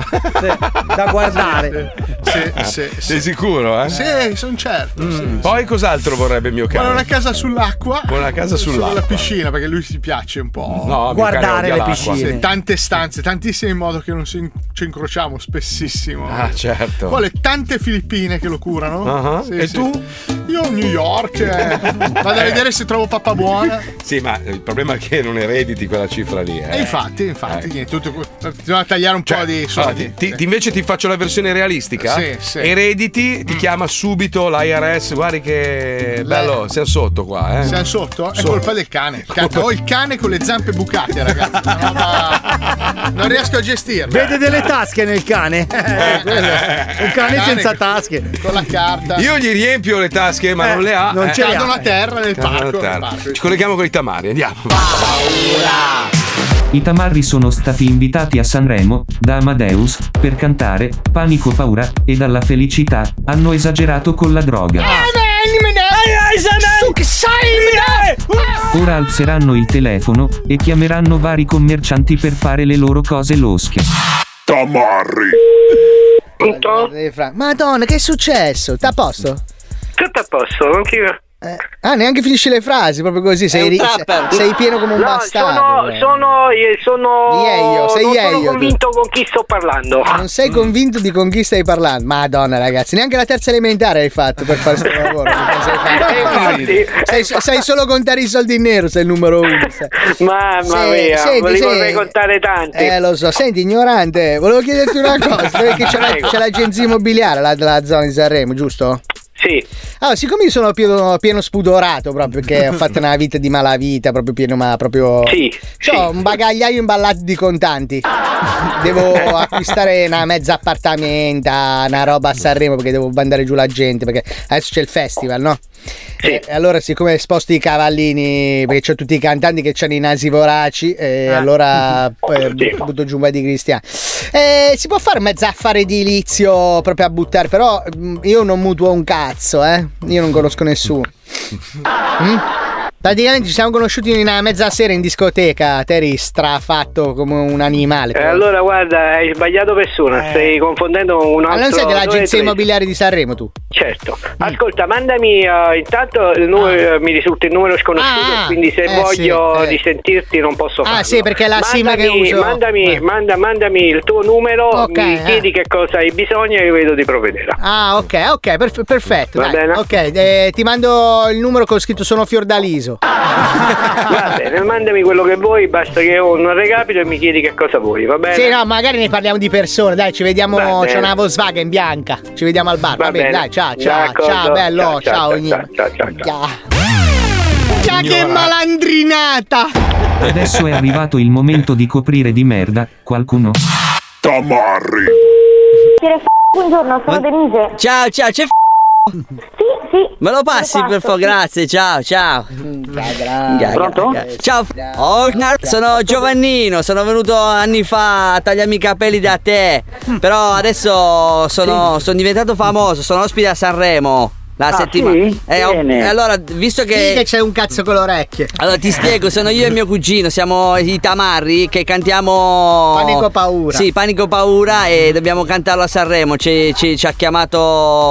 Speaker 5: da
Speaker 4: guardare.
Speaker 5: Sì, sì, sì.
Speaker 2: Eh, Sei sicuro, eh? Mm.
Speaker 5: Sì, sono certo. sì.
Speaker 2: Poi cos'altro vorrebbe il mio cane?
Speaker 5: Vuole una casa sull'acqua.
Speaker 2: Vuole una casa sull'acqua.
Speaker 5: Sulla piscina, perché lui si piace un po'.
Speaker 2: No, mio Guardare cane odia le l'acqua. piscine.
Speaker 5: Sì, tante stanze, tantissime in modo che non si in- ci incrociamo spessissimo.
Speaker 2: Ah, certo.
Speaker 5: Vuole tante filippine che lo curano.
Speaker 2: Ah, e tu?
Speaker 5: Io a New York. eh. Vado a
Speaker 2: Eh.
Speaker 5: vedere se trovo pappa buona.
Speaker 2: Sì, ma il problema è che non erediti quella cifra lì. Eh.
Speaker 5: E infatti, infatti,
Speaker 2: Eh. Cioè,
Speaker 5: niente, tutto, bisogna tagliare un po' di
Speaker 2: Allora,
Speaker 5: soldi.
Speaker 2: ti- ti- ti- invece ti faccio la versione realistica.
Speaker 5: Sì, sì. Mm.
Speaker 2: Erediti, ti chiama subito l'IRS. Guardi che bello, siamo sotto qua. Eh.
Speaker 5: Siamo sotto? È
Speaker 2: Sotto.
Speaker 5: colpa del cane. Ho il cane con le zampe bucate, ragazzi. Una roba- Non riesco a gestirlo.
Speaker 4: Vede delle tasche nel cane. Eh, quello. un
Speaker 5: Eh,
Speaker 4: cane
Speaker 5: Cane
Speaker 4: senza
Speaker 5: con-
Speaker 4: tasche.
Speaker 5: Con la carta.
Speaker 2: Io gli riempio le tasche, ma
Speaker 5: Eh,
Speaker 2: non le ha.
Speaker 5: non
Speaker 2: eh.
Speaker 5: ce le ha. Cadono a terra nel
Speaker 2: Cadono a
Speaker 5: parco,
Speaker 2: terra.
Speaker 5: nel parco.
Speaker 2: Ci colleghiamo con i tamari, andiamo.
Speaker 10: I tamarri sono stati invitati a Sanremo da Amadeus per cantare Panico paura e dalla felicità hanno esagerato con la droga.
Speaker 3: Eh,
Speaker 10: Ora alzeranno il telefono e chiameranno vari commercianti per fare le loro cose losche.
Speaker 36: Tamarri.
Speaker 32: Eh, Fra- Madonna, che è successo? T'ha a posto?
Speaker 14: Tutto a posto, anch'io.
Speaker 32: Ah, neanche finisci le frasi, proprio così. Sei,
Speaker 14: un
Speaker 32: ri-
Speaker 14: trapper.
Speaker 32: sei pieno come un
Speaker 14: No,
Speaker 32: bastardo.
Speaker 14: Sono, sono, eh, sono,
Speaker 32: Yeyo, sei
Speaker 14: non sono
Speaker 32: yeyo.
Speaker 14: convinto con chi sto parlando.
Speaker 32: Non sei convinto di con chi stai parlando? Madonna, ragazzi, neanche la terza elementare hai fatto per fare questo lavoro.
Speaker 14: Eh, Infatti,
Speaker 32: Sai, sai solo contare i soldi in nero, sei il numero uno. sai.
Speaker 14: Mamma mia, me li vorrei contare tanti.
Speaker 32: Eh, lo so, senti, ignorante, volevo chiederti una cosa, perché c'è, la-
Speaker 14: Prego.
Speaker 32: c'è l'agenzia immobiliare là della zona di Sanremo, giusto?
Speaker 14: Sì.
Speaker 32: Allora, siccome io sono pieno, pieno spudorato proprio, perché ho fatto una vita di malavita, proprio pieno, ma proprio...
Speaker 14: Sì,
Speaker 32: C'ho un bagagliaio imballato di contanti. Devo acquistare una mezza appartamenta, una roba a Sanremo, perché devo mandare giù la gente, perché adesso c'è il festival, no? E Eh, allora, siccome sposti i cavallini, perché c'ho tutti i cantanti che hanno i nasi voraci, e
Speaker 14: Ah.
Speaker 32: allora eh, butto giù un po' di cristiani. Eh, si può fare mezzo affare edilizio proprio a buttare, però mm, io non mutuo un cazzo, eh. Io non conosco nessuno.
Speaker 3: eh.
Speaker 32: Mm? Praticamente ci siamo conosciuti in una mezza sera in discoteca, te eri strafatto come un animale.
Speaker 14: Eh, allora guarda, hai sbagliato persona, stai confondendo un altro...
Speaker 32: Eh. Ma non sei dell'agenzia
Speaker 14: due, tre.
Speaker 32: immobiliare di Sanremo tu? Mm.
Speaker 14: Certo. Ascolta, mandami eh, intanto il numero, eh, mi risulta il numero sconosciuto,
Speaker 32: Ah,
Speaker 14: quindi se
Speaker 32: eh,
Speaker 14: voglio
Speaker 32: sì, eh.
Speaker 14: risentirti non posso farlo.
Speaker 32: Ah, sì, perché è la sima che
Speaker 14: Mandami-
Speaker 32: uso.
Speaker 14: Mandami, manda- mandami il tuo numero, mi
Speaker 32: eh.
Speaker 14: chiedi che cosa hai bisogno e io vedo di provvedere.
Speaker 32: Ah, ok, ok, perf- perfetto.
Speaker 14: Va
Speaker 32: dai.
Speaker 14: bene.
Speaker 32: Ok, eh, ti mando il numero con scritto sono Fiordaliso.
Speaker 14: Va bene, mandami quello che vuoi, basta che ho un recapito e mi chiedi che cosa vuoi, va bene?
Speaker 32: Sì, no, magari ne parliamo di persone, dai, ci vediamo,
Speaker 14: Va
Speaker 32: c'è
Speaker 14: bene.
Speaker 32: una Volkswagen bianca. Ci vediamo al bar. Va,
Speaker 14: Va
Speaker 32: bene,
Speaker 14: bene.
Speaker 32: dai, ciao, ciao,
Speaker 14: D'accordo.
Speaker 32: ciao, bello,
Speaker 14: Ciao,
Speaker 32: ciao,
Speaker 14: ciao,
Speaker 32: ogni-
Speaker 14: ciao, ciao, ciao, ciao.
Speaker 32: Ciao. Già che malandrinata!
Speaker 10: Adesso è arrivato il momento di coprire di merda qualcuno.
Speaker 32: Tamarri!
Speaker 20: Buongiorno, sono Denise. Ciao, ciao, c'è f***o? Sì, sì.
Speaker 33: Me lo passi per favore, grazie, ciao, ciao. Ga- ga-
Speaker 20: Pronto?
Speaker 33: ga- Ciao, f- oh, na- sono Giovannino, sono venuto anni fa a tagliarmi i capelli da te. Però adesso sono, sono diventato famoso, sono ospite a Sanremo. La
Speaker 32: Ah,
Speaker 33: settimana.
Speaker 32: sì?
Speaker 33: Eh, ho-
Speaker 32: Bene.
Speaker 33: e allora, visto che.
Speaker 32: Sì che c'è un cazzo con le orecchie.
Speaker 33: Allora ti spiego, sono io e mio cugino, siamo i Tamarri che cantiamo
Speaker 32: Panico Paura. Mm.
Speaker 33: Sì, Panico Paura e dobbiamo cantarlo a Sanremo, ci, ci- ci ha chiamato,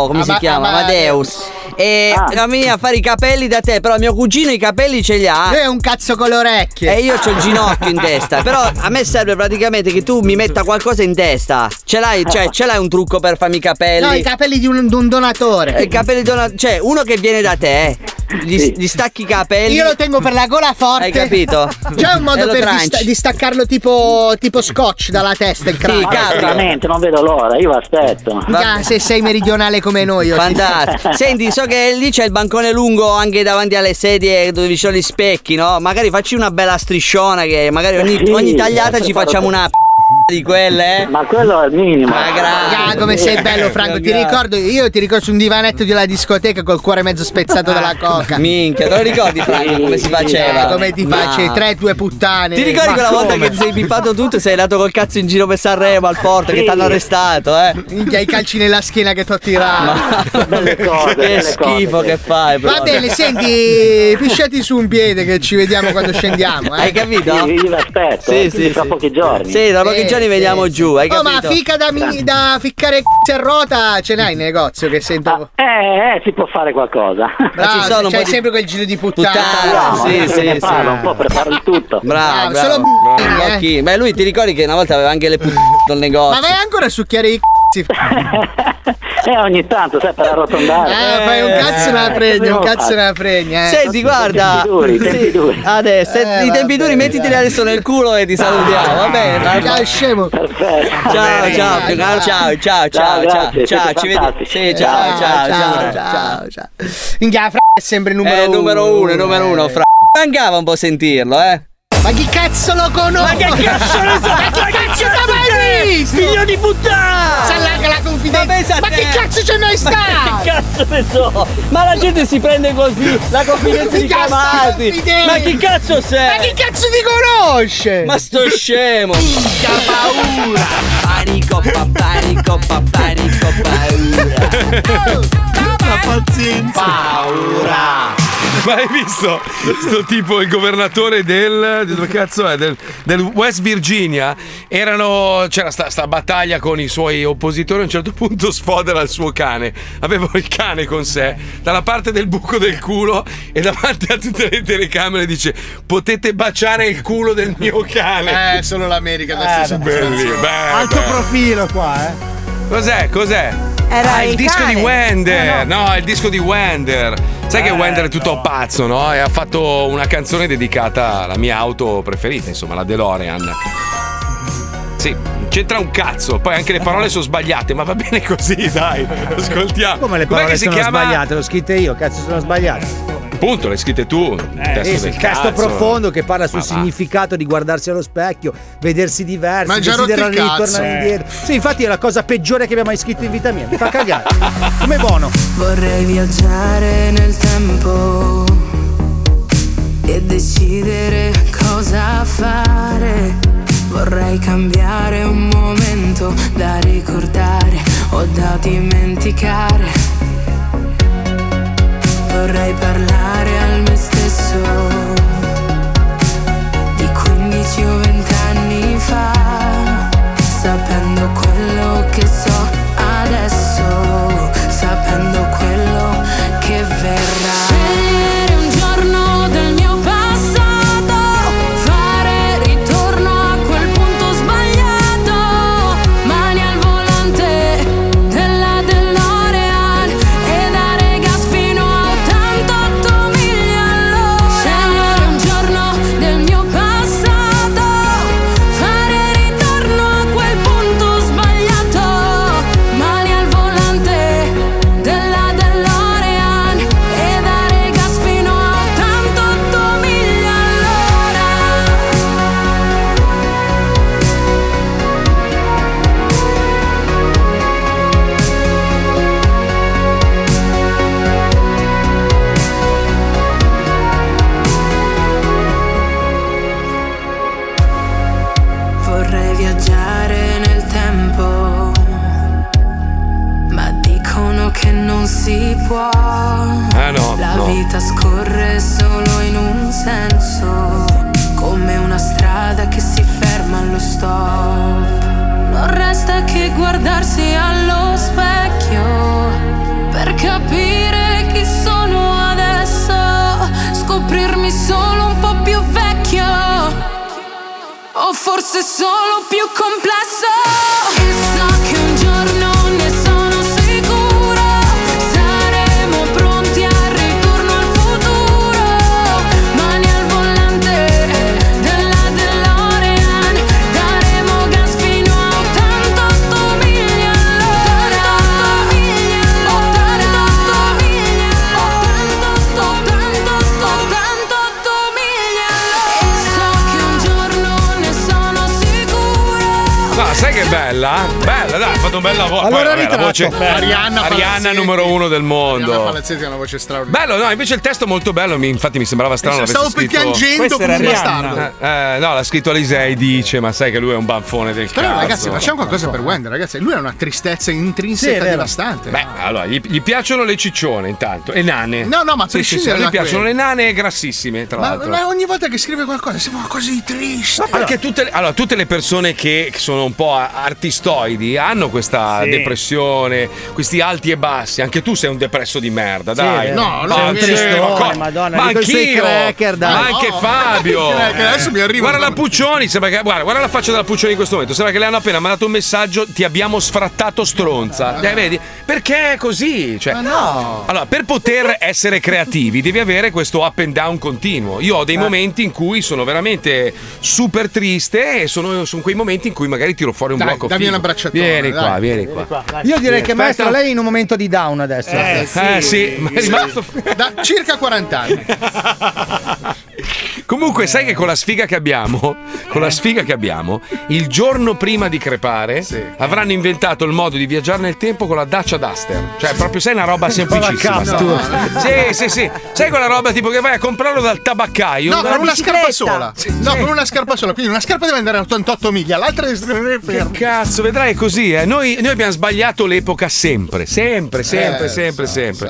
Speaker 33: come
Speaker 32: Ama-
Speaker 33: si chiama?
Speaker 32: Amadeus.
Speaker 33: Amadeus E siamo venuti a fare i capelli da te, però mio cugino i capelli ce li ha
Speaker 32: Lui è un cazzo con le orecchie.
Speaker 33: E io ho il ginocchio in testa, però a me serve praticamente che tu mi metta qualcosa in testa Ce l'hai, cioè, ce l'hai un trucco per farmi i capelli?
Speaker 32: No, i capelli di un, di un donatore.
Speaker 33: Eh, I capelli dona- cioè uno che viene da te, eh. gli, gli stacchi i capelli
Speaker 32: Io lo tengo per la gola forte.
Speaker 33: Hai capito?
Speaker 32: C'è un
Speaker 33: E
Speaker 32: modo
Speaker 33: lo
Speaker 32: per
Speaker 33: tranci.
Speaker 32: dista- distaccarlo tipo, tipo scotch dalla testa il cranio.
Speaker 20: veramente, non vedo l'ora, io aspetto.
Speaker 32: Mica se sei meridionale come noi oggi.
Speaker 33: Fantastico. Senti, so che lì c'è il bancone lungo anche davanti alle sedie dove ci sono gli specchi, no? Magari facci una bella strisciona che magari ogni,
Speaker 20: Sì,
Speaker 33: ogni tagliata
Speaker 20: ma
Speaker 33: ci
Speaker 20: per
Speaker 33: facciamo
Speaker 20: farlo-
Speaker 33: una p- di quelle, eh?
Speaker 20: Ma quello è il minimo.
Speaker 33: Ma Eh, grazie.
Speaker 32: Ah, come sei bello Franco, ti ricordo, io ti ricordo su un divanetto di una discoteca col cuore mezzo spezzato dalla coca.
Speaker 33: Ah, Minchia, te lo ricordi Franco come si faceva?
Speaker 32: Eh, come ti
Speaker 33: Ma-
Speaker 32: facevi? Tre, due puttane.
Speaker 33: Ti ricordi
Speaker 32: Ma
Speaker 33: quella volta
Speaker 32: come?
Speaker 33: che ti sei pippato tutto e sei andato col cazzo in giro per Sanremo al porto che ti hanno arrestato, eh?
Speaker 32: Minchia, i calci nella schiena che ti ho tirato.
Speaker 33: Belle
Speaker 32: cose,
Speaker 33: che
Speaker 32: belle
Speaker 33: schifo che fai,
Speaker 32: Va
Speaker 33: proprio.
Speaker 32: bene, senti, pisciati su un piede che ci vediamo quando scendiamo. Eh.
Speaker 33: Hai capito?
Speaker 20: Sì, io l'aspetto,
Speaker 33: Sì,
Speaker 20: eh,
Speaker 33: sì,
Speaker 20: quindi tra
Speaker 33: sì.
Speaker 20: pochi giorni.
Speaker 33: Sì, tra pochi
Speaker 32: Sì,
Speaker 33: giorni
Speaker 32: sì,
Speaker 33: veniamo giù, hai
Speaker 32: oh,
Speaker 33: capito?
Speaker 32: ma fica da, mi- da ficcare c***o e rota ce n'hai in negozio che sento.
Speaker 20: Eh, eh, si può fare qualcosa.
Speaker 32: Bravo,
Speaker 20: ci sono un
Speaker 32: c'hai
Speaker 20: po' di-
Speaker 32: sempre quel giro di puttana.
Speaker 20: Bravo, adesso ne parlo un po' preparo il tutto.
Speaker 32: Bravo,
Speaker 33: Bravo, bravo.
Speaker 32: solo eh.
Speaker 33: bravo. Occhi. Beh, lui ti ricordi che una volta aveva anche le puttane nel
Speaker 32: Ma
Speaker 33: negozio.
Speaker 32: vai ancora a succhiare i c***i.
Speaker 20: Eh, ogni tanto, sai, per arrotondare.
Speaker 32: Eh, fai un cazzo e una
Speaker 20: Eh,
Speaker 32: pregna, un cazzo e una pregna. Eh.
Speaker 33: Senti, guarda.
Speaker 20: Tempi duri, tempi
Speaker 33: Sì, Adesso, se-
Speaker 32: Eh,
Speaker 33: i tempi
Speaker 32: vabbè,
Speaker 33: duri, mettiteli
Speaker 32: dai. Ah,
Speaker 33: adesso nel culo e ti salutiamo. Va bene, dai.
Speaker 32: Dai, scemo.
Speaker 20: Perfetto.
Speaker 33: Ciao, ciao, più- ciao, ciao, ciao, ciao, ciao,
Speaker 20: Ah, grazie,
Speaker 33: ciao,
Speaker 20: siete
Speaker 33: ci vediamo.
Speaker 20: fantastici.
Speaker 33: Sì, ciao, ciao, ciao, ciao.
Speaker 32: ciao. Minchia, fra è sempre il numero
Speaker 33: Eh,
Speaker 32: uno.
Speaker 33: numero uno, numero uno, fra. Mancava un po' sentirlo, eh.
Speaker 32: Ma chi cazzo lo conosco?
Speaker 33: Ma che cazzo ne so?
Speaker 32: Ma che cazzo l'hai mai visto? Figlio di puttana! S'allarga la confidenza. Ma, che cazzo ce n'hai
Speaker 33: Eh. Ma
Speaker 32: stato?
Speaker 33: che cazzo ne so? Ma la gente si prende così la confidenza di
Speaker 32: Mica sta
Speaker 33: chiamarti.
Speaker 32: confidenza.
Speaker 33: Ma chi cazzo sei?
Speaker 32: Ma chi cazzo ti conosce?
Speaker 33: Ma sto scemo! Minchia paura! Panico, pa, panico, pa, panico, paura!
Speaker 32: La pazienza!
Speaker 33: Paura!
Speaker 2: Ma hai visto? Sto tipo il governatore del. di dove cazzo è? Del, del West Virginia. Erano. C'era sta, sta battaglia con i suoi oppositori. A un certo punto sfodera il suo cane. Avevo il cane con sé dalla parte del buco del culo e davanti a tutte le telecamere dice: Potete baciare il culo del mio cane.
Speaker 5: Eh, solo l'America adesso
Speaker 2: adesso è Ah, belli, beh,
Speaker 4: Alto
Speaker 2: beh.
Speaker 4: profilo qua, eh.
Speaker 2: Cos'è? Cos'è?
Speaker 4: Era
Speaker 2: ah, il,
Speaker 4: il
Speaker 2: disco
Speaker 4: cane. Ah, Eh,
Speaker 2: di Wender. No, è il disco di Wender. Sai che Wender è tutto pazzo, no? E ha fatto una canzone dedicata alla mia auto preferita, insomma, la DeLorean. Sì, c'entra un cazzo. Poi
Speaker 4: Eh.
Speaker 2: anche le parole sono sbagliate, ma va bene così, dai. Ascoltiamo.
Speaker 4: Come le
Speaker 2: Com'è
Speaker 4: parole
Speaker 2: che si
Speaker 4: sono
Speaker 2: chiama?
Speaker 4: sbagliate? L'ho scritte io, cazzo sono sbagliate.
Speaker 2: Punto, l'hai scritte tu.
Speaker 4: Eh,
Speaker 2: testo
Speaker 4: sì,
Speaker 2: del
Speaker 4: il testo
Speaker 2: cazzo.
Speaker 4: profondo che parla sul
Speaker 2: Ma va.
Speaker 4: significato di guardarsi allo specchio, vedersi diversi,
Speaker 5: Ma hai già rotto il
Speaker 4: desiderare di
Speaker 5: cazzo.
Speaker 4: tornare
Speaker 5: Eh.
Speaker 4: indietro. Sì, infatti è la cosa peggiore che abbia mai scritto in vita mia. Mi fa cagare. Come buono.
Speaker 37: Vorrei viaggiare nel tempo e decidere cosa fare. Vorrei cambiare un momento da ricordare o da dimenticare. Vorrei parlare al me stesso di 15 o 20 anni fa, sapendo quello che so adesso, sapendo quello che verrà. Scegliere un giorno del mio passato, fare ritorno a quel punto sbagliato, mani al volante della DeLorean e dare gas fino a 88
Speaker 2: Ah no,
Speaker 37: La
Speaker 2: no.
Speaker 37: vita scorre solo in un senso, come una strada che si ferma allo stop. Non resta che guardarsi allo specchio per capire chi sono adesso, scoprirmi solo un po' più vecchio, o forse solo più complesso. E so che un giorno ne sono sicura, saremo pronti al ritorno al futuro, mani al volante della DeLorean, daremo gas fino a 88 miglia all'ora, 88 miglia all'ora, 88 miglia all'ora, 88 miglia all'ora, e so che un giorno ne sono sicura.
Speaker 2: No, sai che bella? Bella, dai, ha fatto un bel lavoro.
Speaker 5: Allora
Speaker 2: Poi, vabbè, la
Speaker 5: ritratto.
Speaker 2: voce
Speaker 5: Bella. Arianna
Speaker 2: Arianna
Speaker 5: Palazzetti.
Speaker 2: numero uno del
Speaker 5: Arianna
Speaker 2: mondo.
Speaker 5: Palazzetti ha una voce straordinaria.
Speaker 2: Bello, no, invece il testo è molto bello, mi- infatti mi sembrava strano.
Speaker 5: Eh, Stavo
Speaker 2: l'avesse scritto-
Speaker 5: piangendo Questa come era un Arianna. bastardo.
Speaker 2: Eh, eh, no, l'ha scritto Alisei, dice, ma sai che lui è un banfone del
Speaker 5: Però
Speaker 2: cazzo.
Speaker 5: ragazzi, facciamo qualcosa per Wender, ragazzi. Lui ha una tristezza intrinseca devastante.
Speaker 2: Beh, allora, gli, gli piacciono le ciccione intanto, e nane.
Speaker 5: No, no, ma a
Speaker 2: Sì, sì, sì,
Speaker 5: prescindere
Speaker 2: a lui
Speaker 5: da
Speaker 2: piacciono le
Speaker 5: quello.
Speaker 2: nane e grassissime, tra
Speaker 5: Ma,
Speaker 2: l'altro.
Speaker 5: ma ogni volta che scrive qualcosa sembra così triste.
Speaker 2: Perché tutte le, allora, tutte le persone che che sono un po' a- artistoidi hanno questa
Speaker 5: Sì.
Speaker 2: depressione, questi alti e bassi. Anche tu sei un depresso di merda,
Speaker 5: Sì,
Speaker 2: dai.
Speaker 5: è vero. No, no,
Speaker 2: Ma
Speaker 5: è vero.
Speaker 2: sì,
Speaker 5: Tristone,
Speaker 2: ma co-
Speaker 5: Madonna,
Speaker 2: ma
Speaker 5: di quel sei
Speaker 2: anch'io,
Speaker 5: cracker, dai.
Speaker 2: ma anche
Speaker 5: No.
Speaker 2: Fabio.
Speaker 5: I cracker, adesso mi arriva
Speaker 2: guarda
Speaker 5: una-
Speaker 2: la Puccioni, sembra che- guarda, guarda la faccia della Puccioni in questo momento. Sembra che le hanno appena mandato un messaggio: ti abbiamo sfrattato stronza. Eh, vedi? Perché è così? Cioè,
Speaker 5: Ma no.
Speaker 2: Allora, per poter essere creativi devi avere questo up and down continuo. Io ho
Speaker 5: Eh.
Speaker 2: dei momenti in cui sono veramente super triste e sono, sono quei momenti in cui magari tiro fuori un
Speaker 5: Dai,
Speaker 2: blocco.
Speaker 5: dammi
Speaker 2: figo.
Speaker 5: un abbracciatore,
Speaker 2: Vieni
Speaker 5: dai.
Speaker 2: qua, vieni qua.
Speaker 4: Io direi
Speaker 2: Sì,
Speaker 4: che
Speaker 2: aspetta.
Speaker 4: maestro, lei è in un momento di down adesso.
Speaker 2: Eh, eh, sì, ma è rimasto-
Speaker 5: da circa 40 anni.
Speaker 2: Comunque, sai che con la sfiga che abbiamo, con la sfiga che abbiamo, il giorno prima di crepare, avranno inventato il modo di viaggiare nel tempo con la Dacia Duster. Cioè, proprio sai una roba semplicissima.
Speaker 5: Captur.
Speaker 2: sai? Sì, sì, sì. Sai quella roba tipo che vai a comprarlo dal tabaccaio?
Speaker 5: No,
Speaker 2: Dalla
Speaker 5: con una scarpa
Speaker 2: bicicletta.
Speaker 5: sola. No, con una scarpa sola. Quindi una scarpa deve andare a 88 miglia, l'altra deve stare ferma.
Speaker 2: Cazzo, vedrai è così, eh. Noi, noi abbiamo sbagliato l'epoca sempre, sempre, sempre,
Speaker 5: Eh,
Speaker 2: sempre, sempre.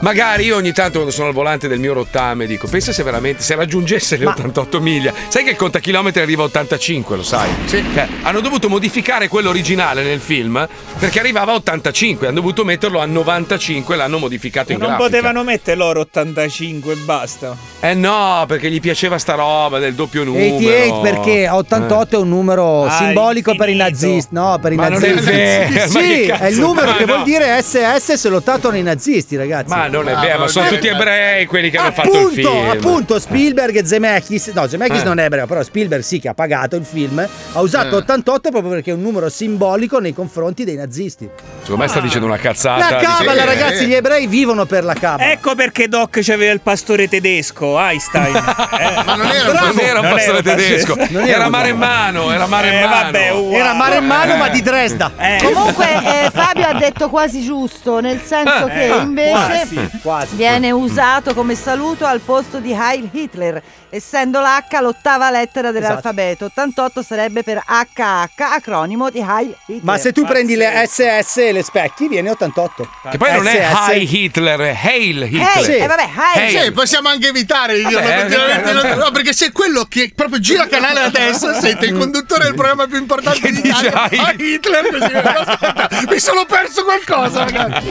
Speaker 2: Magari io ogni tanto quando sono al volante del mio rottame dico, pensa se veramente, se raggiungesse le 88 miglia, sai che il contachilometri arriva a 85, lo sai? Sì. hanno dovuto modificare quello originale nel film perché arrivava a 85, hanno dovuto metterlo a 95, l'hanno modificato in
Speaker 6: non
Speaker 2: grafica.
Speaker 6: potevano mettere loro 85 e basta.
Speaker 2: Eh no, perché gli piaceva sta roba del doppio numero.
Speaker 4: 88 perché 88 è un numero
Speaker 2: Eh. Ah,
Speaker 4: simbolico per i nazisti. No, per i
Speaker 2: Ma non è
Speaker 4: nazisti.
Speaker 2: vero, ma
Speaker 4: sì,
Speaker 2: che
Speaker 4: è il
Speaker 2: cazzo-
Speaker 4: numero
Speaker 2: ma
Speaker 4: che
Speaker 2: no.
Speaker 4: vuol dire SS se lo tatuano i nazisti, ragazzi.
Speaker 2: Eh. Ma non è vero, ma sono tutti ebrei quelli che hanno fatto il
Speaker 4: Appunto,
Speaker 2: film.
Speaker 4: appunto, Spielberg e Zemeckis. No, Zemeckis
Speaker 2: Eh.
Speaker 4: non è ebreo, però Spielberg sì che ha pagato il film. Ha usato
Speaker 2: Eh.
Speaker 4: 88 proprio perché è un numero simbolico nei confronti dei nazisti.
Speaker 2: Secondo me sta dicendo una cazzata.
Speaker 4: La
Speaker 2: dice- "Eh,
Speaker 4: cabala, ragazzi, gli ebrei vivono per la cabala.
Speaker 6: Ecco perché Doc c'aveva il pastore tedesco, Einstein. Ma
Speaker 5: non era
Speaker 2: Non era un pastore tedesco,
Speaker 6: Non
Speaker 2: era,
Speaker 6: un-
Speaker 2: maremmano, era maremmano.
Speaker 6: Eh, vabbè,
Speaker 8: uh.
Speaker 6: uguale.
Speaker 4: Era maremmano, ma di Dresda.
Speaker 8: Comunque eh, Fabio ha detto quasi giusto, nel senso
Speaker 4: Eh,
Speaker 8: che
Speaker 4: eh,
Speaker 8: invece
Speaker 4: quasi, quasi.
Speaker 8: viene usato come saluto al posto di Heil Hitler, essendo l'H l'ottava lettera dell'alfabeto.
Speaker 4: Esatto.
Speaker 8: 88 sarebbe per HH, acronimo di Heil Hitler.
Speaker 4: Ma se tu prendi le SS e le specchi, viene 88.
Speaker 2: Che poi non è
Speaker 4: SS.
Speaker 2: High Hitler, è Hail Hitler.
Speaker 4: eh, Sì. Eh, vabbè,
Speaker 2: Hail.
Speaker 5: Sì, possiamo anche evitare di dirlo
Speaker 2: Vabbè, eh,
Speaker 5: continuamente.
Speaker 2: vabbè.
Speaker 5: No, perché se quello che proprio gira canale alla testa, sente il conduttore del programma più importante d'Italia, a Hitler, così, aspetta, mi sono perso qualcosa, ragazzi.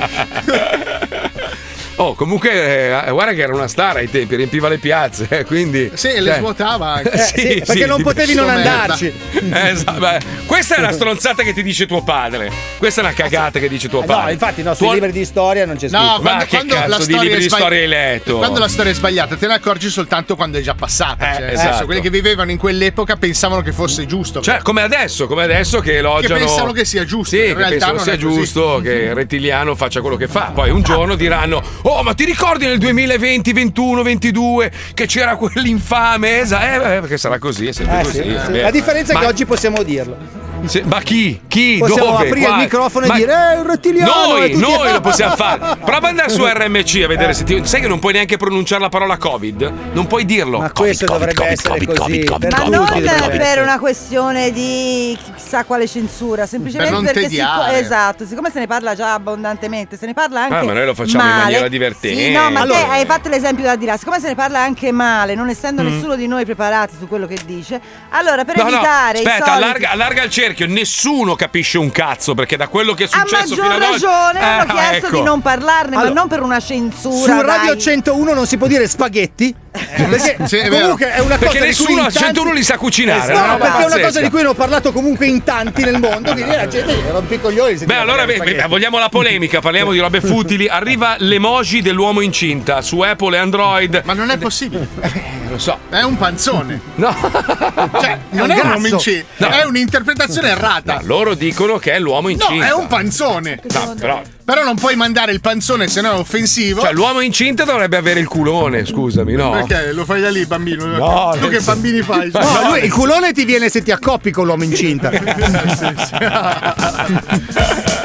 Speaker 2: Oh, comunque, eh, guarda che era una star ai tempi, riempiva le piazze, eh, quindi...
Speaker 5: Sì, le svuotava anche.
Speaker 2: Eh, sì, sì, di- Sto merda. Eh, esatto, beh, questa è una stronzata che ti dice tuo padre. Questa è una cagata che dice tuo padre.
Speaker 4: No, infatti, no, sui
Speaker 2: Tuo-
Speaker 4: libri di storia non c'è scritto.
Speaker 5: No, quando,
Speaker 2: Ma che
Speaker 5: quando
Speaker 2: cazzo
Speaker 5: la
Speaker 2: di
Speaker 5: storia
Speaker 2: libri
Speaker 5: è
Speaker 2: di
Speaker 5: sbagli-
Speaker 2: storia hai letto?
Speaker 5: Quando la storia è sbagliata, te ne accorgi soltanto quando è già passata. cioè, nel senso,
Speaker 2: esatto.
Speaker 5: quelli che vivevano in quell'epoca pensavano che fosse giusto.
Speaker 2: Cioè, come adesso, come adesso che
Speaker 5: che
Speaker 2: elogiano...
Speaker 5: pensano che sia giusto.
Speaker 2: Sì,
Speaker 5: in
Speaker 2: che
Speaker 5: realtà
Speaker 2: pensano
Speaker 5: non
Speaker 2: sia
Speaker 5: è così.
Speaker 2: giusto che
Speaker 4: Mm-hmm.
Speaker 2: il rettiliano faccia quello che fa. Poi un giorno diranno: Oh, ma ti ricordi nel 2020, 21, 22 che c'era quell'infame? Esa? Eh, beh, perché sarà così, è sempre
Speaker 4: Eh,
Speaker 2: così.
Speaker 4: sì,
Speaker 2: eh,
Speaker 4: sì.
Speaker 2: beh.
Speaker 4: La differenza è
Speaker 2: Ma-
Speaker 4: che oggi possiamo dirlo.
Speaker 2: Se- ma chi? Chi?
Speaker 4: Possiamo
Speaker 2: Dove?
Speaker 4: aprire il
Speaker 2: Guarda.
Speaker 4: microfono e
Speaker 2: Ma-
Speaker 4: dire, eh, un rettiliano!
Speaker 2: Noi,
Speaker 4: e tutti-
Speaker 2: noi lo possiamo fare. Prova ad andare su RMC a vedere se ti. Sai che non puoi neanche pronunciare la parola Covid? Non puoi dirlo. Ma
Speaker 4: questo dovrebbe essere così, per
Speaker 8: Ma
Speaker 2: Covid,
Speaker 8: non
Speaker 2: Covid, Covid.
Speaker 8: per una questione di chissà quale censura, semplicemente
Speaker 3: Per non
Speaker 8: perché
Speaker 3: tediare.
Speaker 8: esatto, siccome se ne parla già abbondantemente, se ne parla anche
Speaker 3: Ah, ma noi lo facciamo in
Speaker 8: male.
Speaker 3: maniera divertente.
Speaker 8: Sì, no, ma
Speaker 3: Allora-
Speaker 8: te hai fatto l'esempio da di là, siccome se ne parla anche male, non essendo
Speaker 2: Mm.
Speaker 8: nessuno di noi preparati su quello che dice, allora per
Speaker 2: No, no,
Speaker 8: evitare i
Speaker 2: aspetta,
Speaker 8: soliti-
Speaker 2: allarga, allarga il cerchio. Nessuno capisce un cazzo perché da quello che è
Speaker 8: a
Speaker 2: successo fino ad
Speaker 8: maggior
Speaker 2: oggi.
Speaker 8: ragione
Speaker 2: Eh,
Speaker 8: hanno chiesto
Speaker 2: ecco.
Speaker 8: di non parlarne,
Speaker 2: Allora-
Speaker 8: ma non per una censura.
Speaker 4: Su
Speaker 8: dai.
Speaker 4: Radio 101 non si può dire spaghetti. Perché
Speaker 2: Eh, sì, è vero.
Speaker 4: comunque è una cosa
Speaker 2: Perché
Speaker 4: di cui
Speaker 2: nessuno
Speaker 4: in
Speaker 2: a
Speaker 4: tanti-
Speaker 2: 101 li sa cucinare,
Speaker 4: Esatto,
Speaker 2: è una roba
Speaker 4: perché è una cosa
Speaker 2: pazzesca.
Speaker 4: di cui hanno parlato comunque in tanti nel mondo, quindi la gente rompe i coglioni. se
Speaker 2: Beh,
Speaker 4: ti
Speaker 2: allora
Speaker 4: parla di
Speaker 2: beh, beh,
Speaker 4: spaghetti.
Speaker 2: vogliamo la polemica, parliamo di robe futili. Arriva l'emoji dell'uomo incinta su Apple e Android. Ma non è possibile. lo so.
Speaker 5: È un panzone.
Speaker 2: No.
Speaker 5: Cioè, non
Speaker 2: un
Speaker 5: è un
Speaker 2: grasso.
Speaker 5: uomo incinta,
Speaker 2: No.
Speaker 5: è un'interpretazione errata.
Speaker 2: No, loro dicono che è l'uomo
Speaker 5: No,
Speaker 2: incinta.
Speaker 5: è un panzone.
Speaker 2: No, però.
Speaker 5: Però non puoi mandare il panzone, se no è offensivo.
Speaker 2: Cioè, l'uomo incinta dovrebbe avere il culone, scusami, no?
Speaker 5: Perché lo fai da lì, bambino?
Speaker 2: No,
Speaker 5: tu che
Speaker 2: adesso-
Speaker 5: bambini fai?
Speaker 11: No, lui, il culone ti viene se ti accoppi con l'uomo incinta.
Speaker 2: Eh,
Speaker 4: Eh,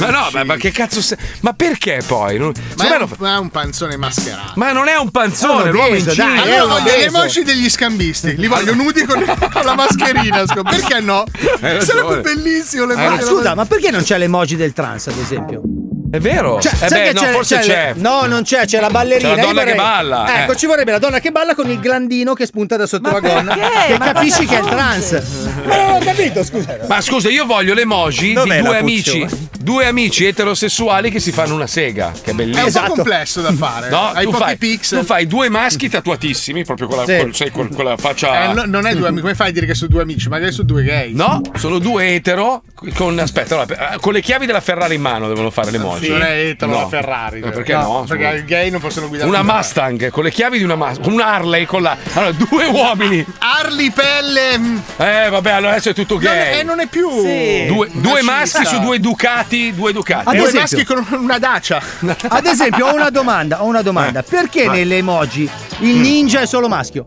Speaker 2: Ma no, ma, ma che cazzo se- Ma perché poi? Non-
Speaker 5: Ma
Speaker 2: secondo
Speaker 5: è
Speaker 2: me
Speaker 5: un,
Speaker 2: lo-
Speaker 5: ma è un panzone mascherato.
Speaker 2: ma non è un panzone,
Speaker 5: Sono
Speaker 2: Cioè, l'uomo
Speaker 5: obeso,
Speaker 2: incinta.
Speaker 5: dai, allora voglio le emoji degli scambisti. Li voglio nudi con, con la mascherina. scu- Perché no?
Speaker 2: Hai ragione.
Speaker 5: Sarebbe bellissimo le
Speaker 4: Ma
Speaker 5: emoji.
Speaker 4: scusa, ma perché non c'è l'emoji del trans, ad esempio?
Speaker 2: È vero?
Speaker 4: Cioè,
Speaker 2: Eh
Speaker 4: sai
Speaker 2: beh,
Speaker 4: che
Speaker 2: no,
Speaker 4: c'è,
Speaker 2: forse c'è.
Speaker 4: No, non c'è, c'è la ballerina.
Speaker 2: C'è la
Speaker 4: io
Speaker 2: donna che balla, eh.
Speaker 4: Ecco, ci vorrebbe la donna che balla con il glandino che spunta da sotto la gonna.
Speaker 11: perché?
Speaker 4: Che
Speaker 11: Ma
Speaker 4: capisci
Speaker 11: cosa Eh,
Speaker 4: che è il
Speaker 11: c'entra?
Speaker 4: trans. Ma non ho capito, scusa.
Speaker 2: Ma scusa, io voglio l'emoji
Speaker 4: Dov'è
Speaker 2: di
Speaker 4: la
Speaker 2: due
Speaker 4: puccione?
Speaker 2: amici, due amici eterosessuali che si fanno una sega, che è
Speaker 5: È un
Speaker 2: bellissimo.
Speaker 5: po' complesso da fare.
Speaker 2: Esatto. No,
Speaker 5: Eh, Hai
Speaker 2: tu
Speaker 5: pochi
Speaker 2: fai,
Speaker 5: pixel.
Speaker 2: tu fai due maschi tatuatissimi, proprio con la,
Speaker 5: Sì.
Speaker 2: col- sai, col- con la faccia.
Speaker 5: Eh, no- non è due amici, come fai a dire che sono due amici? Magari sono due gay.
Speaker 2: No, sono due etero con aspetta, allora, per- ah, con le chiavi della Ferrari in mano devono fare le emoji.
Speaker 5: Non è etero
Speaker 2: No.
Speaker 5: la Ferrari. cioè.
Speaker 2: Eh, Perché no?
Speaker 5: Perché
Speaker 2: scusa?
Speaker 5: i gay non possono guidare
Speaker 2: Una
Speaker 5: la
Speaker 2: Mustang con le chiavi di una Mustang, un Harley con la Allora, due uomini.
Speaker 5: Harley pelle. mm,
Speaker 2: Eh, vabbè, allora adesso è tutto
Speaker 5: Non è-
Speaker 2: gay.
Speaker 5: eh, non è più. una
Speaker 2: Due, due
Speaker 5: scimmia.
Speaker 2: maschi su due Ducati, due Ducati.
Speaker 4: Ad
Speaker 5: Due
Speaker 4: esempio-
Speaker 5: maschi con una dacia.
Speaker 4: Ad esempio, ho una domanda, ho una domanda. Perché nelle emoji il ninja è solo maschio?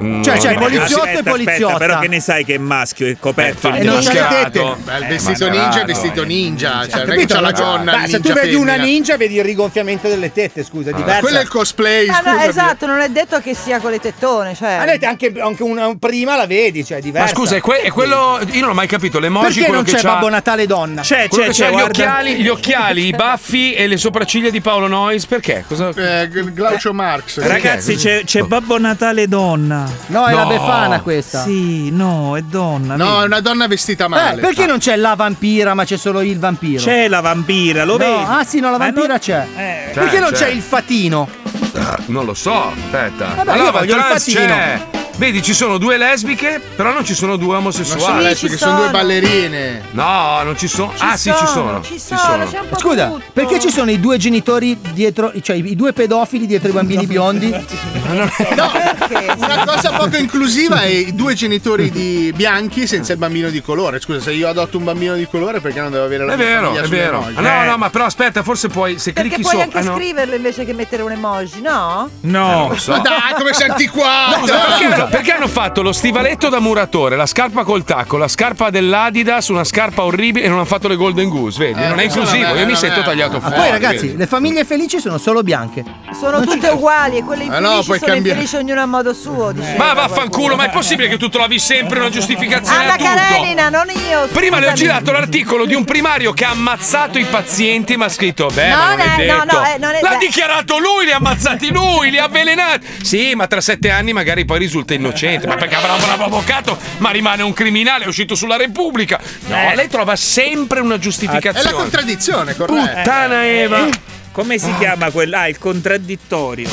Speaker 4: Cioè, c'è
Speaker 6: No,
Speaker 4: il poliziotto
Speaker 6: Mm. aspetta,
Speaker 4: e poliziotta.
Speaker 6: Aspetta, però che ne sai che è maschio e coperto?
Speaker 5: Eh,
Speaker 6: di
Speaker 5: non ce
Speaker 6: mascherato?
Speaker 5: l'avete. Beh, il
Speaker 6: Eh,
Speaker 5: vestito
Speaker 6: ma
Speaker 5: ninja è
Speaker 6: bravo.
Speaker 5: vestito ninja. Cioè, non è che
Speaker 4: Capito?
Speaker 5: c'ha la
Speaker 4: Ma-
Speaker 5: gonna.
Speaker 4: ma se tu
Speaker 5: ninja
Speaker 4: vedi una
Speaker 5: femmina.
Speaker 4: ninja, vedi il rigonfiamento delle tette, scusa, è diverso.
Speaker 5: Quello è il cosplay.
Speaker 8: Ah, no,
Speaker 4: scusami.
Speaker 8: esatto, non è detto che sia con le tettone, cioè.
Speaker 4: Ma niente, anche, anche una prima la vedi, cioè è
Speaker 2: Ma
Speaker 4: diversa.
Speaker 2: scusa, è, que- è quello. Io non ho mai capito. L'emoji
Speaker 4: perché
Speaker 2: quello
Speaker 4: non
Speaker 2: che
Speaker 4: c'è
Speaker 2: c'ha-
Speaker 4: Babbo Natale donna?
Speaker 6: C'è,
Speaker 2: quello che c'ha gli occhiali, gli occhiali, i baffi e le sopracciglia di Paolo Noyes. Perché? Cosa...
Speaker 5: Eh,
Speaker 4: eh,
Speaker 5: Glaucio Marx.
Speaker 6: Ragazzi, c'è, c'è Babbo Natale donna.
Speaker 4: No, è la No. Befana questa.
Speaker 6: Sì, no, è donna.
Speaker 4: No,
Speaker 6: vedi.
Speaker 4: è una
Speaker 5: donna vestita
Speaker 4: Eh, perché non c'è la vampira, ma c'è solo il vampiro?
Speaker 6: C'è la vampira, lo
Speaker 4: No,
Speaker 6: vedi?
Speaker 4: Ah, sì, no, la vampira c'è.
Speaker 6: Eh,
Speaker 4: perché
Speaker 2: c'è,
Speaker 4: non
Speaker 2: c'è.
Speaker 4: c'è il fatino?
Speaker 2: Ah, Non lo so, aspetta.
Speaker 4: Vabbè, io voglio il
Speaker 2: trans
Speaker 4: fattino.
Speaker 2: c'è. Vedi, ci sono due lesbiche, però non ci sono due omosessuali.
Speaker 5: Non sono lesbiche, Sì, ci sono due sono. ballerine.
Speaker 2: No, non ci sono. ah, sì, ci sono. Ci sono.
Speaker 4: Scusa, perché ci sono i due genitori dietro, cioè i due pedofili dietro i bambini biondi?
Speaker 5: Una cosa poco inclusiva è i due genitori di bianchi senza il bambino di colore. Scusa, se io adotto un bambino di colore perché non devo avere la
Speaker 2: È
Speaker 5: mia
Speaker 2: vero,
Speaker 5: famiglia
Speaker 2: è
Speaker 5: sulle
Speaker 2: vero.
Speaker 5: mogli? Eh.
Speaker 2: Ah, No, no, ma però aspetta, forse puoi. Se
Speaker 8: Perché
Speaker 2: clicchi
Speaker 8: puoi
Speaker 2: sopra.
Speaker 8: anche
Speaker 2: ah, no.
Speaker 8: scriverlo invece che mettere un emoji, no?
Speaker 6: No,
Speaker 2: Eh, lo so.
Speaker 5: Ma dai, come sei antiquato!
Speaker 2: No, scusa, perché, hanno, perché hanno fatto lo stivaletto da muratore, la scarpa col tacco, la scarpa dell'Adidas, una scarpa orribile e non hanno fatto le Golden Goose, vedi?
Speaker 4: Eh,
Speaker 2: non è
Speaker 4: no,
Speaker 2: inclusivo,
Speaker 4: vabbè,
Speaker 2: io mi
Speaker 4: vabbè.
Speaker 2: sento tagliato
Speaker 4: Ah,
Speaker 2: fuori.
Speaker 4: poi ragazzi,
Speaker 2: vedi?
Speaker 4: le famiglie felici sono solo bianche.
Speaker 8: Sono tutte uguali e
Speaker 2: Eh
Speaker 8: quelle
Speaker 4: no,
Speaker 8: infelici
Speaker 4: puoi
Speaker 8: sono
Speaker 4: cambiare.
Speaker 8: infelici ognuno a modo suo. diceva
Speaker 2: Ma
Speaker 8: qualcuno.
Speaker 2: vaffanculo, ma è possibile che tu trovi sempre una giustificazione a
Speaker 8: Anna
Speaker 2: tutto?
Speaker 8: Karenina, non io.
Speaker 2: Prima le ho
Speaker 8: scusami.
Speaker 2: girato l'articolo di un primario che ha ammazzato i pazienti, ma ha scritto: Beh,
Speaker 8: No,
Speaker 2: ma non è
Speaker 8: no,
Speaker 2: detto.
Speaker 8: no, no, eh, non è-
Speaker 2: L'ha
Speaker 8: beh.
Speaker 2: dichiarato lui, li ha ammazzati lui, li ha avvelenati. Sì, ma tra sette anni magari poi risulta innocente. Ma perché avrà un bravo avvocato, ma rimane un criminale, è uscito sulla Repubblica. No,
Speaker 6: Eh.
Speaker 2: lei trova sempre una giustificazione.
Speaker 5: È la contraddizione, corretto.
Speaker 2: Puttana Eva.
Speaker 6: Eh, Come si chiama quella? Ah, il contraddittorio.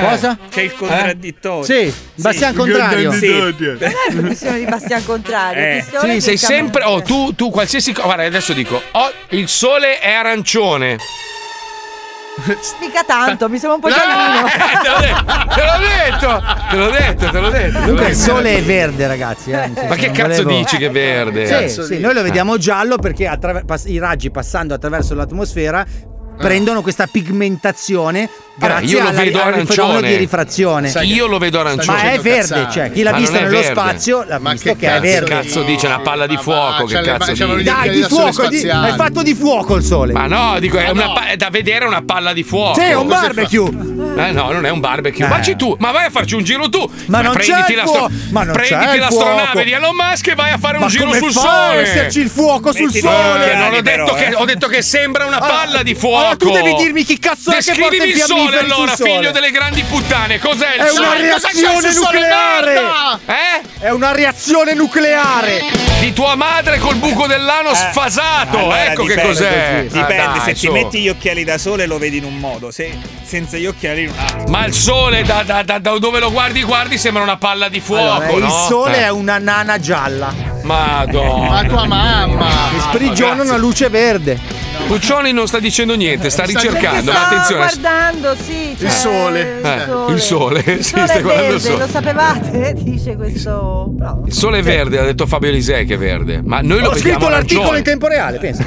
Speaker 4: Cosa?
Speaker 6: C'è il contraddittorio.
Speaker 4: Sì, Bastian Contrario.
Speaker 6: Sì.
Speaker 8: Non è una questione di Bastian Contrario.
Speaker 2: Eh,
Speaker 8: questione
Speaker 2: sì,
Speaker 8: di
Speaker 2: sei
Speaker 8: Camon-
Speaker 2: sempre. Oh, tu, tu qualsiasi cosa. Guarda, adesso dico: oh, il sole è arancione.
Speaker 8: Mica tanto, mi sembra un po'
Speaker 2: No, eh,
Speaker 8: giallino.
Speaker 2: Te l'ho detto, te l'ho detto, te l'ho detto. te l'ho
Speaker 4: Comunque il
Speaker 2: detto.
Speaker 4: sole è verde, ragazzi. eh, nel senso,
Speaker 2: Ma che
Speaker 4: non
Speaker 2: cazzo
Speaker 4: volevo-
Speaker 2: dici che è verde?
Speaker 4: Sì, sì, noi lo vediamo giallo perché attraver- pass- i raggi passando attraverso l'atmosfera prendono questa pigmentazione
Speaker 2: Ah. Vabbè,
Speaker 4: grazie
Speaker 2: io lo
Speaker 4: alla-
Speaker 2: vedo
Speaker 4: al fenomeno
Speaker 2: arancione.
Speaker 4: di rifrazione.
Speaker 2: Sai che- Io lo vedo arancione.
Speaker 4: Ma è verde,
Speaker 2: Sto dicendo cazzate.
Speaker 4: cioè chi l'ha
Speaker 2: Ma
Speaker 4: visto
Speaker 2: non è
Speaker 4: nello
Speaker 2: verde.
Speaker 4: spazio l'ha visto che, è
Speaker 2: cazzo,
Speaker 4: verde.
Speaker 2: cazzo dice una palla di fuoco? Che
Speaker 4: c'ha le-
Speaker 2: cazzo
Speaker 4: c'ha le
Speaker 2: dice?
Speaker 4: orecchie Dai, di da sole fuoco, di- spaziali. è fatto di fuoco il sole.
Speaker 2: Ma Ah, no, dico,
Speaker 6: Ah,
Speaker 2: è, una pa- è da vedere una palla di fuoco.
Speaker 4: Sì, è un
Speaker 2: Cos'è
Speaker 4: barbecue.
Speaker 2: fa- Eh, no, non è un barbecue.
Speaker 4: Eh.
Speaker 2: Vacci tu, ma vai a farci un giro tu.
Speaker 4: Ma non c'è
Speaker 2: prenditi
Speaker 4: il
Speaker 2: la
Speaker 4: fuoco. Ma non c'è
Speaker 2: prenditi
Speaker 4: il
Speaker 2: l'astronave
Speaker 4: fuoco.
Speaker 2: di Elon Musk e vai a fare un
Speaker 4: Ma
Speaker 2: giro
Speaker 4: come
Speaker 2: sul
Speaker 4: fa a
Speaker 2: sole.
Speaker 11: esserci il fuoco sul
Speaker 2: Metti-
Speaker 11: sole?
Speaker 2: Eh, non ho,
Speaker 11: Però,
Speaker 2: detto
Speaker 11: eh.
Speaker 2: che, ho detto che sembra una palla di fuoco.
Speaker 11: Allora, tu devi dirmi chi cazzo è che
Speaker 2: Descrivimi
Speaker 11: porta i
Speaker 2: il sole
Speaker 11: fiammiferi sul
Speaker 2: allora,
Speaker 11: sole.
Speaker 2: figlio delle grandi puttane. Cos'è il
Speaker 11: È
Speaker 2: sole?
Speaker 11: una
Speaker 2: Cos'è che c'è
Speaker 11: reazione
Speaker 2: sul sole,
Speaker 11: nucleare.
Speaker 2: merda? Eh?
Speaker 11: È una reazione nucleare.
Speaker 2: Di tua madre col buco dell'ano sfasato.
Speaker 6: Eh. Allora,
Speaker 2: ecco che
Speaker 6: Ah, dipende,
Speaker 2: cos'è.
Speaker 6: Dipende,
Speaker 2: Ah, dai,
Speaker 6: se ti
Speaker 2: su.
Speaker 6: metti gli occhiali da sole lo vedi in un modo, se senza gli occhiali in un altro.
Speaker 2: Ma il sole, da, da- da- da dove lo guardi, guardi, sembra una palla di fuoco.
Speaker 4: Allora, il
Speaker 2: no?
Speaker 4: sole
Speaker 2: Eh.
Speaker 4: è una nana gialla.
Speaker 2: Madonna.
Speaker 4: Ma tua
Speaker 5: mamma.
Speaker 4: Che sprigiona
Speaker 2: Grazie.
Speaker 4: una luce verde.
Speaker 2: Puccioni non sta dicendo niente, sta
Speaker 4: Sta-
Speaker 2: ricercando. Ma
Speaker 8: Sto
Speaker 2: attenzione.
Speaker 8: guardando, sì. cioè,
Speaker 2: sole. Eh, il sole.
Speaker 8: Il
Speaker 2: Sì,
Speaker 8: sole
Speaker 2: stai
Speaker 8: è
Speaker 2: guardando il
Speaker 8: verde,
Speaker 2: sole.
Speaker 8: lo sapevate? Dice questo. bravo.
Speaker 2: Il sole è verde, ha detto Fabio Lisei che è verde. Ma noi lo
Speaker 4: Ho
Speaker 2: vediamo Eh,
Speaker 4: scritto l'articolo
Speaker 2: arancione.
Speaker 4: in tempo reale, pensa.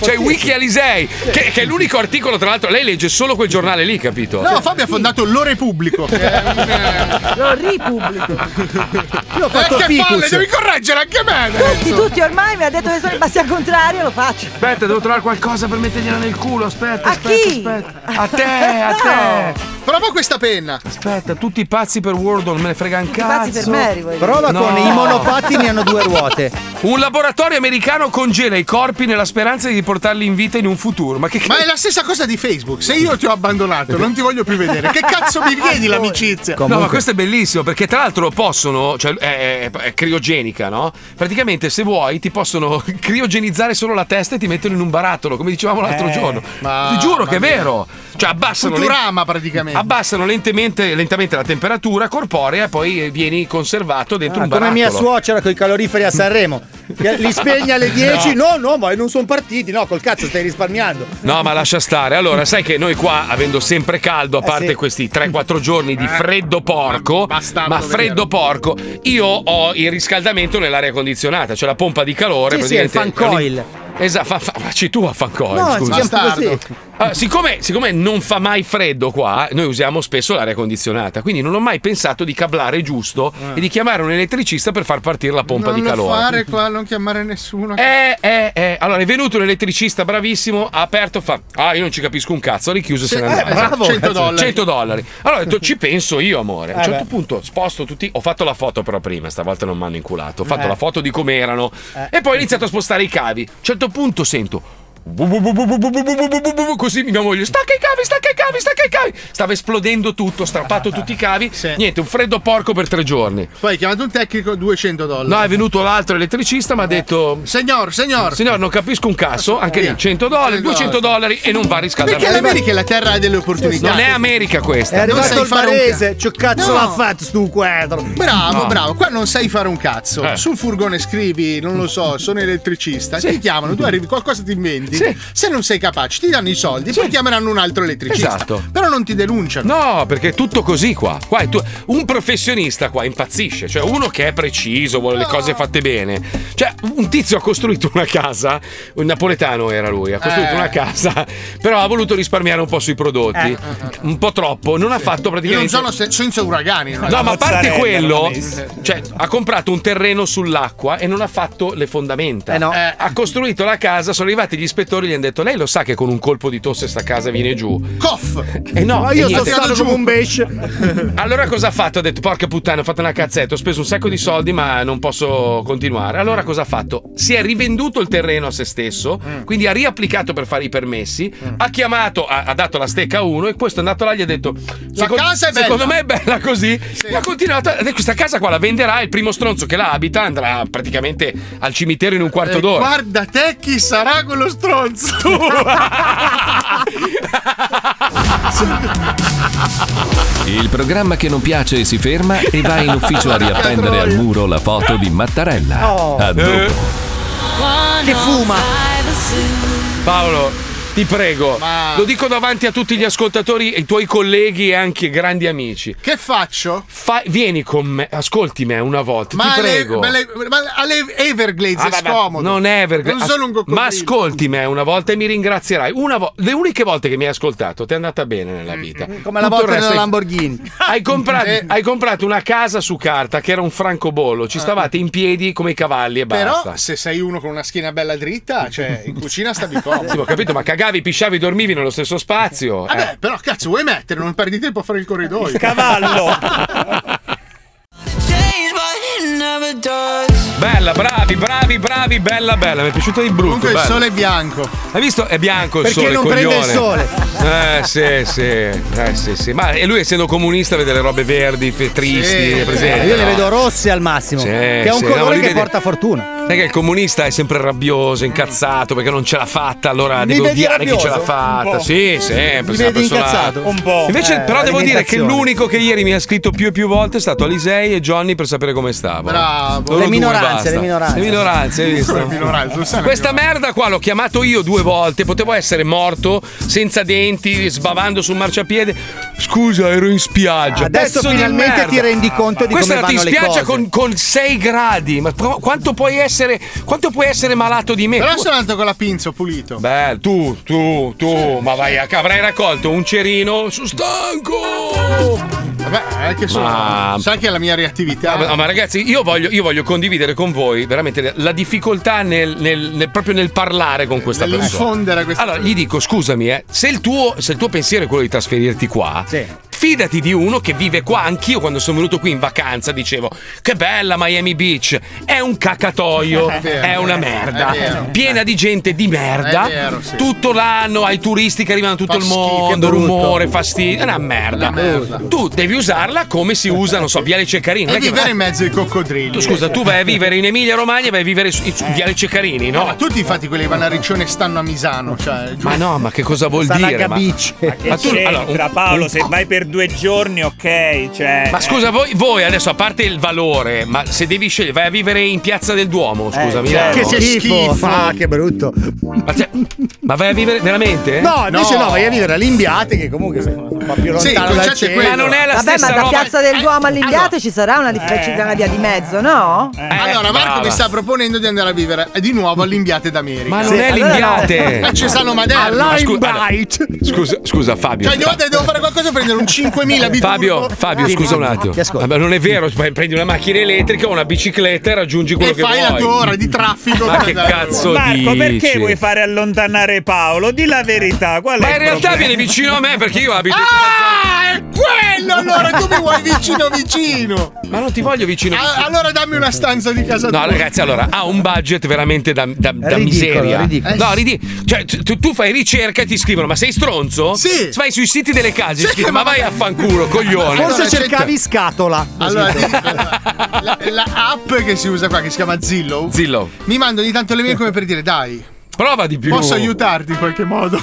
Speaker 2: Cioè, Wiki Alisei, che, che è l'unico articolo, tra l'altro, lei legge solo quel giornale lì, capito?
Speaker 5: No, Fabio ha fondato Lo Repubblico. che è un, eh,
Speaker 8: Lo ripubblico.
Speaker 5: Io ho fatto Eh, che ficus. palle, devi
Speaker 2: correggere anche me.
Speaker 8: Tutti, tutti ormai mi ha detto che sono passi al contrario, lo faccio.
Speaker 2: Aspetta, devo trovare qualcosa per mettergliela nel culo. Aspetta,
Speaker 8: A
Speaker 5: aspetta,
Speaker 8: chi?
Speaker 2: A te, a te.
Speaker 5: Prova questa penna.
Speaker 2: Aspetta, tutti pazzi per World, non me ne frega un
Speaker 5: pazzi
Speaker 2: cazzo.
Speaker 5: per Mary, voglio
Speaker 4: Prova
Speaker 2: No.
Speaker 4: con i monopattini hanno due ruote.
Speaker 2: Un laboratorio americano congela i corpi nella speranza di riportarli in vita in un futuro. Ma che
Speaker 5: Ma è la stessa cosa di Facebook. Se io ti ho abbandonato, non ti voglio più vedere. Che cazzo mi chiedi l'amicizia?
Speaker 2: No, ma questo è bellissimo perché tra l'altro possono, cioè è, è- è criogenica, no? Praticamente se vuoi ti possono criogenizzare solo la testa e ti mettono in un barattolo, come dicevamo l'altro
Speaker 5: Eh,
Speaker 2: giorno.
Speaker 5: ma-
Speaker 2: ti giuro che è
Speaker 5: mamma mia.
Speaker 2: vero. Cioè abbassano
Speaker 5: Futurama, praticamente.
Speaker 2: Abbassano lentemente, lentamente la temperatura corporea e poi vieni conservato dentro
Speaker 4: Ah,
Speaker 2: un
Speaker 4: come
Speaker 2: barattolo.
Speaker 4: mia suocera con i caloriferi a Sanremo. Che Li spegne alle 10. No, no, ma non sono partiti. No, col cazzo stai risparmiando.
Speaker 2: No, ma lascia stare. Allora, sai che noi qua, avendo sempre caldo, a
Speaker 4: Eh,
Speaker 2: parte
Speaker 4: sì.
Speaker 2: questi 3-4 giorni di freddo porco, ma freddo porco, io ho il riscaldamento nell'aria condizionata, cioè la pompa di calore.
Speaker 4: Sì, sì, è il
Speaker 2: praticamente-
Speaker 4: fancoil.
Speaker 2: Esatto, fa, fa, facci tu a fancoil.
Speaker 4: No, si
Speaker 2: scusa.
Speaker 4: chiama Bastardo. così.
Speaker 2: Allora, siccome, siccome non fa mai freddo qua, noi usiamo spesso l'aria condizionata, quindi non ho mai pensato di cablare giusto
Speaker 4: Ah.
Speaker 2: e di chiamare un elettricista per far partire la pompa
Speaker 5: non
Speaker 2: di
Speaker 5: lo
Speaker 2: calore.
Speaker 5: fare qua, non chiamare nessuno.
Speaker 2: Eh, eh, eh. Allora è venuto un elettricista bravissimo, ha aperto, fa. Ah, io non ci capisco un cazzo, ha richiuso e se
Speaker 5: Sì,
Speaker 2: n'è
Speaker 5: eh,
Speaker 2: andato.
Speaker 5: bravo, 100
Speaker 2: Esatto,
Speaker 5: dollari.
Speaker 2: 100 dollari. Allora ho detto, ci penso io, amore. A un
Speaker 5: Eh,
Speaker 2: certo
Speaker 5: beh.
Speaker 2: punto sposto tutti. Ho fatto la foto però prima, stavolta non mi hanno inculato. Ho fatto
Speaker 5: Eh.
Speaker 2: la foto di come erano. E poi ho iniziato a spostare i cavi. A un certo punto sento. bu- bu- bu- bu- bu- bu- bu- bu- bu- bu- bu- bu- Così mia moglie stacca i cavi, stacca i cavi, stacca i cavi. Stava esplodendo tutto, strappato tutti i cavi. Niente, un freddo porco per tre giorni.
Speaker 5: Poi hai chiamato un tecnico 200 dollari.
Speaker 2: No, è venuto l'altro elettricista, mi ha detto:
Speaker 5: Signor, signor.
Speaker 2: Signor, non capisco un cazzo. Anche
Speaker 5: Via.
Speaker 2: lì 100 dollari,
Speaker 5: 100
Speaker 2: 200 dollari e non va riscaldato.
Speaker 5: Perché l'America è la terra delle opportunità.
Speaker 2: Non è America questa.
Speaker 5: È arrivato
Speaker 2: Non sai
Speaker 5: il
Speaker 2: fare un
Speaker 5: barese.
Speaker 4: Cioè, cazzo
Speaker 5: No.
Speaker 4: l'ha fatto stu quadro.
Speaker 5: Bravo,
Speaker 2: No.
Speaker 5: bravo. Qua non sai fare un cazzo.
Speaker 2: Eh.
Speaker 5: Sul furgone scrivi, non lo so, sono elettricista.
Speaker 2: Sì.
Speaker 5: Ti chiamano, tu arrivi, qualcosa ti inventi. Se non sei capace, ti danno i soldi, poi chiameranno un altro elettricista.
Speaker 2: Esatto.
Speaker 5: Però non ti denunciano.
Speaker 2: No, perché è tutto così qua. Qua è tu- Un professionista qua impazzisce, cioè uno che è preciso, vuole le cose fatte bene. Cioè, un tizio ha costruito una casa, un napoletano era lui, ha costruito
Speaker 5: Eh.
Speaker 2: una casa, però ha voluto risparmiare un po' sui prodotti,
Speaker 5: Eh.
Speaker 2: un po' troppo, non ha fatto
Speaker 5: Io non
Speaker 2: praticamente...
Speaker 5: sono se- senza uragani. non è-
Speaker 2: No, ma a parte quello, cioè, ha comprato un terreno sull'acqua e non ha fatto le fondamenta. Eh, ha costruito la casa, sono arrivati gli ispettori e gli hanno detto: Lei lo sa che con un colpo di tosse sta casa viene giù.
Speaker 5: Coff!
Speaker 2: E Eh, no,
Speaker 4: Ma
Speaker 2: e
Speaker 4: io sono
Speaker 2: niente.
Speaker 4: stato come un besce.
Speaker 2: Allora cosa ha fatto? Ha detto: Porca puttana, ho fatto una cazzetta, ho speso un sacco di soldi, ma non posso continuare. Allora cosa ha fatto? Si è rivenduto il terreno a se stesso,
Speaker 5: Mm.
Speaker 2: quindi ha riapplicato per fare i permessi. Ha chiamato, ha, ha dato la stecca a uno e questo è andato là e gli ha detto: "Secon-
Speaker 5: casa è bella."
Speaker 2: Secondo me è bella così. E ha continuato. ha detto, Questa casa qua la venderà. e Il primo stronzo che la abita andrà praticamente al cimitero in un quarto
Speaker 5: Eh,
Speaker 2: d'ora.
Speaker 5: guarda te chi sarà quello stronzo.
Speaker 1: Il programma che non piace si ferma e va in ufficio a riappendere al muro la foto di Mattarella.
Speaker 2: Oh.
Speaker 1: A dopo.
Speaker 37: Che fuma!
Speaker 2: Paolo, Ti prego,
Speaker 5: Ma-
Speaker 2: lo dico davanti a tutti gli ascoltatori, i tuoi colleghi e anche grandi amici.
Speaker 5: Che faccio?
Speaker 2: Fa- vieni con me, ascolti me una volta,
Speaker 5: Ma
Speaker 2: ti
Speaker 5: alle,
Speaker 2: prego.
Speaker 5: ma alle- ma alle Everglades
Speaker 2: Ah,
Speaker 5: è
Speaker 2: vabbè,
Speaker 5: scomodo.
Speaker 2: Non è Evergrande.
Speaker 5: Non sono un coccodrillo.
Speaker 2: Ma ascolti me una volta e mi ringrazierai. Una vo- le uniche volte che mi hai ascoltato ti è andata bene
Speaker 5: Mm,
Speaker 2: nella vita.
Speaker 11: Come
Speaker 2: Tutto
Speaker 11: la
Speaker 2: il
Speaker 11: volta
Speaker 2: resto
Speaker 11: della
Speaker 2: hai-
Speaker 11: Lamborghini.
Speaker 2: Hai comprato,
Speaker 5: Eh.
Speaker 2: hai comprato una casa su carta che era un francobollo. Ci stavate in piedi come i cavalli e
Speaker 5: Ah. Però
Speaker 2: basta.
Speaker 5: se sei uno con una schiena bella dritta, cioè in cucina stavi comodo.
Speaker 2: Sì, ho capito, ma cagavi, pisciavi, dormivi nello stesso spazio. eh.
Speaker 5: Vabbè, però cazzo, vuoi mettere? Non perdi tempo a fare il corridoio.
Speaker 6: Cavallo.
Speaker 37: Change, but it never does.
Speaker 2: Bella, bravi, bravi, bravi, bella, bella. Mi è piaciuta di brutto.
Speaker 5: Comunque il
Speaker 2: bella.
Speaker 5: sole è bianco.
Speaker 2: Hai visto? È bianco il
Speaker 5: Perché
Speaker 2: sole.
Speaker 5: non prende il
Speaker 2: coglione. Eh sì, sì, eh, sì, sì. Ma e lui essendo comunista vede le robe verdi, fe- tristi, è
Speaker 5: Eh,
Speaker 2: presente.
Speaker 4: Eh, io le
Speaker 2: no?
Speaker 4: vedo rosse al massimo,
Speaker 2: Sì,
Speaker 4: che è un
Speaker 2: sì, no, ma
Speaker 4: colore
Speaker 2: lui
Speaker 4: che
Speaker 2: vede-
Speaker 4: porta fortuna.
Speaker 2: Sai che il comunista è sempre rabbioso, incazzato perché non ce l'ha fatta, allora
Speaker 4: Mi
Speaker 2: deve
Speaker 4: vedi
Speaker 2: odiare chi ce l'ha
Speaker 4: rabbioso? Un
Speaker 2: fatta.
Speaker 4: po'.
Speaker 2: Sì, sempre.
Speaker 4: Mi
Speaker 2: sei una
Speaker 4: vedi
Speaker 2: persona-
Speaker 4: incazzato? Un po'.
Speaker 2: Invece,
Speaker 4: Eh,
Speaker 2: però, devo dire che
Speaker 4: alimentazione.
Speaker 2: l'unico che ieri mi ha scritto più e più volte è stato Alisei e Johnny per sapere come stavo.
Speaker 5: Bravo.
Speaker 2: Loro
Speaker 5: Le
Speaker 2: due,
Speaker 5: minoranze,
Speaker 2: basta.
Speaker 5: le minoranze.
Speaker 2: Le minoranze, hai visto?
Speaker 5: Le minoranze, lo sai, le
Speaker 2: Questa merda qua l'ho chiamato io due volte, potevo essere morto, senza denti, sbavando sul marciapiede. Scusa, ero in spiaggia.
Speaker 11: Adesso
Speaker 2: Pezzo di
Speaker 11: finalmente
Speaker 2: merda.
Speaker 11: ti rendi conto di
Speaker 2: Questa
Speaker 11: come
Speaker 2: era
Speaker 11: vanno
Speaker 2: in
Speaker 11: le
Speaker 2: spiaggia
Speaker 11: cose.
Speaker 2: con, con 6 gradi. Ma pro- quanto puoi essere quanto puoi essere malato di me?
Speaker 5: Però
Speaker 2: Tu-
Speaker 5: sono andato con la pinza, ho pulito.
Speaker 2: Bello, tu, tu, tu, Oh, ma vai a avrai raccolto un cerino su stanco!
Speaker 5: Vabbè, è che sono.
Speaker 2: Ma-
Speaker 5: Sai che è la mia reattività.
Speaker 2: Ah, ma, ma ragazzi, io voglio, io voglio condividere con voi veramente la difficoltà nel, nel- nel- proprio nel parlare con questa persona.
Speaker 5: Nell'infondere a questa
Speaker 2: Allora, gli dico, scusami, eh, se, il tuo, se il tuo pensiero è quello di trasferirti qua, fidati di uno che vive qua. Anch'io quando sono venuto qui in vacanza dicevo, che bella Miami Beach, è un cacatoio,
Speaker 5: È vero.
Speaker 2: è una merda,
Speaker 5: È vero.
Speaker 2: piena di gente di merda,
Speaker 5: È vero, sì.
Speaker 2: tutto l'anno hai turisti che arrivano da tutto
Speaker 5: Fa
Speaker 2: il
Speaker 5: schifo,
Speaker 2: mondo,
Speaker 5: brutto.
Speaker 2: rumore, fastidio, è una merda.
Speaker 5: Una merda.
Speaker 2: Tu devi usarla come si usa, non so, Viale Ceccarini. non
Speaker 5: E
Speaker 2: è che-
Speaker 5: vivere in mezzo ai coccodrilli. Eh.
Speaker 2: tu, scusa, tu vai a vivere in Emilia Romagna e vai a vivere su, su Viale Ceccarini,
Speaker 5: No, ma
Speaker 2: no?
Speaker 5: tutti infatti quelli che vanno a Riccione stanno a Misano. Cioè,
Speaker 2: Ma no, ma che cosa vuol
Speaker 5: Stanno a
Speaker 2: dire? Ma,
Speaker 5: Gabice.
Speaker 6: Ma che
Speaker 2: ma tu-
Speaker 6: c'entra
Speaker 2: allora, un-
Speaker 6: Paolo?
Speaker 2: un-
Speaker 6: Se vai per due giorni, ok. Cioè,
Speaker 2: ma scusa, voi, voi adesso, a parte il valore, ma se devi scegliere, vai a vivere in Piazza del Duomo, scusa,
Speaker 5: certo.
Speaker 4: Eh,
Speaker 2: Milano.
Speaker 4: che schifo. Ah, che brutto.
Speaker 2: Ma, cioè, ma vai a vivere veramente?
Speaker 4: No, invece no, vai a vivere all'Imbiate che comunque va più lontano
Speaker 2: Sì, il concetto
Speaker 4: dal
Speaker 2: è
Speaker 4: centro.
Speaker 2: quello. Ma non è la
Speaker 8: Vabbè, ma da Piazza del Duomo all'Imbiate ci sarà una, dif- ci sarà una via di mezzo, no?
Speaker 5: allora, Marco
Speaker 2: Eh, brava.
Speaker 5: mi sta proponendo di andare a vivere eh, di nuovo all'Imbiate d'America.
Speaker 2: Ma non è l'Imbiate. Ah,
Speaker 5: Ma ci stanno Maderno.
Speaker 2: Ma
Speaker 5: Ma
Speaker 2: scu-
Speaker 5: scu-
Speaker 2: allora, Scusa, scusa, Fabio.
Speaker 5: Cioè, ogni volta che devo fare qualcosa prendere un 5.000 biturbo.
Speaker 2: Fabio, Fabio, scusa un attimo. Vabbè, non è vero, fai- prendi una macchina elettrica o una bicicletta e raggiungi quello
Speaker 5: E
Speaker 2: che
Speaker 5: fai
Speaker 2: vuoi.
Speaker 5: la tua ora di traffico.
Speaker 2: Ma
Speaker 5: per
Speaker 2: che
Speaker 5: andare a
Speaker 2: cazzo
Speaker 5: lavorare.
Speaker 6: Marco, perché
Speaker 2: dici?
Speaker 6: vuoi fare allontanare Paolo? Di la verità, qual è
Speaker 2: Ma in
Speaker 6: il
Speaker 2: realtà
Speaker 6: problema?
Speaker 2: viene vicino a me perché io abito.
Speaker 5: Ah, è quello allora, tu mi vuoi vicino vicino.
Speaker 2: Ma non ti voglio vicino.
Speaker 5: Ah, allora dammi una stanza di casa tua.
Speaker 2: No, ragazzi, allora ha un budget veramente da, da- da
Speaker 5: Ridicolo,
Speaker 2: miseria.
Speaker 5: ridicolo.
Speaker 2: No, ridi- cioè, tu, tu fai ricerca e ti scrivono: Ma sei stronzo? Sì. Vai sui siti delle case. scrivi, ma vai a fanculo, coglione.
Speaker 11: Forse
Speaker 5: Allora,
Speaker 11: cercavi scatola.
Speaker 5: Allora, di- la, la app che si usa qua, che si chiama Zillow,
Speaker 2: Zillow.
Speaker 5: mi mando ogni tanto le mail come per dire, dai,
Speaker 2: Prova di più.
Speaker 5: posso aiutarti in qualche modo?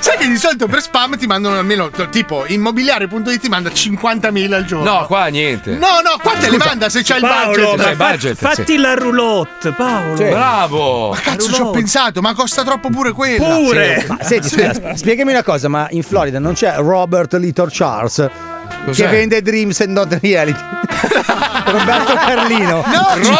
Speaker 5: Sai che di solito per spam ti mandano almeno, tipo, immobiliare.it ti manda 50.000 al giorno.
Speaker 2: No, qua niente.
Speaker 5: No, no, qua te le manda se c'hai il budget.
Speaker 2: ma C'hai il fa- budget, fatti sì.
Speaker 6: la roulotte, Paolo.
Speaker 2: Bravo.
Speaker 5: Cazzo, ci ho pensato, ma costa troppo pure quello.
Speaker 4: Sì. Ma senti, scusa, sp- spiegami una cosa, ma in Florida non c'è Robert Little Charles
Speaker 2: Cos'è?
Speaker 4: che vende Dreams and Not Reality. Roberto Carlino.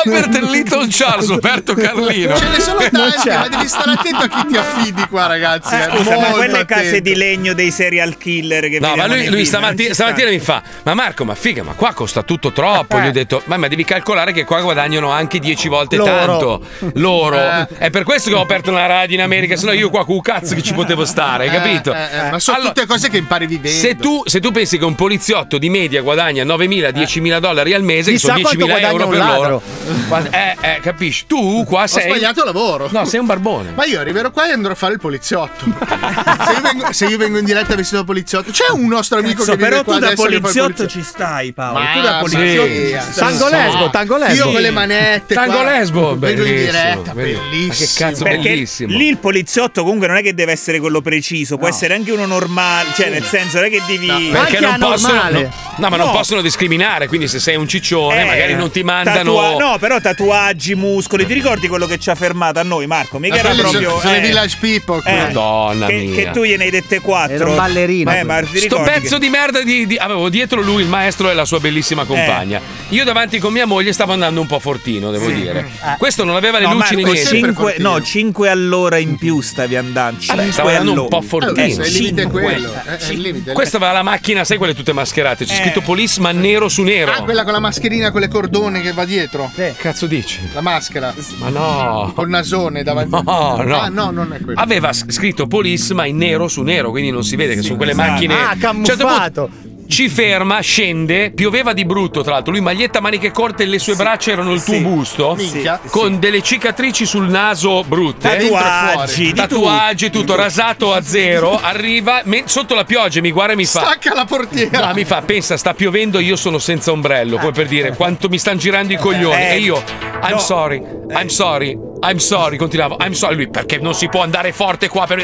Speaker 2: Robert Little Charles, Roberto Carlino.
Speaker 5: Ce ne sono
Speaker 4: Non
Speaker 5: tanti,
Speaker 4: c'è.
Speaker 5: ma devi stare attento a chi ti affidi qua, ragazzi. eh.
Speaker 6: Ah, Scusa, ma
Speaker 5: Molto
Speaker 6: quelle case
Speaker 5: attento.
Speaker 6: di legno dei serial killer che
Speaker 2: No, ma
Speaker 6: vediamo
Speaker 2: lui,
Speaker 6: nei
Speaker 2: lui
Speaker 6: film,
Speaker 2: stamatti-
Speaker 6: non ci
Speaker 2: stamattina mi fa: Ma Marco, ma figa, ma qua costa tutto troppo. Gli ho detto: Ma, ma devi calcolare che qua guadagnano anche 10 volte
Speaker 6: Loro.
Speaker 2: tanto loro.
Speaker 5: Eh,
Speaker 2: È per questo che ho aperto una radio in America, sennò io qua con un cazzo che ci potevo stare, hai capito?
Speaker 5: Eh, eh, eh, ma sono tutte cose che impari vivendo.
Speaker 2: Se tu, se tu pensi che un poliziotto di media guadagna 9.000-10.000 dollari al mese, che
Speaker 5: Chissà
Speaker 2: sono
Speaker 5: quanto
Speaker 2: 10.000 euro per
Speaker 5: guadagna un
Speaker 2: loro, Guarda- eh, eh, capisci? Tu qua sei.
Speaker 5: sbagliato lavoro.
Speaker 2: No, sei un barbone.
Speaker 5: Ma io arriverò qua e andrò a fare il poliziotto. se, io vengo, se io vengo in diretta vestito da poliziotto, c'è un nostro amico
Speaker 6: Cazzo,
Speaker 5: che viene
Speaker 6: però
Speaker 5: qua
Speaker 6: tu da
Speaker 5: adesso che fa il
Speaker 6: poliziotto ci stai, Paolo.
Speaker 5: Ma
Speaker 6: tu da poliziotto
Speaker 5: sì.
Speaker 6: ci stai.
Speaker 5: Tango lesbo, tango lesbo. Io con le manette
Speaker 2: Tango
Speaker 5: qua.
Speaker 2: lesbo,
Speaker 5: Vengo in
Speaker 2: bellissimo,
Speaker 5: diretta,
Speaker 2: bellissimo.
Speaker 5: bellissimo.
Speaker 2: Ma che cazzo,
Speaker 6: Perché
Speaker 2: bellissimo.
Speaker 6: lì il poliziotto comunque non è che deve essere quello preciso, può essere anche uno normale, cioè nel senso non è che devi...
Speaker 2: Perché non possono
Speaker 11: male.
Speaker 2: No, ma non
Speaker 6: No.
Speaker 2: possono discriminare, quindi se sei un ciccione
Speaker 6: Eh,
Speaker 2: magari non ti mandano...
Speaker 6: tatua- no, però tatuaggi, muscoli. Ti ricordi quello che ci ha fermato a noi, Marco? Mica
Speaker 5: Ah,
Speaker 2: Ma
Speaker 6: era
Speaker 2: quelli sono-
Speaker 6: proprio.
Speaker 2: sono
Speaker 6: eh,
Speaker 2: i village
Speaker 5: people.
Speaker 6: eh,
Speaker 2: Madonna
Speaker 6: che,
Speaker 2: mia.
Speaker 6: che tu gliene hai dette quattro.
Speaker 2: Era un ballerino.
Speaker 6: Eh, ma ti
Speaker 2: Sto
Speaker 6: ricordi che- Eh.
Speaker 2: pezzo di merda di, di- Avevo dietro lui il maestro e la sua bellissima compagna. Io davanti con mia moglie stavo andando un po' fortino, devo dire. Questo non aveva le
Speaker 6: Mm. Ah. No,
Speaker 2: luci né
Speaker 6: Marco,
Speaker 2: niente.
Speaker 6: 5, no, 5 all'ora in più stavi andando.
Speaker 2: Vabbè,
Speaker 6: 5
Speaker 2: stavo andando un
Speaker 6: all'ora. Eh,
Speaker 2: po' fortino.
Speaker 5: Allora, se il limite è
Speaker 2: Cinque.
Speaker 5: quello. eh, è il limite, è
Speaker 2: Questa aveva la macchina, sai quelle tutte mascherate? C'è
Speaker 5: Eh.
Speaker 2: scritto Police ma nero su nero.
Speaker 5: Ah, quella con la mascherina con le cordone che va dietro? Che
Speaker 2: cazzo dici?
Speaker 5: La maschera.
Speaker 2: Ma no.
Speaker 5: Col nasone davanti.
Speaker 2: No, no.
Speaker 5: Ah, no, non è quello.
Speaker 2: Aveva s- scritto Police ma in nero su nero, quindi non si vede che sono quelle
Speaker 5: esatto.
Speaker 2: macchine.
Speaker 5: Ah,
Speaker 2: camuffato.
Speaker 11: camuffato.
Speaker 2: ci ferma, scende, pioveva di brutto tra l'altro, lui maglietta maniche corte e le sue braccia erano il tuo busto,
Speaker 5: Minchia.
Speaker 2: con delle cicatrici sul naso brutte,
Speaker 6: Tatuaggi, di
Speaker 2: tatuaggi, tutto rasato a zero, arriva me- sotto la pioggia, mi guarda e mi fa...
Speaker 5: Stacca la portiera.
Speaker 2: No, mi fa, pensa, sta piovendo, io sono senza ombrello, come per dire quanto mi stanno girando i coglioni.
Speaker 6: Eh,
Speaker 2: e io, I'm sorry, I'm sorry, I'm sorry, continuavo, I'm sorry, lui, perché non si può andare forte qua, per...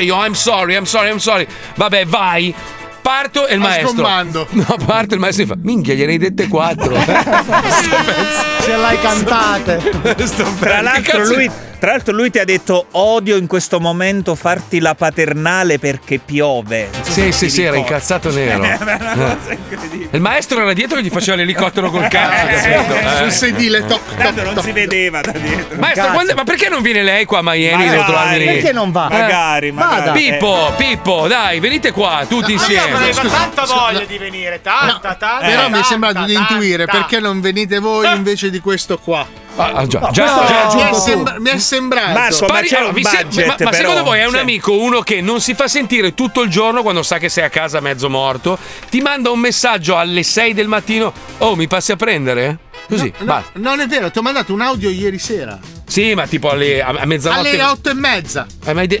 Speaker 2: io, I'm sorry, I'm sorry, I'm sorry. Vabbè, vai. Parto e il
Speaker 5: Va
Speaker 2: maestro.
Speaker 5: sgommando.
Speaker 2: No, parte il maestro e mi fa, minchia, gliene hai dette quattro.
Speaker 11: Ce l'hai cantate.
Speaker 6: Tra l'altro, lui, tra l'altro lui ti ha detto odio in questo momento farti la paternale perché piove. Non so se
Speaker 2: sì,
Speaker 6: ti
Speaker 2: sì, sì, era
Speaker 6: ricordi.
Speaker 2: incazzato nero.
Speaker 6: Eh, ma è una cosa
Speaker 2: Eh. Il maestro era dietro che gli faceva l'elicottero col cazzo, capito? Eh.
Speaker 5: Sul sedile, toc,
Speaker 6: Tanto non si vedeva da dietro.
Speaker 2: Maestro,
Speaker 6: Cazzo.
Speaker 2: quando- ma perché non viene lei qua a Miami?
Speaker 6: Magari,
Speaker 2: devo trovarmi-
Speaker 6: perché non va? Magari, magari.
Speaker 2: Pippo, Pippo, dai, venite qua, tutti insieme.
Speaker 21: di venire, tanta,
Speaker 38: Eh,
Speaker 21: tanta.
Speaker 5: Però mi
Speaker 2: Eh,
Speaker 21: tanta,
Speaker 5: è sembrato di
Speaker 21: tanta.
Speaker 5: intuire perché non venite voi invece di questo qua.
Speaker 2: Ah, già,
Speaker 5: No,
Speaker 2: già,
Speaker 5: questo mi
Speaker 2: già
Speaker 5: è
Speaker 2: aggiunto
Speaker 5: sembra- mi è sembrato.
Speaker 2: Spari- allora, vi se- ma- ma secondo voi è un amico uno che non si fa sentire tutto il giorno quando sa che sei a casa mezzo morto? Ti manda un messaggio alle 6 del mattino: Oh, mi passi a prendere? Così,
Speaker 5: No,
Speaker 2: basta.
Speaker 5: non è vero, ti ho mandato un audio ieri sera.
Speaker 2: Sì, ma tipo alle, a, a mezzanotte.
Speaker 5: Alle otto e mezza.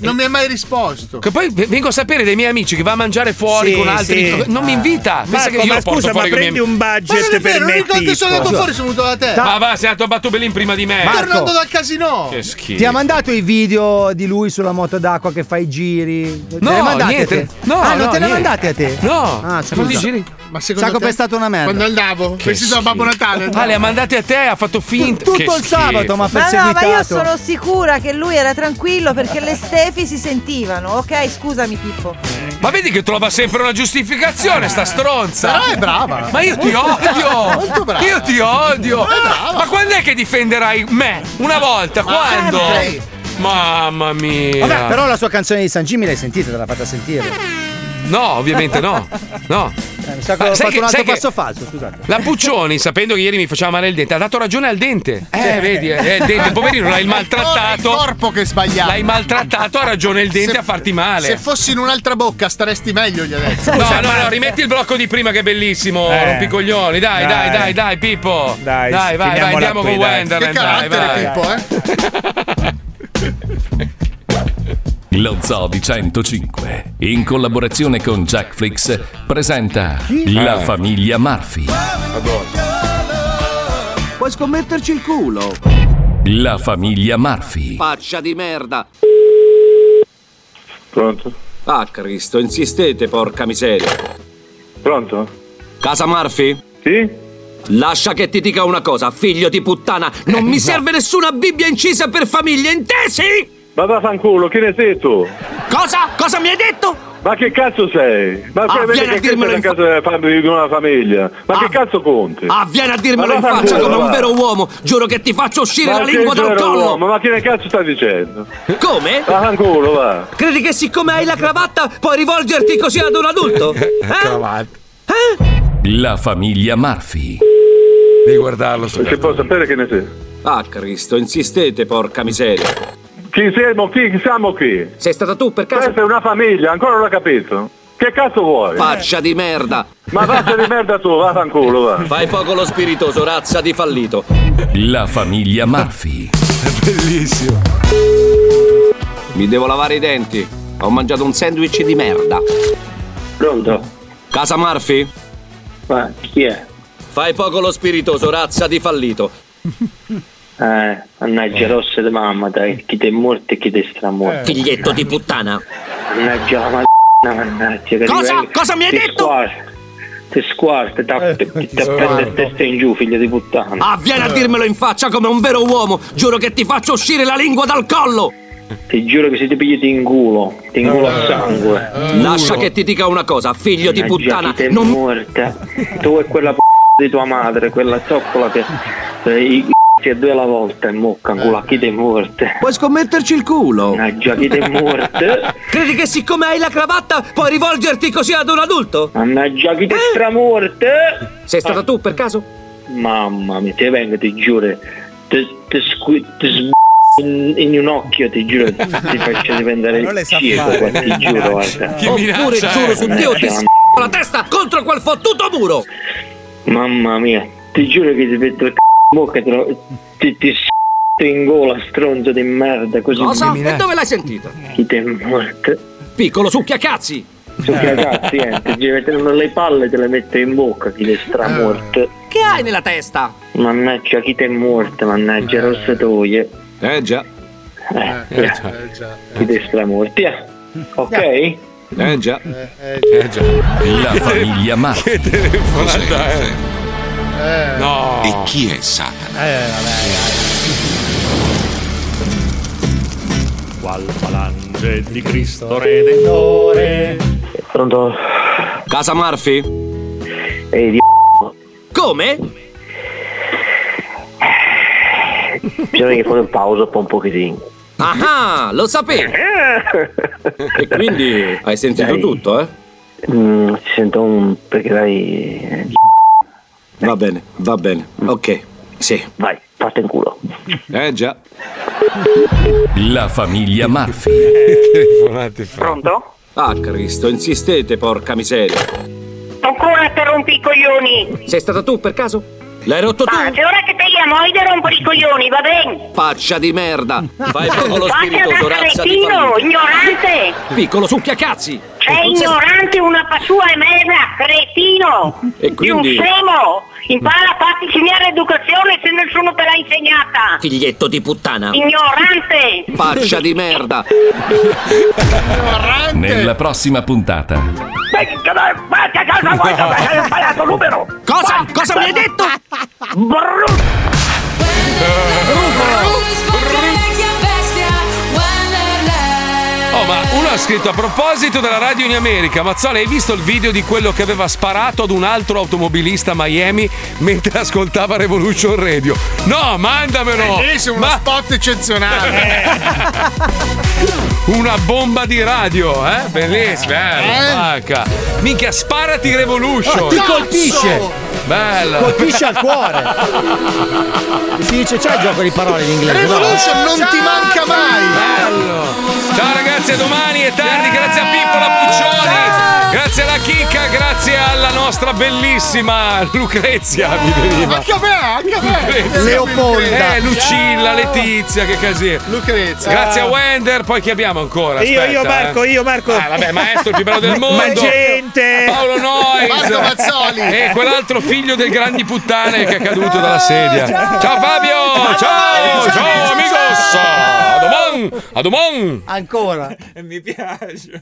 Speaker 5: Non mi hai mai risposto.
Speaker 2: Che poi v- vengo a sapere dei miei amici che va a mangiare fuori
Speaker 5: Sì,
Speaker 2: con altri.
Speaker 5: sì.
Speaker 2: Non mi invita. Pensa
Speaker 6: Marco,
Speaker 2: che io
Speaker 6: ma
Speaker 2: lo porto
Speaker 6: scusa, ma
Speaker 2: fuori con i miei
Speaker 6: prendi un
Speaker 5: Ma non
Speaker 6: budget per
Speaker 5: è vero,
Speaker 6: me.
Speaker 5: l'unico che sono andato
Speaker 6: Pippo.
Speaker 5: fuori sono venuto da te.
Speaker 2: Ma va, sei andato a Battobelin prima di me.
Speaker 5: Tornando dal casino.
Speaker 2: Che schifo.
Speaker 4: Ti ha mandato i video di lui sulla moto d'acqua che fa i giri? te le mandate a te? ah, non te le mandate a te? ah, scusa.
Speaker 5: Ma
Speaker 4: Sacco è stato una merda.
Speaker 5: Quando andavo,
Speaker 4: Che
Speaker 5: pensi a Babbo
Speaker 2: schifo.
Speaker 5: Natale.
Speaker 2: Ah, le ha mandate a te, ha fatto finta.
Speaker 4: Tutto
Speaker 2: Che
Speaker 4: il
Speaker 2: schifo.
Speaker 4: sabato, ma
Speaker 8: Ma no, ma io sono sicura che lui era tranquillo perché le Stefi si sentivano. Ok, scusami Pippo.
Speaker 2: Ma vedi che trova sempre una giustificazione, sta stronza.
Speaker 5: Però è brava.
Speaker 2: Ma io ti odio.
Speaker 5: Molto brava.
Speaker 2: Io ti odio.
Speaker 5: È brava.
Speaker 2: Ma quando è che difenderai me? Una volta,
Speaker 4: Ma
Speaker 2: quando?
Speaker 4: sempre.
Speaker 2: Mamma mia.
Speaker 4: Vabbè, però la sua canzone di San Jimmy l'hai sentita, te l'ha fatta sentire.
Speaker 2: No, ovviamente no. No.
Speaker 4: Eh, mi sa che
Speaker 2: Ma
Speaker 4: ho
Speaker 2: sai
Speaker 4: fatto
Speaker 2: che-
Speaker 4: un altro
Speaker 2: sai che-
Speaker 4: passo falso, scusate.
Speaker 2: La Puccioni, sapendo che ieri mi faceva male il dente, ha dato ragione al dente. Eh, vedi, eh, il dente, poverino, l'hai
Speaker 5: È il
Speaker 2: maltrattato.
Speaker 5: corpo che sbagliava.
Speaker 2: L'hai maltrattato, ha ragione il dente
Speaker 5: Se-
Speaker 2: a farti male.
Speaker 5: Se fossi in un'altra bocca staresti meglio, gli ha detto.
Speaker 2: No, no, no, rimetti il blocco di prima che è bellissimo,
Speaker 5: Eh.
Speaker 2: rompicoglioni. Dai,
Speaker 5: Dai.
Speaker 2: dai, dai, dai, Pippo.
Speaker 5: Dai,
Speaker 2: dai, vai, vai,
Speaker 5: finiamola
Speaker 2: andiamo
Speaker 5: qui,
Speaker 2: con
Speaker 5: dai.
Speaker 2: Wenderland.
Speaker 5: Che
Speaker 2: Dai,
Speaker 5: carattere,
Speaker 2: vai.
Speaker 5: Pippo, eh?
Speaker 1: Lo Zoo di 105, in collaborazione con Jackflix, presenta La famiglia Murphy.
Speaker 38: Puoi scommetterci il culo.
Speaker 1: La famiglia Murphy.
Speaker 38: Faccia di merda.
Speaker 27: Pronto?
Speaker 38: Ah, Cristo, insistete, porca miseria.
Speaker 27: Pronto?
Speaker 38: Casa Murphy?
Speaker 27: Sì?
Speaker 38: Lascia che ti dica una cosa, figlio di puttana. Non mi serve nessuna Bibbia incisa per famiglie, intesi?
Speaker 27: Ma vaffanculo, chi ne sei tu?
Speaker 38: Cosa? Cosa mi hai detto?
Speaker 27: Ma che cazzo sei? Ma
Speaker 38: Ah,
Speaker 27: veramente
Speaker 38: vieni a
Speaker 27: che cazzo
Speaker 38: dirmelo
Speaker 27: è
Speaker 38: in
Speaker 27: casa della fam- di una famiglia? Ma che cazzo conti?
Speaker 38: Ah, vieni a dirmelo
Speaker 27: Eh. Ma
Speaker 38: in faccia
Speaker 27: vaffanculo,
Speaker 38: come un
Speaker 27: va.
Speaker 38: vero uomo. Giuro che ti faccio uscire
Speaker 27: Ma
Speaker 38: la
Speaker 27: sei
Speaker 38: lingua dal
Speaker 27: vero
Speaker 38: collo.
Speaker 27: uomo, ma che ne cazzo stai dicendo?
Speaker 38: Come?
Speaker 27: Vaffanculo, va.
Speaker 38: Credi che siccome hai la cravatta puoi rivolgerti così ad un adulto?
Speaker 27: Eh,
Speaker 38: Eh?
Speaker 1: La famiglia Murphy.
Speaker 38: Devi guardarlo
Speaker 27: Che può sapere che ne sei?
Speaker 38: Ah, Cristo, insistete, porca miseria.
Speaker 27: Chi siamo qui? Chi siamo qui?
Speaker 38: Sei stata tu per
Speaker 27: caso? Questa è una famiglia, ancora non l'ho capito. Che cazzo vuoi?
Speaker 38: Faccia di merda.
Speaker 27: Ma faccia di merda tu, vaffanculo, va.
Speaker 38: Fai poco lo spiritoso, razza di fallito.
Speaker 1: La famiglia Murphy.
Speaker 38: Bellissimo. Mi devo lavare i denti. Ho mangiato un sandwich di merda. Pronto? Casa Murphy? Ma chi è? Fai poco lo spiritoso, razza di fallito.
Speaker 39: Eh, mannaggia rosse di mamma, dai, chi te è morto e chi te è
Speaker 38: Eh.
Speaker 39: stramorto.
Speaker 38: Figlietto di puttana.
Speaker 39: Mannaggia la madonna, mannaggia. che
Speaker 38: Cosa?
Speaker 39: arriva-
Speaker 38: Cosa mi hai
Speaker 39: ti
Speaker 38: detto? Eh.
Speaker 39: squarcia. Ti squarte, ti apprende il testa in giù, figlio di puttana.
Speaker 38: Ah, vieni a dirmelo in faccia come un vero uomo! Giuro che ti faccio uscire la lingua dal collo!
Speaker 39: Ti giuro che se ti pigli ti ingulo, ti ingulo
Speaker 38: Eh.
Speaker 39: a sangue.
Speaker 38: Lascia che ti dica una cosa, figlio di puttana!
Speaker 39: Ti è
Speaker 38: Non
Speaker 39: morta. Cioè, Tu e quella p***a di tua madre, quella zoccola che... eh, I c***i a due alla volta e mocca, culo, chi te morte.
Speaker 38: Puoi scommetterci il culo.
Speaker 39: Mannaggia, chi te morte.
Speaker 38: Credi che siccome hai la cravatta puoi rivolgerti così ad un adulto? Eh.
Speaker 39: Mannaggia, chi te stramorte.
Speaker 38: Sei stata tu per caso?
Speaker 39: Ah. Mamma mia, ti vengo, ti giuro. Ti, ti, squi- ti sb- in, in un occhio, ti giuro, ti faccio diventare
Speaker 6: Non le sa
Speaker 39: cieco,
Speaker 6: fare,
Speaker 39: guarda, ti giuro, guarda.
Speaker 38: Oppure giuro su Dio ti
Speaker 39: Mannaggia,
Speaker 38: s***o la testa contro quel fottuto muro!
Speaker 39: Mamma mia, ti giuro che ti metto il c***o in bocca e te lo- ti, ti s***o in gola, stronzo di merda, così. eh.
Speaker 38: Cosa? E dove l'hai sentito?
Speaker 39: Chi te è morto?
Speaker 38: Piccolo succhiacazzi!
Speaker 39: Su che ragazzi, eh, ti giri mettono le palle e te le metto in bocca, chi te è stramorto.
Speaker 38: Che hai nella testa?
Speaker 39: Mannaggia, chi te è morto, mannaggia, rossatoie.
Speaker 38: Eh già.
Speaker 39: Eh, Chi te è stramorto, eh. Ok?
Speaker 38: Eh già.
Speaker 1: Eh già. La famiglia Maffi. Che
Speaker 3: telefonata
Speaker 5: eh.
Speaker 1: No.
Speaker 10: E chi è Satana?
Speaker 4: Eh,
Speaker 10: Qual falange di Cristo Redentore?
Speaker 39: Pronto?
Speaker 38: Casa Murphy?
Speaker 39: Ehi, di
Speaker 38: Come?
Speaker 39: Bisogna che fare un pausa un pochettino.
Speaker 38: Ah, lo sapevo! e quindi hai sentito
Speaker 39: Dai.
Speaker 38: tutto, eh?
Speaker 39: Mm, si sente un... perché dai...
Speaker 38: Va bene, va bene. Ok, sì.
Speaker 39: Vai, parte in culo.
Speaker 38: Eh già.
Speaker 1: La famiglia Murphy.
Speaker 39: Pronto?
Speaker 38: Ah, Cristo, insistete, porca miseria.
Speaker 12: Ancora te rompi i coglioni!
Speaker 38: Sei stata tu per caso? L'hai rotto tu?
Speaker 12: Ah, se ora che te chiamo hai da rompere i coglioni, va bene?
Speaker 38: Faccia di merda! Fai proprio lo
Speaker 12: Vatti a
Speaker 38: spiritoso, razza di
Speaker 12: Carettino,
Speaker 38: famiglia.
Speaker 12: ignorante!
Speaker 38: Piccolo succhiacazzi!
Speaker 12: Sei
Speaker 38: Se-
Speaker 12: ignorante una passua e merda, cretino!
Speaker 38: E
Speaker 12: Di un
Speaker 38: quindi-
Speaker 12: semo! Impara a farti insegnare educazione se nessuno te l'ha insegnata!
Speaker 38: Figlietto di puttana!
Speaker 12: Ignorante!
Speaker 38: Faccia di merda!
Speaker 1: Nella prossima puntata.
Speaker 12: Vatti a casa vuoi sapere, hai imparato numero!
Speaker 38: Cosa? Cosa mi hai detto?
Speaker 12: Brutto!
Speaker 2: Oh, ma uno ha scritto a proposito della radio in America. Mazzola, hai visto il video di quello che aveva sparato ad un altro automobilista a Miami mentre ascoltava Revolution Radio? No, mandamelo!
Speaker 5: Bellissimo, Eh, uno spot eccezionale.
Speaker 2: Una bomba di radio, eh? Bellissima, eh?
Speaker 5: Eh? Oh,
Speaker 2: Vacca. Minchia, sparati Revolution!
Speaker 4: Ma ti colpisce!
Speaker 2: Bella!
Speaker 4: Colpisce al cuore. Si dice c'è il gioco di parole in inglese. no?
Speaker 5: Revolution non ti manca mai.
Speaker 2: Ciao ragazzi, a domani è tardi, grazie a Pippola Puccioni, grazie alla Chicca, grazie alla nostra bellissima Lucrezia, mi veniva.
Speaker 5: Anche a me, anche a me.
Speaker 2: Eh, Lucilla, Letizia, che casino.
Speaker 5: Lucrezia.
Speaker 2: Grazie a Wender, poi chi abbiamo ancora?
Speaker 6: Io,
Speaker 2: Aspetta,
Speaker 6: io Marco,
Speaker 2: eh.
Speaker 6: io Marco.
Speaker 2: Ah, vabbè, maestro il più bravo del mondo.
Speaker 6: Magente.
Speaker 2: Paolo Noyes. E quell'altro figlio del gran di puttane che è caduto dalla sedia. Ciao, Fabio! Ciao! Ciao, amigos! A domani! A domani!
Speaker 4: Ancora.
Speaker 6: Mi piace.